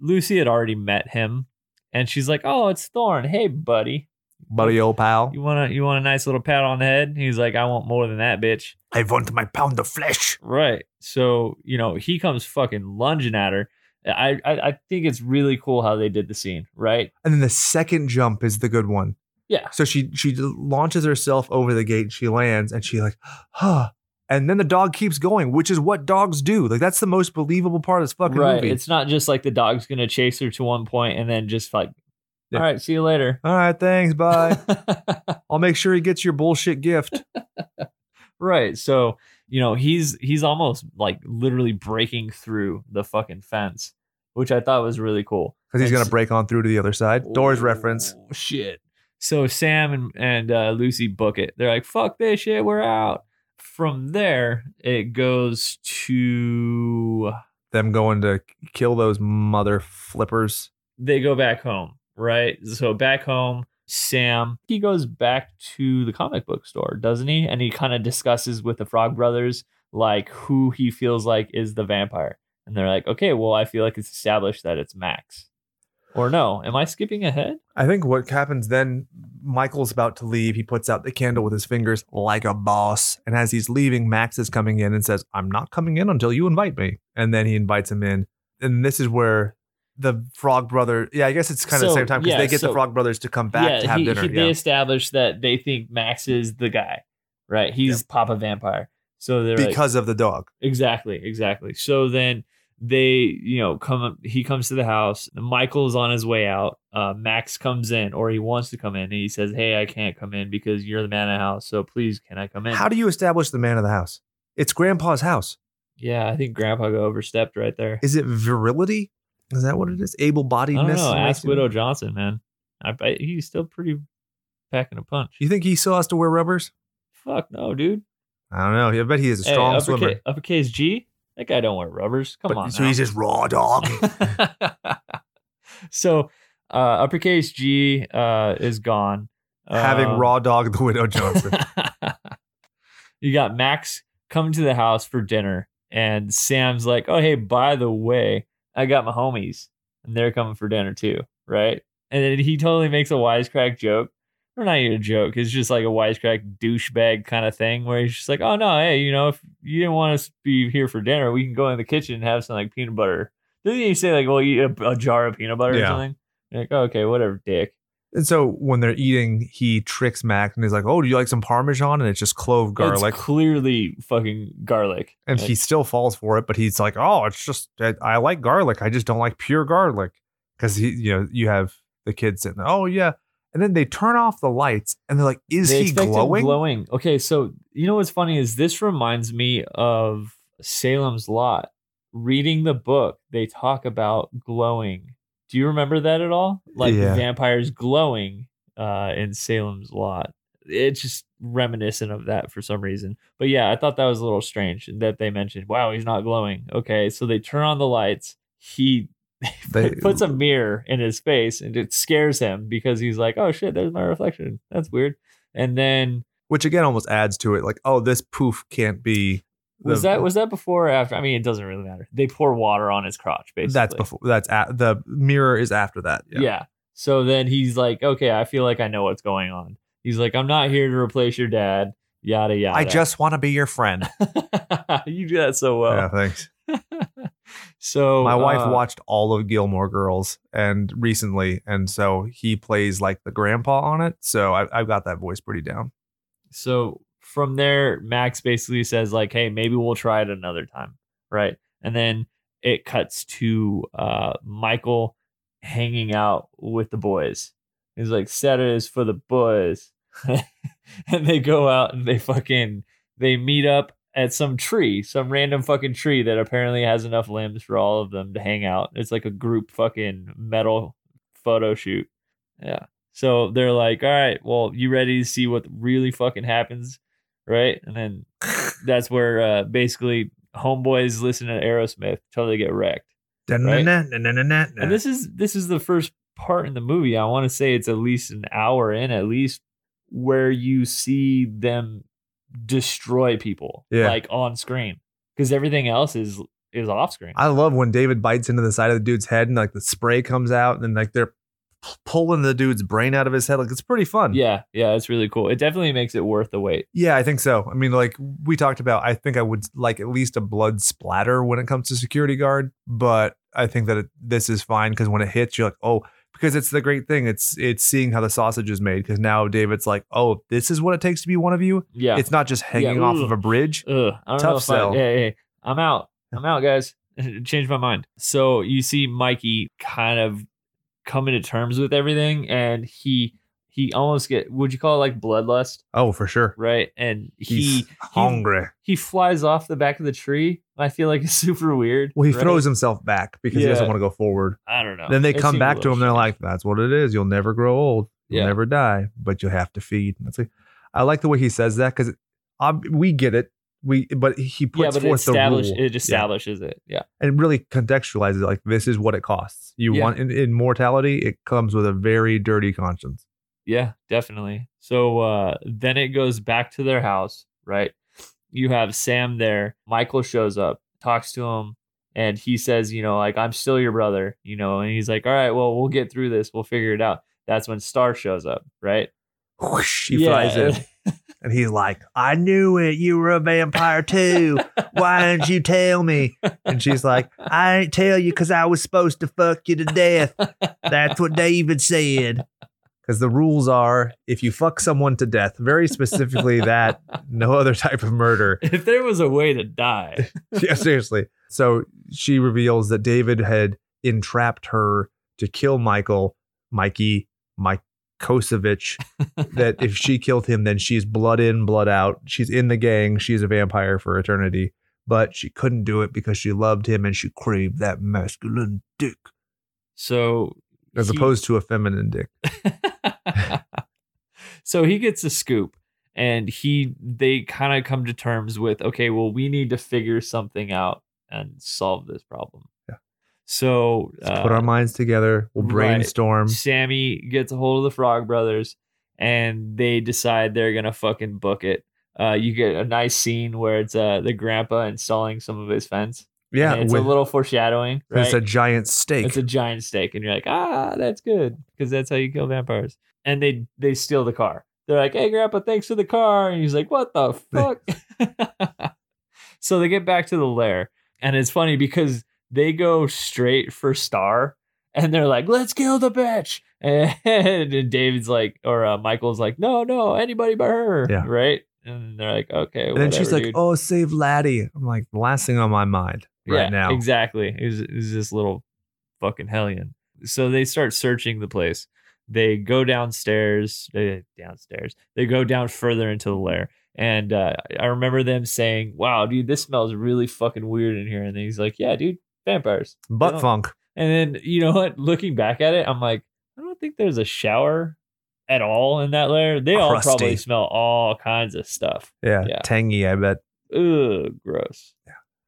S2: Lucy had already met him, and she's like, "Oh, it's Thorn. Hey, buddy."
S1: buddy old pal.
S2: You want a you want a nice little pat on the head? He's like, I want more than that, bitch.
S1: I want my pound of flesh.
S2: Right. So you know he comes fucking lunging at her. I I, I think it's really cool how they did the scene. Right.
S1: And then the second jump is the good one.
S2: Yeah.
S1: So she she launches herself over the gate. She lands and she like, huh. and then the dog keeps going, which is what dogs do. Like that's the most believable part of this fucking
S2: right.
S1: movie.
S2: It's not just like the dog's gonna chase her to one point and then just like,
S1: Yeah.
S2: all right, see you later.
S1: All right, thanks, bye. I'll make sure he gets your bullshit gift.
S2: right. So you know he's he's almost like literally breaking through the fucking fence, which I thought was really cool.
S1: Because he's
S2: That's-
S1: gonna break on through to the other side. Doors
S2: Oh,
S1: reference.
S2: Shit. So Sam and and uh, Lucy book it. They're like, "Fuck this shit, we're out." From there, it goes to
S1: Them going to kill those mother flippers.
S2: they go back home, right? So back home, Sam he goes back to the comic book store, doesn't he? And he kind of discusses with the Frog Brothers like who he feels like is the vampire, and they're like, "Okay, well, I feel like it's established that it's Max." Or no? Am I skipping ahead?
S1: I think what happens then, Michael's about to leave. He puts out the candle with his fingers like a boss. And as he's leaving, Max is coming in and says, I'm not coming in until you invite me. And then he invites him in. And this is where the Frog Brother, yeah, I guess it's kind of
S2: So,
S1: the same time because
S2: yeah,
S1: they get
S2: so-
S1: the Frog Brothers to come back to have
S2: he-
S1: dinner.
S2: he-
S1: yeah.
S2: They established that they think Max is the guy, right? He's Papa Vampire. So they're like,
S1: because of the dog.
S2: exactly, exactly. So then they, you know, come. He comes to the house. Michael's on his way out. Uh, Max comes in, or he wants to come in, and he says, "Hey, I can't come in because you're the man of the house. So please, can I come in?"
S1: How do you establish the man of the house? It's grandpa's house.
S2: yeah, I think Grandpa got overstepped right there.
S1: Is it virility? Is that what it is? Able
S2: I don't
S1: bodiedness?
S2: know. Ask Widow Johnson, man. I bet he's still pretty packing a punch.
S1: You think he still has to wear rubbers?
S2: Fuck no, dude.
S1: I don't know. I bet he is a strong
S2: upperca-
S1: swimmer.
S2: uppercase G. That guy don't wear rubbers. Come
S1: But-
S2: on.
S1: so
S2: now.
S1: he's just raw dog.
S2: so uh, uppercase G uh, is gone.
S1: Having
S2: Um,
S1: raw dog the widow Johnson.
S2: you got Max coming to the house for dinner, and Sam's like, "Oh hey, by the way, I got my homies, and they're coming for dinner too, right?" And then he totally makes a wisecrack joke, or not even a joke. It's just like a wisecrack douchebag kind of thing where he's just like, "Oh no, hey, you know, if you didn't want us to be here for dinner, we can go in the kitchen and have some like peanut butter." Doesn't he say like, "Well, you eat a, a jar of peanut butter or
S1: Yeah.
S2: something?" You're like, oh, okay, whatever, dick.
S1: and so when they're eating, he tricks Mac and he's like, "Oh, do you like some parmesan?" And it's just clove garlic.
S2: It's clearly fucking garlic.
S1: and
S2: Like,
S1: he still falls for it, but he's like, "Oh, it's just I, I like garlic. I just don't like pure garlic." Because he, you know, you have the kids sitting. there, Oh yeah, and then they turn off the lights, and they're like, "Is
S2: They
S1: he
S2: expect him
S1: glowing?"
S2: Glowing. Okay, so you know what's funny is this reminds me of Salem's Lot. Reading the book, they talk about glowing. Do you remember that at all? Like the
S1: Yeah.
S2: vampires glowing uh, in Salem's Lot. It's just reminiscent of that for some reason. But yeah, I thought that was a little strange that they mentioned, wow, he's not glowing. Okay, so they turn on the lights. He
S1: They-
S2: puts a mirror in his face and it scares him because he's like, oh shit, there's my reflection. That's weird. And then
S1: Which again almost adds to it, like, "Oh, this poof can't be."
S2: was
S1: the-
S2: that was that before or after? I mean, it doesn't really matter. They pour water on his crotch, basically.
S1: that's before that's at the mirror is after that.
S2: Yeah. So then he's like, okay, I feel like I know what's going on. He's like, I'm not here to replace your dad. Yada yada.
S1: I just want to be your friend.
S2: you do that so
S1: yeah,
S2: well.
S1: thanks.
S2: so
S1: My wife
S2: uh,
S1: watched all of Gilmore Girls and recently, and so he plays like the grandpa on it. So I, I've got that voice pretty down.
S2: so from there max basically says like hey maybe we'll try it another time right and then it cuts to uh michael hanging out with the boys he's like saturdays for the boys and they go out and they fucking they meet up at some tree some random fucking tree that apparently has enough limbs for all of them to hang out it's like a group fucking metal photo shoot yeah so they're like, all right, well, you ready to see what really fucking happens? Right. And then that's where uh, basically homeboys listen to Aerosmith till they get wrecked. Right. And this is this is the first part in the movie. I want to say it's at least an hour in at least where you see them destroy people
S1: Yeah.
S2: like on screen. Because everything else is is off screen.
S1: I love when David bites into the side of the dude's head and like the spray comes out and then like they're p- pulling the dude's brain out of his head. Like it's pretty fun.
S2: yeah, yeah, it's really cool. It definitely makes it worth the wait.
S1: Yeah, I think so. I mean, like we talked about, I think I would like at least a blood splatter when it comes to security guard, but I think that it, this is fine because when it hits, you're like, oh, because it's the great thing. It's it's seeing how the sausage is made. Because now David's like, oh, this is what it takes to be one of you.
S2: Yeah.
S1: It's not just hanging off
S2: ooh.
S1: of a bridge.
S2: Ugh, I don't
S1: Tough
S2: know if
S1: sell.
S2: I, hey, hey, I'm out. I'm out, guys. Change my mind. So you see Mikey kind of coming to terms with everything, and he he almost get would you call it like bloodlust,
S1: Oh, for sure.
S2: right? And he
S1: He's hungry.
S2: he flies off the back of the tree. I feel like it's super weird.
S1: Well, he
S2: right?
S1: throws himself back because he
S2: Yeah.
S1: doesn't want to go forward.
S2: I don't know.
S1: then they
S2: It
S1: come
S2: seemed
S1: back
S2: a
S1: to
S2: little
S1: him. They're
S2: strange.
S1: like, "That's what it is. You'll never grow old. You'll
S2: Yeah.
S1: never die, but you'll have to feed." That's like, I like the way he says that because we get it. We, but he puts
S2: yeah, but it
S1: forth the rule.
S2: establishes it establishes it. Yeah,
S1: and really contextualizes it, like this is what it costs. You
S2: Yeah.
S1: want in, in mortality, it comes with a very dirty conscience.
S2: yeah, definitely. So uh, then it goes back to their house, right? You have Sam there. Michael shows up, talks to him, and he says, you know, like I'm still your brother, you know. And he's like, all right, well, we'll get through this. We'll figure it out. That's when Star shows up, right?
S1: Whoosh, he flies in, and he's like, "I knew it. You were a vampire too. Why didn't you tell me?" And she's like, "I ain't tell you because I was supposed to fuck you to death. That's what David said." Because the rules are, if you fuck someone to death, very specifically that, no other type of murder.
S2: if there was a way to die,
S1: yeah, seriously. So she reveals that David had entrapped her to kill Michael, Mikey, Mike Kosovich. that if she killed him, then she's blood in, blood out. She's in the gang. She's a vampire for eternity. But she couldn't do it because she loved him and she craved that masculine dick
S2: so
S1: as
S2: he-
S1: opposed to a feminine dick.
S2: so he gets a scoop and he they kind of come to terms with okay well we need to figure something out and solve this problem
S1: Yeah.
S2: so
S1: Let's
S2: uh,
S1: put our minds together. We'll
S2: right.
S1: brainstorm.
S2: sammy gets a hold of the frog brothers and they decide they're gonna fucking book it uh, you get a nice scene where it's uh, the grandpa installing some of his fence
S1: Yeah,
S2: And it's
S1: with-
S2: a little foreshadowing right?
S1: it's a giant steak.
S2: It's a giant steak, and you're like, ah, that's good because that's how you kill vampires. And they they steal the car. They're like, hey, Grandpa, thanks for the car. And he's like, what the fuck? so they get back to the lair, and it's funny because they go straight for Star, and they're like, let's kill the bitch. And, David's like, or uh, Michael's like, no, no, anybody but her,
S1: Yeah.
S2: right? And they're like, okay,
S1: and then she's like,
S2: dude.
S1: "Oh, save Laddie." I'm like, the last thing on my mind right
S2: yeah,
S1: now.
S2: Exactly. It was, it was this little fucking hellion. So they start searching the place. They go downstairs, eh, downstairs. They go down further into the lair. And uh, I remember them saying, wow, dude, this smells really fucking weird in here. And then he's like, yeah, dude, vampires. I
S1: Butt
S2: don't-
S1: funk.
S2: And then, you know what? Looking back at it, I'm like, I don't think there's a shower at all in that lair. They all
S1: Crusty.
S2: probably smell all kinds of stuff.
S1: Yeah,
S2: Yeah.
S1: tangy, I bet.
S2: Ugh, gross.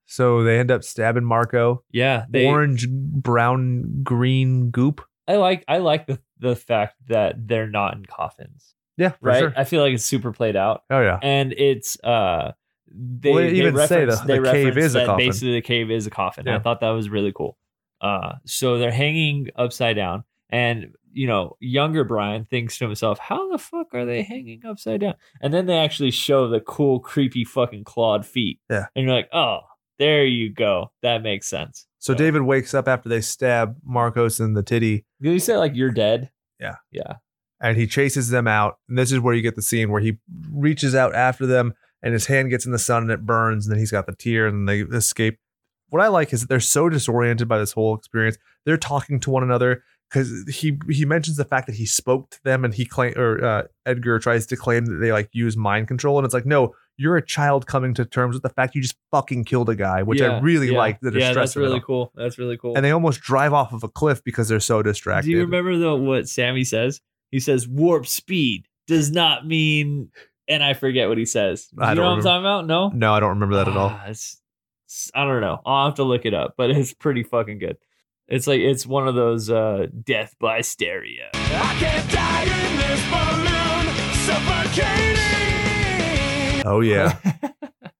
S1: So they end up stabbing Marco.
S2: Yeah. They,
S1: Orange, brown, green goop.
S2: I like I like the the fact that they're not in coffins,
S1: Yeah, for
S2: right?
S1: sure.
S2: I feel like it's super played out,
S1: Oh yeah,
S2: and it's uh they,
S1: Well, they
S2: they
S1: even say
S2: reference-
S1: the-
S2: they
S1: the cave
S2: reference
S1: is a
S2: that
S1: coffin.
S2: Basically, the cave is a coffin.
S1: Yeah.
S2: I thought that was really cool. Uh, so they're hanging upside down, and you know, younger Brian thinks to himself, "How the fuck are they hanging upside down?" And then they actually show the cool, creepy, fucking clawed feet.
S1: Yeah.
S2: and you're like, "Oh, there you go. That makes sense."
S1: So David wakes up after they stab Marcos in the titty,
S2: Did you say like you're dead?
S1: Yeah.
S2: yeah.
S1: and he chases them out. And this is where you get the scene where he reaches out after them, and his hand gets in the sun and it burns, and then he's got the tear, and they escape. What I like is that they're so disoriented by this whole experience. They're talking to one another because he he mentions the fact that he spoke to them, and he claim or uh, Edgar tries to claim that they like use mind control, and it's like no. You're a child coming to terms with the fact you just fucking killed a guy, which I
S2: Yeah,
S1: really
S2: yeah,
S1: like. That
S2: yeah,
S1: stress
S2: that's really cool. That's really cool.
S1: and they almost drive off of a cliff because they're so distracted.
S2: Do you remember though what Sammy says? He says warp speed does not mean, and I forget what he says. Do you
S1: I
S2: know
S1: don't
S2: what I'm talking about? No,
S1: No, I don't remember that at all.
S2: Ah, it's- it's- I don't know. I'll have to look it up, but it's pretty fucking good. It's like it's one of those uh, death by stereo.
S1: Oh yeah. and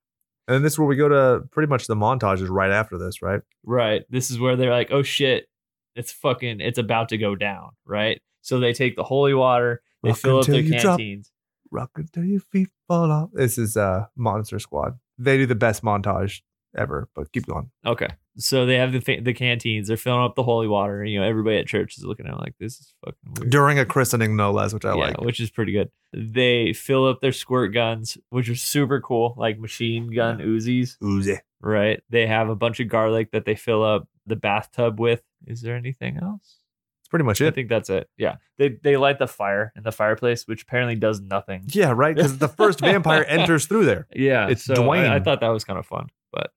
S1: then this is where we go to pretty much the montages right after this, right?
S2: Right. This is where they're like, oh shit, it's fucking, it's about to go down. Right. So they take the holy water, they
S1: Rock
S2: fill up
S1: until
S2: their
S1: you drop.
S2: canteens.
S1: Rock until your feet fall off. This is uh Monster Squad. They do the best montage ever, but keep going.
S2: Okay. So they have the fa- the canteens. They're filling up the holy water. You know, everybody at church is looking at it like this is fucking weird.
S1: During a christening, no less, which I
S2: yeah,
S1: like.
S2: which is pretty good. They fill up their squirt guns, which are super cool, like machine gun Uzis,
S1: Oozy.
S2: right? They have a bunch of garlic that they fill up the bathtub with. Is there anything else?
S1: It's pretty much
S2: I
S1: it.
S2: think that's it. Yeah. They they light the fire in the fireplace, which apparently does nothing.
S1: Yeah, right. Because the first vampire enters through there.
S2: Yeah.
S1: It's
S2: so I, I
S1: Dwayne.
S2: thought that was kind of fun. But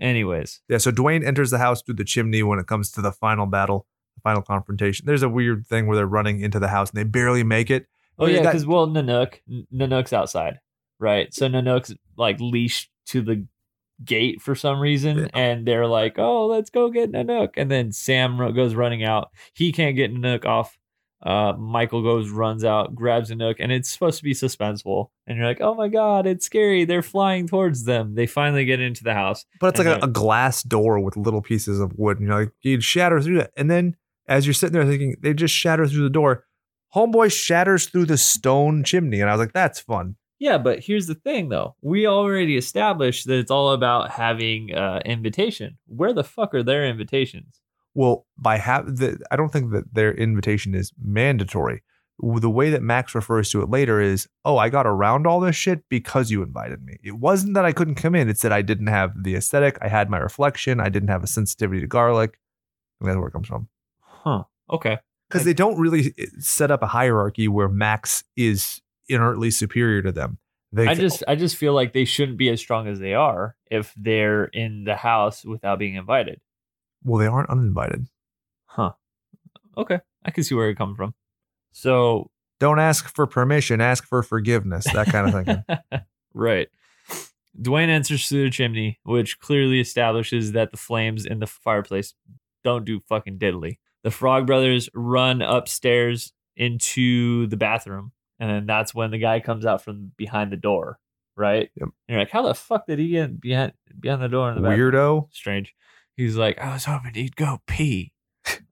S2: anyways,
S1: Yeah, so Dwayne enters the house through the chimney when it comes to the final battle, the final confrontation. There's a weird thing where they're running into the house and they barely make it.
S2: Oh
S1: Well, you
S2: yeah,
S1: got-
S2: because well, Nanook, N- Nanook's outside, right? So Nanook's like leashed to the gate for some reason,
S1: Yeah.
S2: and they're like, "Oh, let's go get Nanook." And then Sam ro- goes running out. He can't get Nanook off. Uh, Michael goes, runs out, grabs Nanook, and it's supposed to be suspenseful. And you're like, "Oh my god, it's scary! They're flying towards them." They finally get into the house.
S1: But it's like a,
S2: And
S1: a glass door with little pieces of wood, and you're like, you'd shatter through that. And then as you're sitting there thinking, they just shatter through the door. Homeboy shatters through the stone chimney, and I was like, that's fun.
S2: Yeah, but here's the thing, though. We already established that it's all about having uh, invitation. Where the fuck are their invitations?
S1: Well, by have the, I don't think that their invitation is mandatory. W- The way that Max refers to it later is, "Oh, I got around all this shit because you invited me. It wasn't that I couldn't come in; it's that I didn't have the aesthetic. I had my reflection. I didn't have a sensitivity to garlic. And that's where it comes from.
S2: Huh. Okay.
S1: Because they don't really eh, set up a hierarchy where Max is inertly superior to them. They
S2: I just I just feel like they shouldn't be as strong as they are if they're in the house without being invited.
S1: well, they aren't uninvited.
S2: Huh. Okay. I can see where it comes from. So
S1: Don't ask for permission; ask for forgiveness. That kind of thing.
S2: right. Dwayne enters through the chimney, which clearly establishes that the flames in the fireplace don't do fucking diddly. The Frog Brothers run upstairs into the bathroom, and then that's when the guy comes out from behind the door, right?
S1: Yep.
S2: And you're like, how the fuck did he get behind behind the door in the bathroom?
S1: Weirdo.
S2: strange. He's like, I was hoping he'd go pee.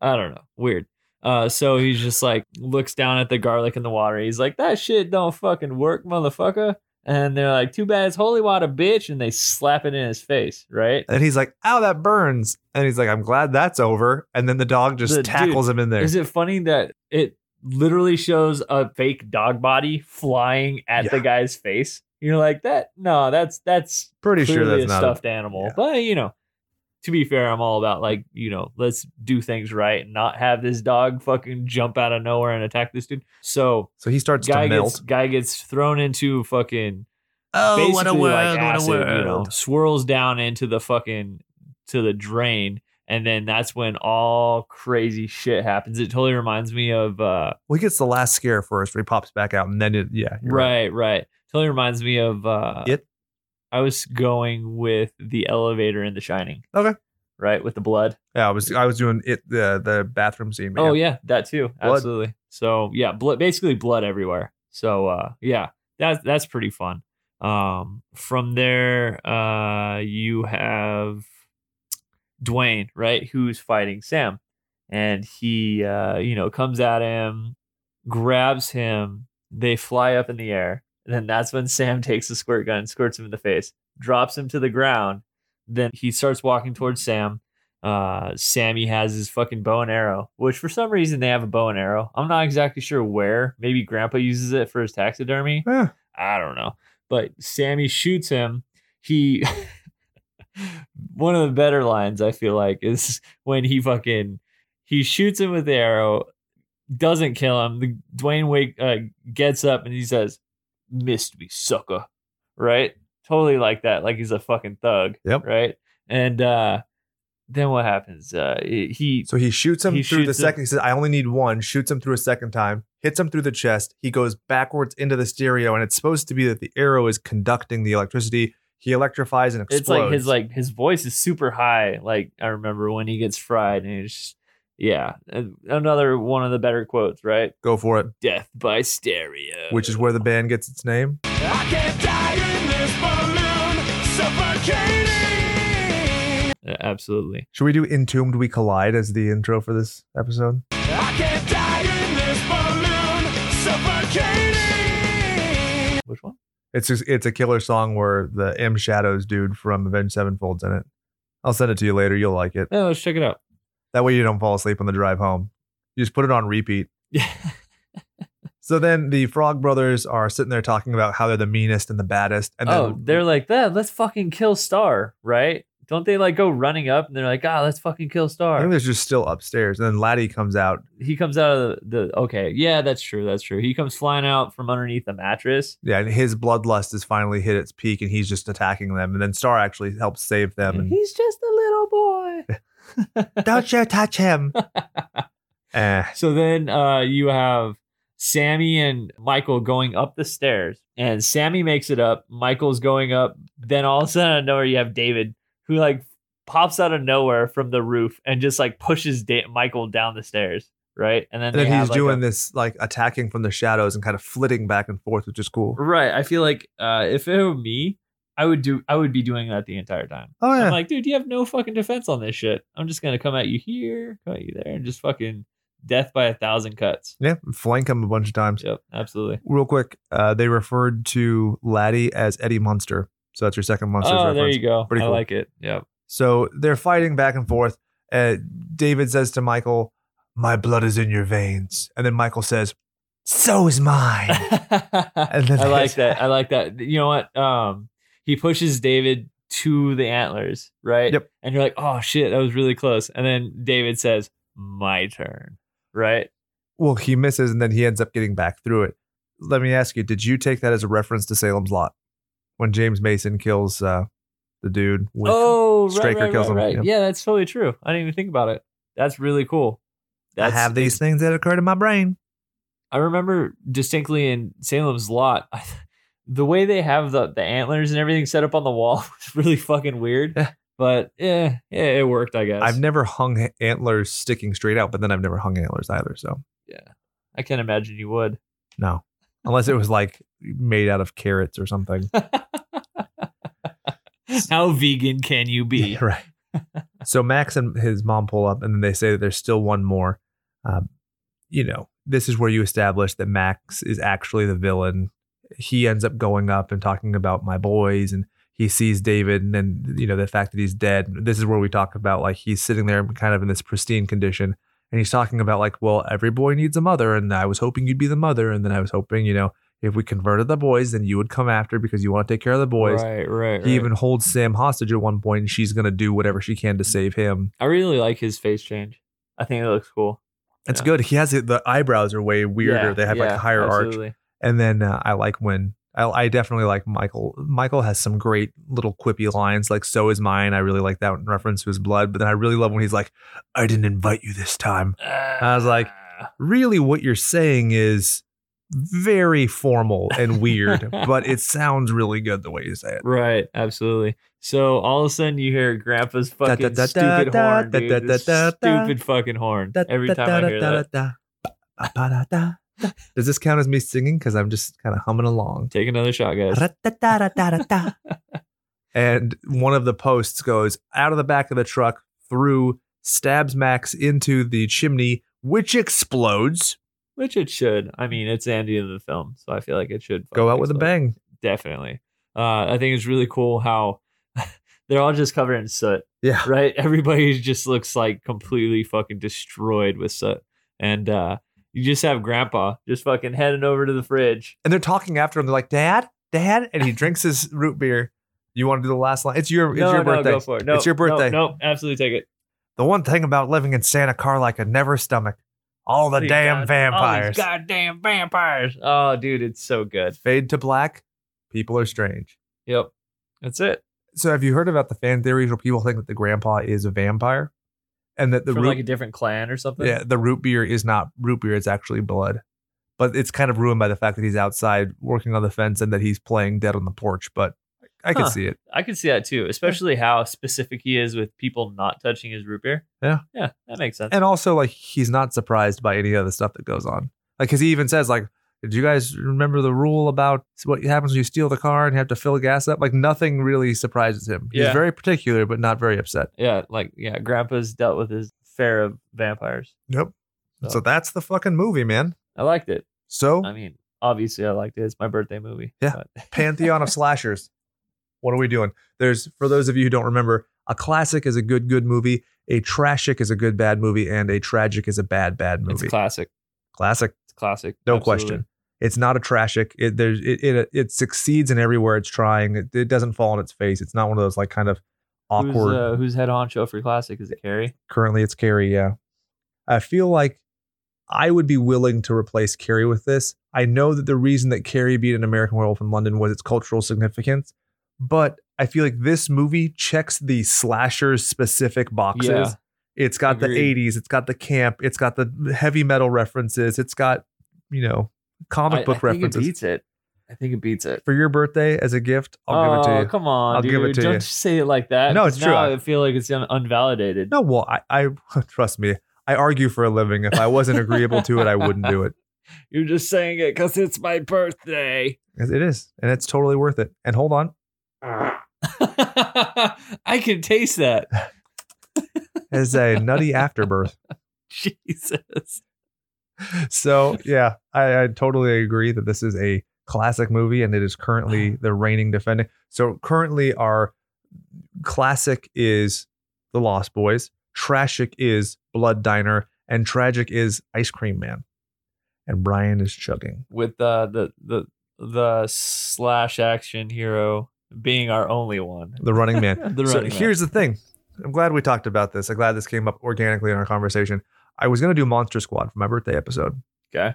S2: I don't know. Weird. Uh, so he's just like looks down at the garlic in the water. He's like, that shit don't fucking work, motherfucker. And they're like, too bad it's holy water, bitch. And they slap it in his face, right?
S1: And he's like, ow, that burns. And he's like, I'm glad that's over. And then the dog just
S2: The-
S1: tackles him in there.
S2: Is it funny that it literally shows a fake dog body flying at the
S1: Yeah.
S2: guy's face? You're like, that no, that's that's
S1: Pretty sure
S2: clearly
S1: that's
S2: a
S1: not.
S2: stuffed animal.
S1: yeah.
S2: But you know, to be fair, I'm all about like you know, let's do things right and not have this dog fucking jump out of nowhere and attack this dude. So
S1: so he starts to
S2: guy
S1: melt.
S2: gets guy gets thrown into fucking
S1: oh,
S2: basically like acid, you know, swirls down into the fucking to the drain. And then that's when all crazy shit happens. It totally reminds me of uh,
S1: Well, he gets the last scare first where he pops back out. And then, it, yeah. you're
S2: right, right, Totally reminds me of uh,
S1: It?
S2: I was going with the elevator in The Shining.
S1: Okay.
S2: Right with the blood.
S1: Yeah, I was I was doing it the the bathroom scene. but
S2: Oh yeah, that too.
S1: Blood.
S2: Absolutely. So yeah, blood basically blood everywhere. So uh yeah, that's that's pretty fun. Um from there uh you have Dwayne, right, who's fighting Sam. And he uh, you know, comes at him, grabs him, they fly up in the air, and then that's when Sam takes the squirt gun, squirts him in the face, drops him to the ground, then he starts walking towards Sam uh Sammy has his fucking bow and arrow, which for some reason they have a bow and arrow. I'm not exactly sure where. Maybe grandpa uses it for his taxidermy.
S1: Huh.
S2: I don't know. But Sammy shoots him. He one of the better lines I feel like is when he fucking he shoots him with the arrow, doesn't kill him. The Dwayne Wake uh, gets up and he says, "Missed me, sucker." Right? Totally like that. Like he's a fucking thug.
S1: Yep.
S2: Right? And uh then what happens? Uh he
S1: So he shoots him
S2: He
S1: through
S2: shoots
S1: the
S2: him-
S1: second. He says, I only need one. Shoots him through a second time, hits him through the chest. He goes backwards into the stereo. And it's supposed to be that the arrow is conducting the electricity. He electrifies and explodes.
S2: it's like his like his voice is super high. Like I remember when he gets fried and it's just, yeah, And another one of the better quotes, right?
S1: Go for it,
S2: Death by stereo.
S1: which is where the band gets its name.
S2: Uh, absolutely.
S1: Should we do Entombed We Collide as the intro for this episode?
S2: Which one?
S1: It's just, it's a killer song where the M Shadows dude from Avenged Sevenfold's in it. I'll send it to you later. You'll like it.
S2: Yeah, let's check it out.
S1: That way you don't fall asleep on the drive home. You just put it on repeat.
S2: Yeah.
S1: So then the Frog Brothers are sitting there talking about how they're the meanest and the baddest. And then
S2: oh, they're like that. Let's fucking kill Star, right? Don't they like go running up and they're like, ah, let's fucking kill
S1: I think
S2: Star.
S1: they're just still upstairs. And then Laddie comes out.
S2: He comes out of the, the okay, yeah, that's true, that's true. He comes flying out from underneath the mattress.
S1: Yeah, and his bloodlust has finally hit its peak and he's just attacking them. And then Star actually helps save them.
S2: And
S1: And,
S2: he's just a little boy.
S1: don't you touch him. Eh.
S2: So then uh, you have Sammy and Michael going up the stairs, and Sammy makes it up. Michael's going up. Then all of a sudden, out of nowhere, you have David who like pops out of nowhere from the roof and just like pushes da- Michael down the stairs, right? And then,
S1: And then
S2: they have,
S1: he's
S2: like,
S1: doing
S2: a-
S1: this like attacking from the shadows and kind of flitting back and forth, which is cool.
S2: right. I feel like uh, if it were me, I would do. I would be doing that the entire time.
S1: Oh yeah.
S2: I'm like, dude, you have no fucking defense on this shit. I'm just gonna come at you here, come at you there, and just fucking death by a thousand cuts.
S1: yeah. Flank him a bunch of times.
S2: Yep, absolutely.
S1: Real quick, uh, they referred to Laddie as Eddie Munster. So that's your second Munster's
S2: Oh,
S1: reference.
S2: there you go.
S1: Pretty
S2: I
S1: cool.
S2: like it. Yeah.
S1: So they're fighting back and forth. Uh, David says to Michael, My blood is in your veins. And then Michael says, So is mine.
S2: I
S1: then there's-
S2: like that. I like that. You know what? Um, he pushes David to the antlers, right?
S1: Yep.
S2: And you're like, oh shit, that was really close. And then David says, "My turn," right?
S1: well, he misses and then he ends up getting back through it. Let me ask you, did you take that as a reference to Salem's Lot when James Mason kills uh, the dude with
S2: oh, right,
S1: Straker
S2: right,
S1: kills
S2: right,
S1: him,
S2: right.
S1: yep.
S2: Yeah, that's totally true. I didn't even think about it. That's really cool.
S1: I
S2: That's,
S1: have these things that occurred in my brain?
S2: I remember distinctly in Salem's Lot, the way they have the, the antlers and everything set up on the wall was really fucking weird.
S1: Yeah.
S2: But yeah, yeah, it worked, I guess.
S1: I've never hung antlers sticking straight out, but then I've never hung antlers either. So
S2: I can't imagine you would.
S1: no, unless it was like made out of carrots or something.
S2: How vegan can you be?
S1: Yeah, right. so Max and his mom pull up, and then they say that there's still one more. Um, you know, this is where you establish that Max is actually the villain. He ends up going up and talking about my boys, and he sees David, and then you know the fact that he's dead. This is where we talk about like he's sitting there, kind of in this pristine condition, and he's talking about like, well, every boy needs a mother, and I was hoping you'd be the mother, and then I was hoping, you know, if we converted the boys, then you would come after because you want to take care of the boys.
S2: Right, right,
S1: He
S2: right.
S1: even holds Sam hostage at one point, and she's gonna do whatever she can to save him.
S2: I really like his face change. I think it looks cool.
S1: It's
S2: Yeah.
S1: good. He has it, the eyebrows are way weirder.
S2: Yeah,
S1: they have like
S2: yeah,
S1: a higher arch.
S2: absolutely.
S1: And then uh, I like when I, I definitely like Michael. Michael has some great little quippy lines, like "So is mine." I really like that in reference to his blood. But then I really love when he's like, "I didn't invite you this time." I was like,
S2: Ah.
S1: really, what you're saying is very formal and weird, but it sounds really good the way you say it.
S2: Right, absolutely. So all of a sudden you hear Grandpa's
S1: da,
S2: fucking
S1: da,
S2: stupid
S1: da,
S2: horn,
S1: da,
S2: dude.
S1: da,
S2: This
S1: da, da.
S2: stupid fucking horn. Every time I hear that,
S1: Does this count as me singing? Because I'm just kind of humming along.
S2: take another shot, guys.
S1: Ra-ta-ta-ra-ta-ra-ta. and one of the posts goes out of the back of the truck, through, stabs Max into the chimney, which explodes.
S2: Which it should. I mean, it's Andy in the film, so I feel like it should
S1: Go out
S2: fucking
S1: with a
S2: explode.
S1: bang.
S2: Definitely. Uh, I think it's really cool how they're all just covered in soot.
S1: Yeah.
S2: right? Everybody just looks like completely fucking destroyed with soot. And uh you just have grandpa just fucking heading over to the fridge.
S1: And they're talking after him. They're like, Dad, Dad. And he drinks his root beer. You want to do the last line? It's your, it's
S2: no,
S1: your birthday.
S2: no, go for it. No,
S1: It's your birthday.
S2: No, no, absolutely take it.
S1: The one thing about living in Santa Carla I could never stomach all the
S2: These
S1: damn
S2: god- All
S1: vampires.
S2: these goddamn vampires. Oh, dude, it's so good.
S1: Fade to black. People are strange.
S2: Yep. That's it.
S1: So, have you heard about the fan theories where people think that the grandpa is a vampire, and that the
S2: From
S1: root,
S2: like a different clan or something.
S1: yeah, the root beer is not root beer; it's actually blood. But it's kind of ruined by the fact that he's outside working on the fence and that he's playing dead on the porch. But I can
S2: Huh.
S1: see it.
S2: I could see that too, especially how specific he is with people not touching his root beer.
S1: Yeah.
S2: Yeah, that makes sense.
S1: and also like he's not surprised by any of the stuff that goes on like because he even says like do you guys remember the rule about what happens when you steal the car and have to fill gas up like nothing really surprises him he's
S2: Yeah.
S1: very particular but not very upset
S2: yeah, like yeah, grandpa's dealt with his fair of vampires.
S1: nope so
S2: So-
S1: that's the fucking movie man
S2: I liked it.
S1: so
S2: I mean, obviously I liked it. It's my birthday movie.
S1: Oh. Yeah.
S2: But-
S1: pantheon of slashers. What are we doing? There's for those of you who don't remember, a classic is a good good movie, a trashic is a good bad movie, and a tragic is a bad bad
S2: it's
S1: movie.
S2: a classic.
S1: classic,
S2: It's a classic.
S1: no
S2: Absolutely.
S1: question. It's not a trashic. It there's it, it it succeeds in everywhere it's trying. It, it doesn't fall on its face. It's not one of those like kind of awkward.
S2: Who's, uh, who's head honcho for classic? Is it Carrie?
S1: Currently, it's Carrie. Yeah, I feel like I would be willing to replace Carrie with this. I know that the reason that Carrie beat an American Werewolf in London was its cultural significance, but I feel like this movie checks the slashers specific boxes.
S2: Yeah.
S1: It's got
S2: Agreed.
S1: the 80s, it's got the camp, it's got the heavy metal references, it's got, you know, comic
S2: I-
S1: book
S2: I think
S1: references.
S2: It beats it. I think it beats it.
S1: For your birthday as a gift, I'll give it to
S2: Oh,
S1: you.
S2: come on,
S1: I'll
S2: dude.
S1: give it to
S2: Don't
S1: you.
S2: just say it like that.
S1: No,
S2: 'cause
S1: it's true.
S2: Now I feel like it's un- unvalidated.
S1: No, well, I, I trust me, I argue for a living. If I wasn't agreeable to it, I wouldn't do it.
S2: You're just saying it because it's my birthday.
S1: It it is, and it's totally worth it. And hold on,
S2: I can taste that.
S1: as a nutty afterbirth.
S2: Jesus.
S1: So yeah, I, I totally agree that this is a classic movie, and it is currently the reigning defending. So currently, our classic is The Lost Boys, trashic is Blood Diner, and tragic is Ice Cream Man. And Brian is chugging.
S2: With uh, the the the slash action hero being our only one.
S1: The Running Man.
S2: The
S1: so
S2: running man.
S1: here's the thing. I'm glad we talked about this. I'm glad this came up organically in our conversation. I was going to do Monster Squad for my birthday episode.
S2: Okay.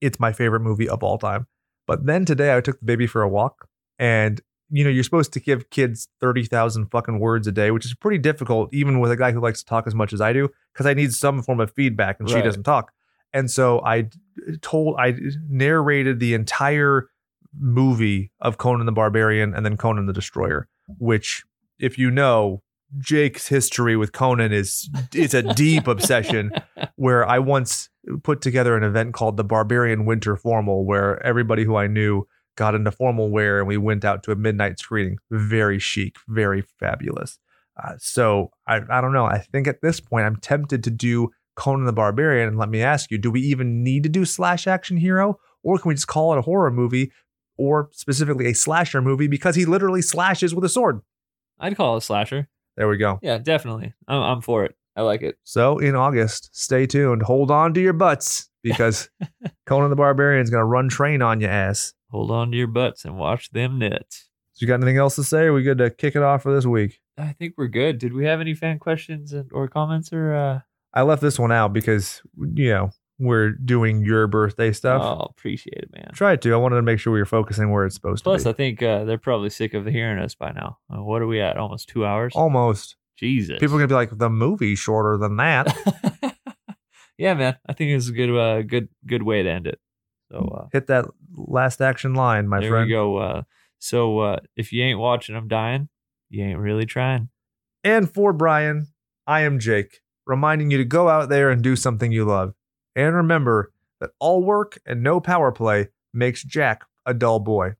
S1: It's my favorite movie of all time. But then today I took the baby for a walk and you know, you're supposed to give kids 30,000 fucking words a day, which is pretty difficult even with a guy who likes to talk as much as I do because I need some form of feedback and she
S2: Right.
S1: doesn't talk. And so I d- told I d- narrated the entire movie of Conan the Barbarian and then Conan the Destroyer, which if you know Jake's history with Conan is it's a deep obsession where I once put together an event called the Barbarian Winter Formal where everybody who I knew got into formal wear and we went out to a midnight screening. Very chic, very fabulous. Uh, so I, I don't know. I think at this point I'm tempted to do Conan the Barbarian. And let me ask you, do we even need to do slash action hero? Or can we just call it a horror movie or specifically a slasher movie because he literally slashes with a sword?
S2: I'd call it a slasher.
S1: There we go.
S2: Yeah, definitely. I'm, I'm for it. I like it.
S1: So in August, stay tuned. Hold on to your butts because Conan the Barbarian's going to run train on your ass.
S2: Hold on to your butts and watch them knit.
S1: So you got anything else to say? Are we good to kick it off for this week?
S2: I think we're good. Did we have any fan questions and, or comments or uh,
S1: I left this one out because you know we're doing your birthday stuff.
S2: Oh, appreciate it, man.
S1: Tried to. I wanted to make sure we were focusing where it's supposed
S2: Plus,
S1: to
S2: I
S1: be.
S2: think uh, they're probably sick of hearing us by now. Uh, what are we at? Almost two hours.
S1: Almost.
S2: Jesus,
S1: People are gonna be like, the movie's shorter than that.
S2: gonna. yeah, man. I think it's a good, uh, good, good way to end it. So
S1: Hit that last action line,
S2: uh,
S1: my
S2: there
S1: friend.
S2: we go. Uh, so uh, if you ain't watching, I'm dying. You ain't really trying.
S1: And for Brian, I am Jake, reminding you to go out there and do something you love. And remember that all work and no power play makes Jack a dull boy.